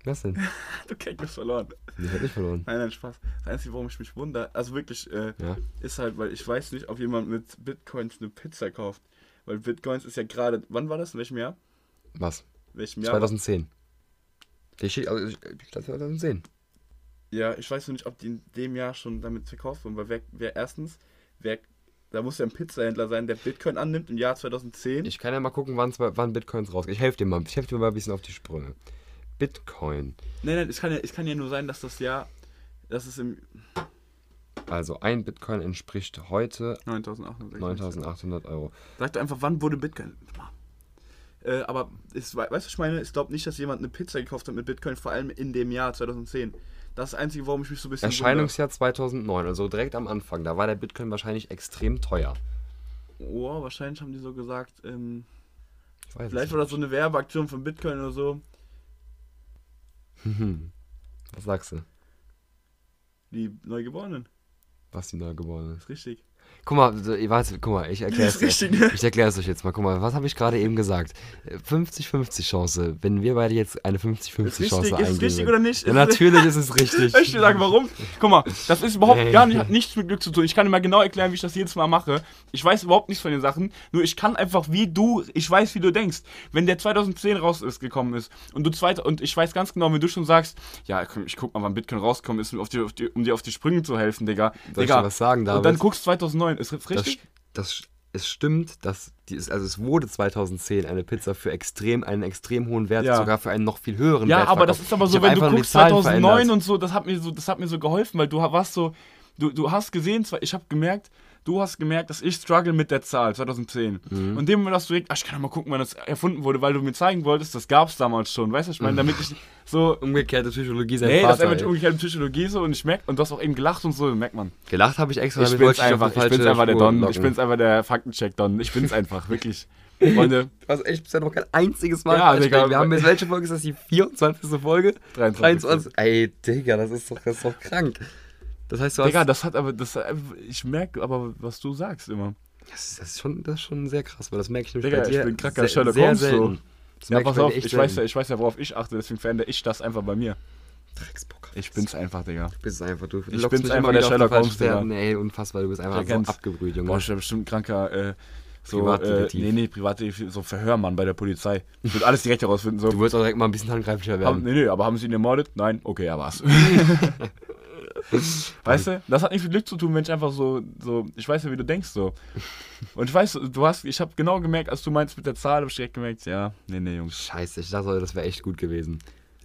Speaker 2: Was denn?
Speaker 1: du Kekos verloren.
Speaker 2: Die hat nicht verloren.
Speaker 1: Nein, nein, Spaß. Das Einzige, warum ich mich wundere, also wirklich, äh,
Speaker 2: Ja.
Speaker 1: ist halt, weil ich weiß nicht, ob jemand mit Bitcoins eine Pizza kauft. Weil Bitcoins ist ja gerade, wann war das? In welchem Jahr?
Speaker 2: Was?
Speaker 1: In welchem Jahr?
Speaker 2: 2010. Hier steht, also, ich, ich glaub, 2010.
Speaker 1: Ja, ich weiß nur nicht, ob die in dem Jahr schon damit verkauft wurden, weil wer, wer erstens, wer, da muss ja ein Pizzahändler sein, der Bitcoin annimmt im Jahr 2010.
Speaker 2: Ich kann ja mal gucken, wann's, bei- wann Bitcoins rausgehen. Ich helfe dir mal. Ich helfe dir mal ein bisschen auf die Sprünge. Bitcoin.
Speaker 1: nein, nein, es kann, ja, es kann ja nur sein, dass das Jahr, dass es im
Speaker 2: Also ein Bitcoin entspricht heute
Speaker 1: 9800.
Speaker 2: 9800 Euro.
Speaker 1: Sag doch einfach, wann wurde Bitcoin. Warte mal. Äh, aber ist, we- weißt du, was ich meine? Ich glaube nicht, dass jemand eine Pizza gekauft hat mit Bitcoin, vor allem in dem Jahr 2010. Das ist das Einzige, warum ich mich so ein bisschen.
Speaker 2: Erscheinungsjahr 2009, also direkt am Anfang. Da war der Bitcoin wahrscheinlich extrem teuer.
Speaker 1: wundere. Oh, wahrscheinlich haben die so gesagt, ähm,
Speaker 2: Ich weiß
Speaker 1: vielleicht
Speaker 2: es
Speaker 1: war das so eine Werbeaktion von Bitcoin oder so.
Speaker 2: nicht. Was sagst du?
Speaker 1: Die Neugeborenen,
Speaker 2: Was die Neugeborene ist.
Speaker 1: ist richtig.
Speaker 2: Guck mal, so, ich- warte, guck mal, ich erkläre es
Speaker 1: Das ist richtig, ne?
Speaker 2: Ich erkläre es euch jetzt mal. Guck mal, was habe ich gerade eben gesagt? Äh, 50-50 Chance. Wenn wir beide jetzt eine 50-50
Speaker 1: Ist
Speaker 2: Chance
Speaker 1: richtig, ist es
Speaker 2: eingehen.
Speaker 1: richtig
Speaker 2: würden.
Speaker 1: oder nicht?
Speaker 2: Ja,
Speaker 1: Ist-
Speaker 2: natürlich ist es richtig.
Speaker 1: Ich will sagen, warum? Guck mal, das ist überhaupt
Speaker 2: Nee.
Speaker 1: gar nicht, hat nichts mit Glück zu tun. Ich kann dir mal genau erklären, wie ich das jedes Mal mache. Ich weiß überhaupt nichts von den Sachen, nur ich kann einfach, wie du, ich weiß, wie du denkst. Wenn der 2010 raus ist, gekommen ist und du zweit, und ich weiß ganz genau, wenn du schon sagst, ja, komm, ich guck mal, wann Bitcoin rauskommen ist, um, auf die, auf die, um dir auf die Sprünge zu helfen, Digga.
Speaker 2: Soll ich
Speaker 1: Digga.
Speaker 2: dir was sagen, David?
Speaker 1: und dann guckst 2009, ist das
Speaker 2: das,
Speaker 1: richtig?
Speaker 2: das, es stimmt, dass die, es- also es wurde 2010 eine Pizza für extrem, einen extrem hohen Wert,
Speaker 1: Ja.
Speaker 2: sogar für einen noch viel höheren
Speaker 1: Ja,
Speaker 2: Wert.
Speaker 1: aber das
Speaker 2: verkauft.
Speaker 1: ist aber
Speaker 2: Ich
Speaker 1: so,
Speaker 2: hab
Speaker 1: wenn
Speaker 2: einfach
Speaker 1: du
Speaker 2: nur die
Speaker 1: guckst,
Speaker 2: Zahlen
Speaker 1: 2009
Speaker 2: verändert.
Speaker 1: und so, das hat mir so, das hat mir so geholfen, weil du warst so, du, du hast gesehen, zwar- ich habe gemerkt, du hast gemerkt, dass ich struggle mit der Zahl 2010.
Speaker 2: Mhm.
Speaker 1: Und in dem Moment hast du gedacht, ach, ich kann doch mal gucken, wann das erfunden wurde, weil du mir zeigen wolltest, das gab's damals schon, weißt du, ich meine, damit ich so,
Speaker 2: Umgekehrte Psychologie sein
Speaker 1: nee, das ist
Speaker 2: Mhm. Vater.
Speaker 1: einfach die
Speaker 2: ey.
Speaker 1: umgekehrte Psychologie so und ich merk, und du hast auch eben gelacht und so, merkt man.
Speaker 2: Gelacht habe ich extra,
Speaker 1: Ich
Speaker 2: damit
Speaker 1: bin's
Speaker 2: wollte dich auf
Speaker 1: einfach,
Speaker 2: die
Speaker 1: ich bin's
Speaker 2: falsche
Speaker 1: einfach der
Speaker 2: Spur
Speaker 1: Don, ich
Speaker 2: locken.
Speaker 1: bin's einfach der Faktencheck Don, ich bin's einfach, wirklich. Freunde,
Speaker 2: Also echt bisher noch kein einziges Mal.
Speaker 1: Ja,
Speaker 2: falsch
Speaker 1: Digga.
Speaker 2: gelegen. Wir haben jetzt welche Folge ist das? Die 24. Folge?
Speaker 1: 23.
Speaker 2: Ey, Digga, das ist doch, das ist doch krank. Das heißt, du hast.
Speaker 1: Digga, das hat aber, das, äh, ich merke aber, was du sagst immer.
Speaker 2: das, ist- das, ist schon, das ist schon sehr krass, weil das merke ich nämlich
Speaker 1: Digga,
Speaker 2: bei dir.
Speaker 1: ich bin kranker
Speaker 2: sehr,
Speaker 1: Sherlock
Speaker 2: sehr
Speaker 1: Holmes, so.
Speaker 2: selten. Das
Speaker 1: Ja,
Speaker 2: merke
Speaker 1: pass
Speaker 2: bei dir
Speaker 1: auf,
Speaker 2: echt
Speaker 1: ich weiß, ja,
Speaker 2: selten.
Speaker 1: ich weiß ja, worauf ich achte, deswegen verändere ich das einfach bei mir.
Speaker 2: Drecksbock.
Speaker 1: Ich bin's einfach, Digga.
Speaker 2: Du bist einfach, du
Speaker 1: Ich
Speaker 2: lockst
Speaker 1: bin's
Speaker 2: mich
Speaker 1: einfach
Speaker 2: immer
Speaker 1: der
Speaker 2: wieder auf die
Speaker 1: Sherlock
Speaker 2: falschen
Speaker 1: Holmes, Digga.
Speaker 2: Fährten. Ey, unfassbar, du bist einfach so
Speaker 1: kenn's.
Speaker 2: abgebrüht, Junge.
Speaker 1: Boah, ich bin bestimmt kranker, äh, so,
Speaker 2: Privatdetektiv.
Speaker 1: Äh, nee, nee, Privatdetektiv, so Verhörmann bei der Polizei. Ich würde alles direkt herausfinden, so.
Speaker 2: du würdest auch direkt mal ein bisschen handgreiflicher
Speaker 1: Haben,
Speaker 2: werden.
Speaker 1: nee, nee, aber haben sie ihn ermordet? Nein? Okay, ja, war's. weißt du, das hat nichts mit Glück zu tun, wenn ich einfach so, so, ich weiß ja, wie du denkst, so. Und ich weiß, du hast, ich habe genau gemerkt, als du meinst mit der Zahl, hab ich direkt gemerkt, ja, nee, nee, Jungs.
Speaker 2: Scheiße, ich dachte, das wäre echt gut gewesen.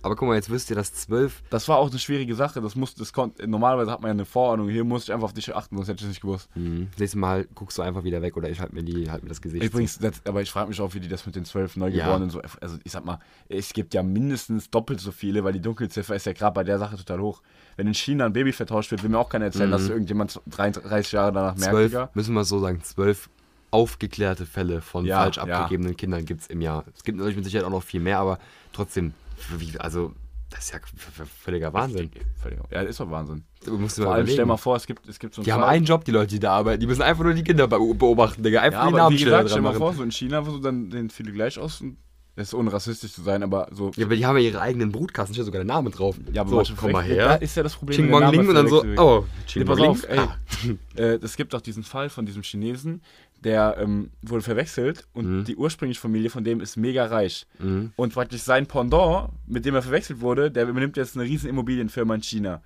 Speaker 2: Aber guck mal, jetzt wisst ihr, dass 12
Speaker 1: Das war auch eine schwierige Sache, das musste, das konnte, normalerweise hat man ja eine Vorordnung, hier musste ich einfach auf dich achten, sonst hätte ich es nicht gewusst.
Speaker 2: Mhm. Nächstes Mal guckst du einfach wieder weg oder ich halte mir, die- halt mir das Gesicht.
Speaker 1: Übrigens, das, aber ich frage mich auch, wie die das mit den zwölf Neugeborenen so. Also, ich sag mal, es gibt ja mindestens doppelt so viele, weil die Dunkelziffer ist ja gerade bei der Sache total hoch. Wenn in China ein Baby vertauscht wird, will mir auch keiner erzählen, dass irgendjemand 33 Jahre danach
Speaker 2: zu.
Speaker 1: merkt.
Speaker 2: Mhm. zwölf,
Speaker 1: Digga.
Speaker 2: müssen wir so sagen, zwölf aufgeklärte Fälle von
Speaker 1: Ja,
Speaker 2: falsch
Speaker 1: ja.
Speaker 2: abgegebenen Kindern gibt es im Jahr. Es gibt natürlich mit Sicherheit auch noch viel mehr, aber trotzdem, wie, also, das ist ja v- v- völliger Wahnsinn.
Speaker 1: Völlig- Ja, ist doch Wahnsinn.
Speaker 2: Du musst dir
Speaker 1: Vor
Speaker 2: mal
Speaker 1: allem, stell
Speaker 2: überlegen.
Speaker 1: mal vor, es gibt, es gibt so einen
Speaker 2: Die haben
Speaker 1: Fall-
Speaker 2: einen Job, die Leute, die da arbeiten. Die müssen einfach nur die Kinder be- beobachten, Digga. Einfach
Speaker 1: Ja,
Speaker 2: die
Speaker 1: aber wie
Speaker 2: Namensschilder
Speaker 1: gesagt, stell
Speaker 2: dran
Speaker 1: mal
Speaker 2: machen.
Speaker 1: vor, so in China, wo so dann sehen viele gleich aus. Und, das ist ohne rassistisch zu sein, aber so.
Speaker 2: Ja, aber die haben ja ihre eigenen Brutkasten, steht sogar der Name drauf. so,
Speaker 1: manche
Speaker 2: komm mal
Speaker 1: verwechseln- Da
Speaker 2: her.
Speaker 1: ist ja das Problem.
Speaker 2: Ching
Speaker 1: wenn der
Speaker 2: Bong
Speaker 1: Name
Speaker 2: Ling und dann so,
Speaker 1: verwechselt wird.
Speaker 2: oh,
Speaker 1: Nee,
Speaker 2: Ching
Speaker 1: pass
Speaker 2: Bong Ling. Ah.
Speaker 1: auf, ey. Äh, es gibt auch diesen Fall von diesem Chinesen, der ähm, wurde verwechselt und
Speaker 2: Mhm.
Speaker 1: die ursprüngliche Familie von dem ist mega reich. Und praktisch sein Pendant, mit dem er verwechselt wurde, der übernimmt jetzt eine riesen Immobilienfirma in China.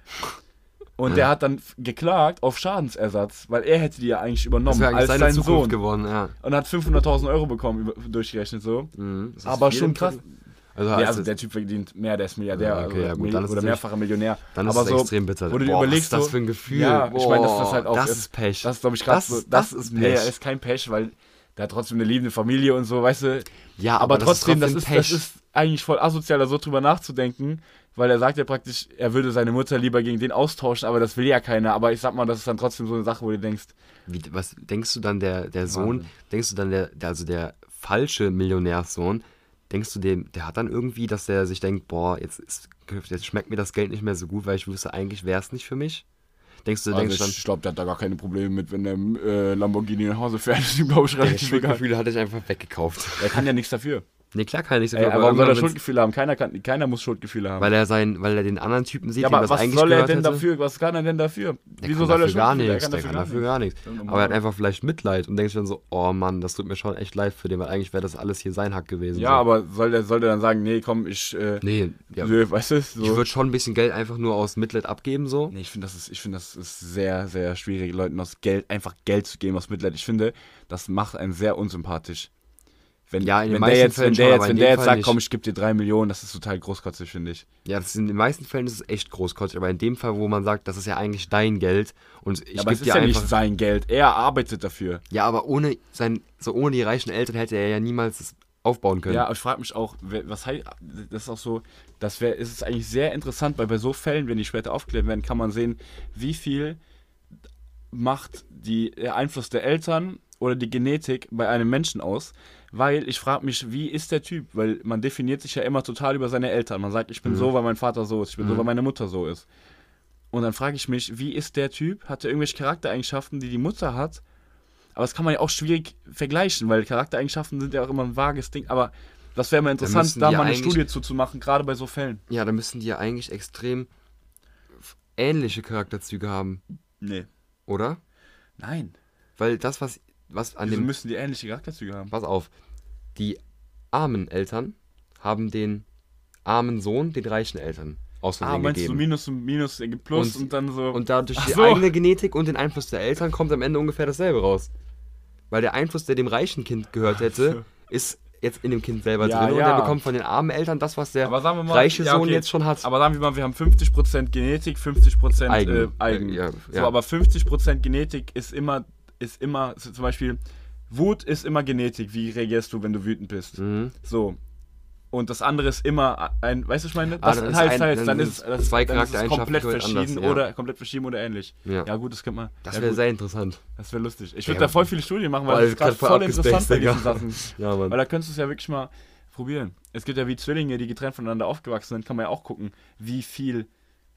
Speaker 1: Und der hat dann f- geklagt auf Schadensersatz, weil er hätte die ja eigentlich
Speaker 2: Das
Speaker 1: übernommen
Speaker 2: wäre eigentlich
Speaker 1: als
Speaker 2: seine
Speaker 1: sein
Speaker 2: Zukunft
Speaker 1: Sohn.
Speaker 2: geworden, ja.
Speaker 1: Und hat 500.000 Euro bekommen, über, durchgerechnet so.
Speaker 2: Mhm. Das ist
Speaker 1: Aber
Speaker 2: viel
Speaker 1: schon
Speaker 2: im
Speaker 1: krass.
Speaker 2: Prinzip. Also,
Speaker 1: Nee,
Speaker 2: heißt
Speaker 1: also
Speaker 2: es-
Speaker 1: der Typ verdient mehr, der ist Milliardär
Speaker 2: Ja, okay,
Speaker 1: oder
Speaker 2: ja, gut,
Speaker 1: Milli-
Speaker 2: dann ist
Speaker 1: oder
Speaker 2: es
Speaker 1: mehrfacher Millionär.
Speaker 2: dann ist
Speaker 1: Aber
Speaker 2: es
Speaker 1: so,
Speaker 2: extrem bitter.
Speaker 1: Wo du dir
Speaker 2: Boah, was
Speaker 1: überlegst,
Speaker 2: ist das
Speaker 1: so,
Speaker 2: für ein Gefühl?
Speaker 1: Ja, ich meine, das
Speaker 2: Boah,
Speaker 1: ist halt auch.
Speaker 2: das ist Pech.
Speaker 1: Das ist, glaube ich, krass.
Speaker 2: Das-
Speaker 1: so, das,
Speaker 2: das ist
Speaker 1: ist Nee,
Speaker 2: Pech.
Speaker 1: ist kein Pech, weil der hat trotzdem eine liebende Familie und so, weißt du.
Speaker 2: Ja,
Speaker 1: aber,
Speaker 2: aber das ist
Speaker 1: trotzdem, das ist,
Speaker 2: trotzdem
Speaker 1: das
Speaker 2: Pech.
Speaker 1: ist eigentlich voll asozial, da so drüber nachzudenken, weil er sagt ja praktisch, er würde seine Mutter lieber gegen den austauschen, aber das will ja keiner. Aber ich sag mal, das ist dann trotzdem so eine Sache, wo du denkst,
Speaker 2: Wie, was denkst du dann, der, der Sohn, denkst du dann, der, der, also der falsche Millionärssohn, denkst du dem, der hat dann irgendwie, dass der sich denkt, boah, jetzt, ist, jetzt schmeckt mir das Geld nicht mehr so gut, weil ich wüsste, eigentlich wäre es nicht für mich? Denkst du, denkst du dann,
Speaker 1: glaube, also der hat da gar keine Probleme mit, wenn der äh, Lamborghini nach Hause fährt. Ist ihm, glaube ich,
Speaker 2: der Schuldgefühle hatte ich einfach weggekauft.
Speaker 1: Er kann ja nichts dafür.
Speaker 2: Nee, klar kann ich nicht so
Speaker 1: Ey,
Speaker 2: viel,
Speaker 1: aber warum soll er
Speaker 2: irgendwann wenn's-
Speaker 1: Schuldgefühle haben? Keiner, kann, keiner muss Schuldgefühle haben.
Speaker 2: weil er sein, weil er den anderen Typen sieht,
Speaker 1: ja,
Speaker 2: dem
Speaker 1: aber
Speaker 2: das
Speaker 1: was
Speaker 2: eigentlich
Speaker 1: soll er
Speaker 2: gehört
Speaker 1: denn
Speaker 2: hätte.
Speaker 1: dafür? Was kann er denn dafür?
Speaker 2: Der
Speaker 1: Wieso
Speaker 2: kann
Speaker 1: soll er
Speaker 2: dafür gar
Speaker 1: Schuldgefühle?
Speaker 2: nichts, der kann dafür gar nichts.
Speaker 1: Das ist normal.
Speaker 2: Aber er hat einfach vielleicht Mitleid und denkt sich dann so, oh Mann, das tut mir schon echt leid für den, weil eigentlich wäre das alles hier sein Hack gewesen.
Speaker 1: Ja,
Speaker 2: so.
Speaker 1: aber soll der, soll der dann sagen, nee, komm, ich. Äh,
Speaker 2: Nee, ja,
Speaker 1: nö, Weißt du,
Speaker 2: ich
Speaker 1: so.
Speaker 2: würde schon ein bisschen Geld einfach nur aus Mitleid abgeben, so.
Speaker 1: Nee, ich finde, das, ist- ich find, das ist sehr, sehr schwierig, Leuten aus Geld, einfach Geld zu geben aus Mitleid. Ich finde, das macht einen sehr unsympathisch. Wenn,
Speaker 2: Ja, in den
Speaker 1: wenn der
Speaker 2: meisten
Speaker 1: jetzt,
Speaker 2: Fällen
Speaker 1: wenn
Speaker 2: schon,
Speaker 1: der
Speaker 2: aber
Speaker 1: jetzt,
Speaker 2: in
Speaker 1: wenn
Speaker 2: dem
Speaker 1: der jetzt
Speaker 2: Fall
Speaker 1: sagt,
Speaker 2: nicht.
Speaker 1: komm, ich gebe dir drei Millionen, das ist total großkotzig, finde ich.
Speaker 2: Ja, das ist, in den meisten Fällen ist es echt großkotzig, aber in dem Fall, wo man sagt, das ist ja eigentlich dein Geld und ich
Speaker 1: aber
Speaker 2: gebe
Speaker 1: es ist
Speaker 2: dir
Speaker 1: ja
Speaker 2: einfach.
Speaker 1: nicht sein Geld. Er arbeitet dafür.
Speaker 2: ja, aber ohne sein, so ohne die reichen Eltern hätte er ja niemals das aufbauen können.
Speaker 1: Ja, aber ich frage mich auch, wer- was heißt, das ist auch so, das wär, ist es eigentlich sehr interessant, weil bei so Fällen, wenn die später aufgeklärt werden, kann man sehen, wie viel macht die, der Einfluss der Eltern oder die Genetik bei einem Menschen aus, weil ich frage mich, wie ist der Typ, weil man definiert sich ja immer total über seine Eltern. Man sagt, ich bin so, weil mein Vater so ist, ich bin so, weil meine Mutter so ist. Und dann frage ich mich, wie ist der Typ? Hat er irgendwelche Charaktereigenschaften, die die Mutter hat? Aber das kann man ja auch schwierig vergleichen, weil Charaktereigenschaften sind ja auch immer ein vages Ding. Aber das wäre mal interessant,
Speaker 2: müssen
Speaker 1: da
Speaker 2: die
Speaker 1: mal eine
Speaker 2: eigentlich-
Speaker 1: Studie zuzumachen, gerade bei so Fällen.
Speaker 2: Ja, da müssen die ja eigentlich extrem f- ähnliche Charakterzüge haben,
Speaker 1: Nee.
Speaker 2: oder?
Speaker 1: Nein.
Speaker 2: Weil das, was, was an
Speaker 1: Wieso
Speaker 2: dem
Speaker 1: müssen die ähnliche Charakterzüge haben?
Speaker 2: pass auf, die armen Eltern haben den armen Sohn den reichen Eltern aus
Speaker 1: Ah,
Speaker 2: Versehen
Speaker 1: meinst du,
Speaker 2: gegeben.
Speaker 1: Minus und Minus ergibt Plus und,
Speaker 2: Und-
Speaker 1: dann so.
Speaker 2: Und dadurch
Speaker 1: Ach
Speaker 2: die
Speaker 1: so.
Speaker 2: eigene Genetik und den Einfluss der Eltern kommt am Ende ungefähr dasselbe raus. Weil der Einfluss, der dem reichen Kind gehört hätte, ist jetzt in dem Kind selber
Speaker 1: Ja,
Speaker 2: drin und
Speaker 1: ja.
Speaker 2: er bekommt von den armen Eltern das, was der
Speaker 1: aber sagen wir mal,
Speaker 2: reiche
Speaker 1: ja,
Speaker 2: Sohn
Speaker 1: okay.
Speaker 2: jetzt schon hat.
Speaker 1: Aber sagen wir mal, wir haben 50% Genetik, 50% Eigen. Äh,
Speaker 2: Eigen.
Speaker 1: Eigen.
Speaker 2: Ja, ja.
Speaker 1: So, aber 50% Genetik ist immer, ist immer, so zum Beispiel, Wut ist immer Genetik. Wie reagierst du, wenn du wütend bist?
Speaker 2: Mhm.
Speaker 1: So. Und das andere ist immer ein, weißt du, was ich meine?
Speaker 2: Ah,
Speaker 1: Das
Speaker 2: dann
Speaker 1: ist
Speaker 2: ist
Speaker 1: teils,
Speaker 2: ein-
Speaker 1: teils.
Speaker 2: dann
Speaker 1: Dann
Speaker 2: sind
Speaker 1: ist
Speaker 2: es
Speaker 1: das
Speaker 2: zwei
Speaker 1: dann ist es
Speaker 2: Charaktereigenschaften
Speaker 1: komplett
Speaker 2: komplett
Speaker 1: verschieden
Speaker 2: anders, ja.
Speaker 1: oder komplett verschieden oder ähnlich.
Speaker 2: Ja.
Speaker 1: gut, das könnte man.
Speaker 2: Das
Speaker 1: ja,
Speaker 2: wäre
Speaker 1: gut,
Speaker 2: sehr interessant.
Speaker 1: das wäre lustig. Ich würde da
Speaker 2: Ja.
Speaker 1: voll viele Studien machen, weil
Speaker 2: Boah,
Speaker 1: das ist
Speaker 2: das
Speaker 1: gerade
Speaker 2: ist grad
Speaker 1: voll
Speaker 2: voll
Speaker 1: interessant bei diesen
Speaker 2: abgespaced,
Speaker 1: Sachen.
Speaker 2: Ja, Mann.
Speaker 1: Weil da könntest du es ja wirklich mal probieren. Es gibt ja wie Zwillinge, die getrennt voneinander aufgewachsen sind, kann man ja auch gucken, wie viel.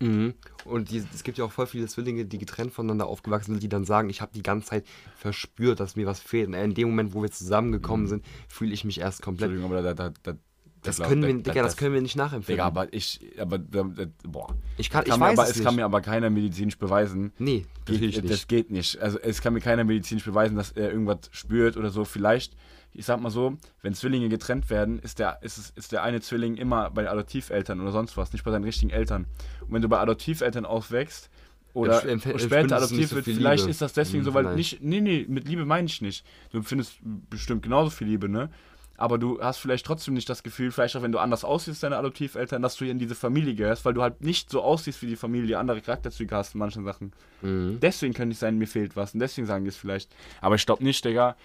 Speaker 2: Mhm. Und die, es gibt ja auch voll viele Zwillinge, die getrennt voneinander aufgewachsen sind, die dann sagen, ich habe die ganze Zeit verspürt, dass mir was fehlt. Und in dem Moment, wo wir
Speaker 1: Mhm.
Speaker 2: zusammengekommen sind, fühle ich mich erst komplett.
Speaker 1: Entschuldigung, aber da, da, da,
Speaker 2: Das
Speaker 1: glaub-
Speaker 2: können
Speaker 1: da-
Speaker 2: wir,
Speaker 1: da-
Speaker 2: Digga, das können wir nicht nachempfinden.
Speaker 1: Digga, aber ich, aber, da- da- boah.
Speaker 2: ich kann, ich
Speaker 1: Kann mir
Speaker 2: weiß
Speaker 1: aber,
Speaker 2: es
Speaker 1: es
Speaker 2: nicht.
Speaker 1: kann mir aber keiner medizinisch beweisen,
Speaker 2: nee, natürlich
Speaker 1: geht,
Speaker 2: nicht.
Speaker 1: Das geht nicht. Also es kann mir keiner medizinisch beweisen, dass er irgendwas spürt oder so. Vielleicht, ich sag mal so, wenn Zwillinge getrennt werden, ist der, ist, es- ist der eine Zwilling immer bei Adoptiveltern oder sonst was, nicht bei seinen richtigen Eltern. Und wenn du bei Adoptiveltern aufwächst oder
Speaker 2: Empf- empf-
Speaker 1: später
Speaker 2: empfindest du nicht
Speaker 1: adoptiv
Speaker 2: so
Speaker 1: wird,
Speaker 2: viel
Speaker 1: vielleicht
Speaker 2: Liebe.
Speaker 1: ist das deswegen
Speaker 2: Hm,
Speaker 1: so, weil
Speaker 2: vielleicht.
Speaker 1: nicht, nee, nee, mit Liebe meine ich nicht. Du empfindest bestimmt genauso viel Liebe, ne? Aber du hast vielleicht trotzdem nicht das Gefühl, vielleicht auch wenn du anders aussiehst, deine Adoptiveltern, dass du in diese Familie gehörst, weil du halt nicht so aussiehst wie die Familie, andere Charakterzüge hast in manchen Sachen.
Speaker 2: Mhm.
Speaker 1: Deswegen könnte ich sein, mir fehlt was. Und deswegen sagen die es vielleicht. Aber ich glaube nicht, Digga,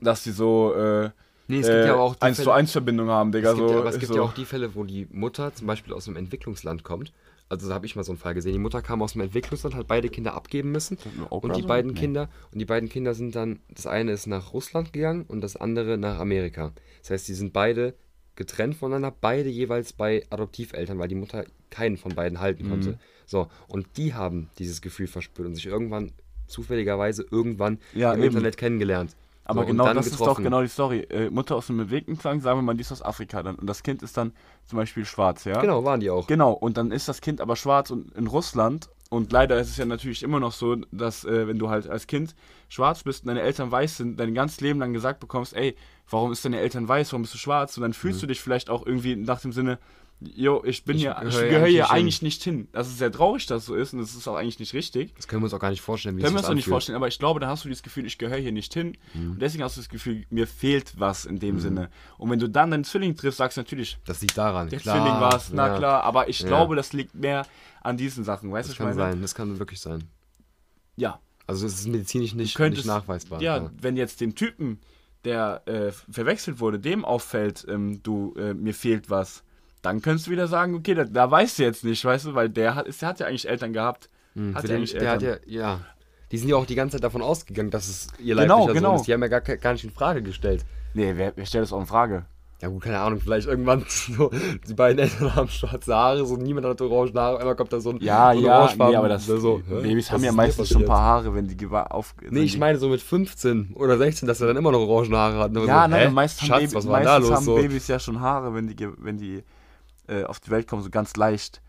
Speaker 1: dass die so äh,
Speaker 2: Nee, es gibt
Speaker 1: äh,
Speaker 2: ja aber auch die
Speaker 1: 1 zu
Speaker 2: Fälle-
Speaker 1: 1 Verbindung haben, Digga.
Speaker 2: es gibt,
Speaker 1: so,
Speaker 2: ja, aber es gibt
Speaker 1: so.
Speaker 2: ja auch die Fälle, wo die Mutter zum Beispiel aus einem Entwicklungsland kommt. Also da habe ich mal so einen Fall gesehen. Die Mutter kam aus dem Entwicklungsland, hat beide Kinder abgeben müssen.
Speaker 1: wir auch
Speaker 2: Und die
Speaker 1: Browser?
Speaker 2: beiden
Speaker 1: Nee.
Speaker 2: Kinder, und die beiden Kinder sind dann, das eine ist nach Russland gegangen und das andere nach Amerika. Das heißt, die sind beide getrennt voneinander, beide jeweils bei Adoptiveltern, weil die Mutter keinen von beiden halten konnte.
Speaker 1: Mhm.
Speaker 2: So, und die haben dieses Gefühl verspürt und sich irgendwann zufälligerweise irgendwann
Speaker 1: Ja,
Speaker 2: im
Speaker 1: eben.
Speaker 2: Internet kennengelernt.
Speaker 1: Aber
Speaker 2: so, und
Speaker 1: genau
Speaker 2: dann
Speaker 1: das ist doch
Speaker 2: getroffen.
Speaker 1: genau die Story. Äh, Mutter aus dem bewegten Klang, sagen wir mal, die ist aus Afrika dann. Und das Kind ist dann zum Beispiel schwarz, ja?
Speaker 2: Genau, waren die auch.
Speaker 1: Genau, und dann ist das Kind aber schwarz und in Russland. Und leider ist es ja natürlich immer noch so, dass äh, wenn du halt als Kind schwarz bist und deine Eltern weiß sind, dein ganzes Leben lang gesagt bekommst, ey, warum ist deine Eltern weiß, warum bist du schwarz? Und dann fühlst du dich vielleicht auch irgendwie nach dem Sinne, yo, ich bin
Speaker 2: Mhm. Ich
Speaker 1: hier, ich
Speaker 2: gehöre
Speaker 1: gehöre hier
Speaker 2: eigentlich
Speaker 1: eigentlich nicht hin. Das ist sehr traurig, dass es so ist und das ist auch eigentlich nicht richtig.
Speaker 2: Das können wir uns auch gar nicht vorstellen, wie
Speaker 1: Können wir uns
Speaker 2: sich
Speaker 1: doch nicht
Speaker 2: anfühlt.
Speaker 1: vorstellen, aber ich glaube, da hast du dieses Gefühl, ich gehöre hier nicht hin.
Speaker 2: Mhm.
Speaker 1: Und deswegen hast du das Gefühl, mir fehlt was in dem Sinne. Und wenn du dann deinen Zwilling triffst, sagst du natürlich,
Speaker 2: Das liegt daran.
Speaker 1: der
Speaker 2: klar.
Speaker 1: Zwilling war es, na
Speaker 2: Ja.
Speaker 1: klar, aber ich glaube, das liegt mehr an diesen Sachen, weißt du,
Speaker 2: Das
Speaker 1: ich
Speaker 2: kann
Speaker 1: meine?
Speaker 2: sein, das kann wirklich sein.
Speaker 1: Ja.
Speaker 2: Also es ist medizinisch nicht,
Speaker 1: Könntest,
Speaker 2: nicht nachweisbar.
Speaker 1: Ja, wenn jetzt dem Typen, der äh, verwechselt wurde, dem auffällt, ähm, du, äh, mir fehlt was, dann könntest du wieder sagen, okay, da, da weißt du jetzt nicht, weißt du, weil der hat, ist, der hat ja eigentlich Eltern gehabt.
Speaker 2: Hm,
Speaker 1: hat
Speaker 2: Für
Speaker 1: ja
Speaker 2: den,
Speaker 1: eigentlich
Speaker 2: der hat
Speaker 1: Eltern.
Speaker 2: ja, ja. Die sind ja auch die ganze Zeit davon ausgegangen, dass es ihr
Speaker 1: Genau,
Speaker 2: leiblicher
Speaker 1: genau.
Speaker 2: Sohn ist. Die haben ja gar, ke- gar nicht in Frage gestellt.
Speaker 1: Nee, wer, wer stellt das auch in Frage?
Speaker 2: Ja gut, keine Ahnung, vielleicht irgendwann so, die beiden Eltern haben schwarze Haare, so niemand hat orange Haare, auf einmal kommt da so ein
Speaker 1: Ja,
Speaker 2: so ein
Speaker 1: ja,
Speaker 2: orangefarben-
Speaker 1: nee, aber das,
Speaker 2: so, hä?
Speaker 1: Babys
Speaker 2: Was
Speaker 1: haben
Speaker 2: ist
Speaker 1: ja
Speaker 2: denn
Speaker 1: meistens schon ein
Speaker 2: passiert?
Speaker 1: paar Haare, wenn die gewa- auf.
Speaker 2: Nee, ich meine so mit 15 oder 16, dass er dann immer noch orange Haare hat.
Speaker 1: Ja,
Speaker 2: so,
Speaker 1: nein,
Speaker 2: hä?
Speaker 1: aber meistens haben,
Speaker 2: Schatz,
Speaker 1: Babys,
Speaker 2: was war
Speaker 1: meistens
Speaker 2: da los?
Speaker 1: haben
Speaker 2: So.
Speaker 1: Babys ja schon Haare, wenn die, ge- wenn die äh, auf die Welt kommen, so ganz leicht.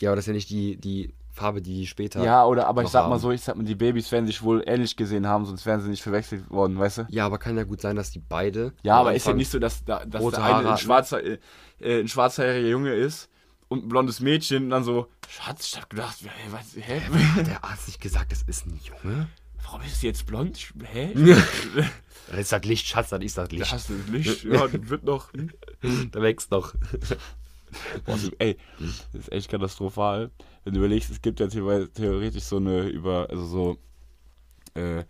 Speaker 2: Ja, aber das ist ja nicht die, die Farbe, die die später...
Speaker 1: Ja, oder, aber ich
Speaker 2: noch
Speaker 1: sag mal
Speaker 2: haben.
Speaker 1: so, ich sag mal, die Babys werden sich wohl ähnlich gesehen haben, sonst wären sie nicht verwechselt worden, weißt du?
Speaker 2: Ja, aber kann ja gut sein, dass die beide...
Speaker 1: Ja,
Speaker 2: am
Speaker 1: aber ist ja
Speaker 2: Anfang-
Speaker 1: nicht so, dass, da, dass
Speaker 2: Rote
Speaker 1: der eine
Speaker 2: Haare
Speaker 1: ein,
Speaker 2: hatten.
Speaker 1: schwarzer, äh, äh, ein schwarzhaariger Junge ist und ein blondes Mädchen und dann so, Schatz, ich hab gedacht, hä, was, hä?
Speaker 2: Hat der Arzt nicht gesagt, das ist ein Junge?
Speaker 1: Warum ist sie jetzt blond? Ich- Hä?
Speaker 2: Das ist das Licht, Schatz, das ist das Licht.
Speaker 1: Hast du das Licht? Ja, das wird noch. Hm?
Speaker 2: Da wächst noch.
Speaker 1: Boah, so- ey, das ist echt katastrophal. Wenn du überlegst, es gibt ja the- theoretisch so eine über, also so, äh,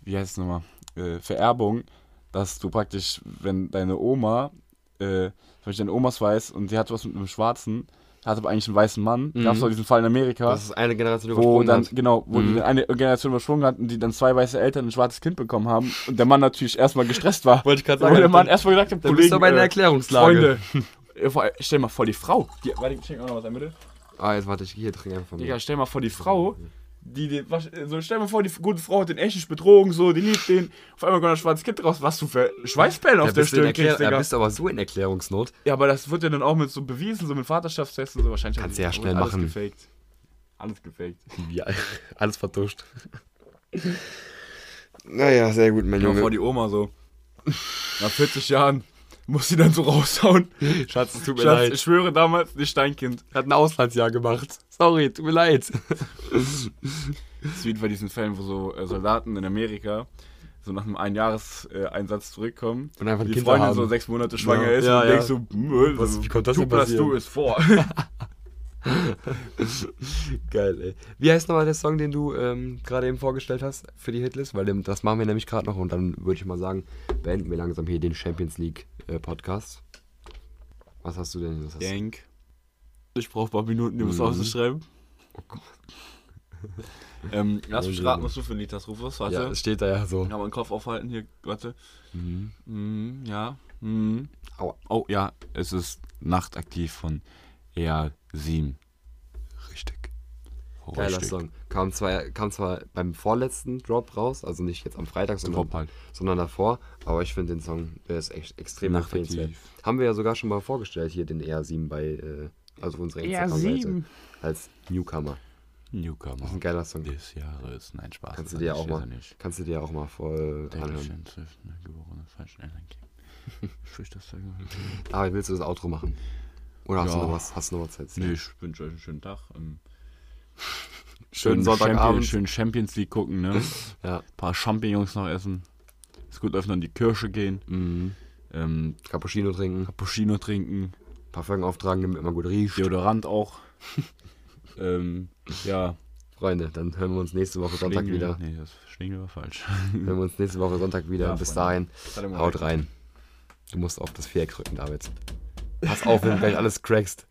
Speaker 1: wie heißt es nochmal, äh, Vererbung, dass du praktisch, wenn deine Oma, äh, zum Beispiel deine Omas weiß und sie hat was mit einem Schwarzen, hat aber eigentlich einen weißen Mann, gab es auch diesen Fall in Amerika,
Speaker 2: Mhm. Das ist eine Generation
Speaker 1: wo
Speaker 2: übersprungen
Speaker 1: dann,
Speaker 2: hat. Mhm.
Speaker 1: genau, wo die eine Generation übersprungen hat und die dann zwei weiße Eltern ein schwarzes Kind bekommen haben und der Mann natürlich erstmal gestresst war.
Speaker 2: Wollte ich grad
Speaker 1: Wo
Speaker 2: sagen,
Speaker 1: der Mann
Speaker 2: dann-
Speaker 1: erstmal gesagt hat,
Speaker 2: dann bist
Speaker 1: Kollegen,
Speaker 2: du aber in der
Speaker 1: äh,
Speaker 2: Erklärungslage.
Speaker 1: Freunde, äh, vor allem, stell mal vor, die Frau, die, warte, ich schenke auch noch was ein, bitte.
Speaker 2: Ah, jetzt warte ich, hier trinke einfach von mir.
Speaker 1: Digga, stell mal vor, die Frau, die, den- was- so, stell mal vor, die gute Frau hat den echt nicht betrogen, so, die liebt den. Auf einmal kommt ein schwarzes Kind raus, was du für Schweißperlen auf
Speaker 2: Da
Speaker 1: der
Speaker 2: bist, du in
Speaker 1: Stirn
Speaker 2: Erklär
Speaker 1: kriegst,
Speaker 2: da
Speaker 1: Digga.
Speaker 2: bist du aber so in Erklärungsnot.
Speaker 1: ja, aber das wird ja dann auch mit so bewiesen, so mit Vaterschaftstesten, so wahrscheinlich.
Speaker 2: Kannst
Speaker 1: haben
Speaker 2: du ja
Speaker 1: die-
Speaker 2: schnell
Speaker 1: alles
Speaker 2: machen.
Speaker 1: Gefaked. Alles gefaked.
Speaker 2: Ja, alles vertuscht. Naja, sehr gut, mein
Speaker 1: Stell mal vor,
Speaker 2: Junge.
Speaker 1: die Oma so. Nach 40 Jahren muss sie dann so raushauen.
Speaker 2: Schatz, es tut mir
Speaker 1: Schatz,
Speaker 2: leid.
Speaker 1: ich schwöre damals, nicht dein Kind.
Speaker 2: hat ein Auslandsjahr gemacht. Sorry, tut mir leid.
Speaker 1: Das ist wie bei diesen Fällen, wo so äh, Soldaten in Amerika so nach einem Einjahreseinsatz zurückkommen
Speaker 2: Und einfach
Speaker 1: die
Speaker 2: Kinder
Speaker 1: Freundin
Speaker 2: haben.
Speaker 1: so sechs Monate schwanger
Speaker 2: Ja,
Speaker 1: ist
Speaker 2: ja,
Speaker 1: und
Speaker 2: ja.
Speaker 1: denkst so, hm,
Speaker 2: Was-
Speaker 1: so,
Speaker 2: wie konnte das
Speaker 1: two
Speaker 2: denn
Speaker 1: plus
Speaker 2: passieren?
Speaker 1: two ist four.
Speaker 2: Geil, ey. Wie heißt nochmal der Song, den du ähm, gerade eben vorgestellt hast für die Hitlist? Weil dem- das machen wir nämlich gerade noch und dann würde ich mal sagen, beenden wir langsam hier den Champions League äh, Podcast. Was hast du denn? Was hast du?
Speaker 1: Denk. Ich brauche ein paar Minuten, um es auszuschreiben. Oh Ähm, lass mich raten, was du für ein Lied hast, Rufus. Warte. Genau.
Speaker 2: Ja, es steht da ja so.
Speaker 1: ich kann meinen Kopf aufhalten hier. Warte. Mhm, ja. Mhm.
Speaker 2: Aua.
Speaker 1: Oh ja, es ist Nachtaktiv von ER 7.
Speaker 2: Richtig. Geiler Song. Kam zwar, kam zwar beim vorletzten Drop raus, also nicht jetzt am Freitag, sondern,
Speaker 1: Drop halt.
Speaker 2: sondern davor, aber ich finde den Song, der ist echt extrem
Speaker 1: Nachtaktiv.
Speaker 2: empfehlenswert. Haben wir ja sogar schon mal vorgestellt hier, den ER7 bei, äh, also unsere Instagram-Seite.
Speaker 1: ER7.
Speaker 2: Als Newcomer.
Speaker 1: Newcomer.
Speaker 2: Ein geiler Song.
Speaker 1: des Jahres. Nein, Spaß.
Speaker 2: Kannst du dir auch
Speaker 1: Ist er
Speaker 2: mal,
Speaker 1: nicht.
Speaker 2: kannst du dir auch mal voll anhören.
Speaker 1: Dankeschön, Swift, ne, geborene Falschelenergie. Ich wünsche das sagen.
Speaker 2: Aber Ah, willst du das Outro machen? Oder hast du
Speaker 1: Ja.
Speaker 2: noch was? Hast du noch was zu erzählen?
Speaker 1: Nee, ich wünsche euch einen schönen Tag. Ähm,
Speaker 2: Schönen
Speaker 1: Champions,
Speaker 2: Sonntagabend.
Speaker 1: schön Champions League gucken, ne?
Speaker 2: Ja.
Speaker 1: Ein paar Champignons noch essen. Es gut öffnen, in die Kirche gehen.
Speaker 2: Mhm.
Speaker 1: Ähm,
Speaker 2: Cappuccino trinken,
Speaker 1: Cappuccino trinken.
Speaker 2: Parfum auftragen, damit man gut riecht.
Speaker 1: Deodorant auch. ähm, ja.
Speaker 2: Freunde, dann hören wir uns nächste Woche Sonntag
Speaker 1: Schlingel-
Speaker 2: wieder.
Speaker 1: Nee, das Schlingel war falsch.
Speaker 2: Hören wir uns nächste Woche Sonntag wieder.
Speaker 1: Ja,
Speaker 2: Bis
Speaker 1: Freunde.
Speaker 2: dahin,
Speaker 1: hat er mal
Speaker 2: haut
Speaker 1: recht.
Speaker 2: rein. Du musst auf das Viereck drücken, David. Pass auf, wenn du gleich alles crackst.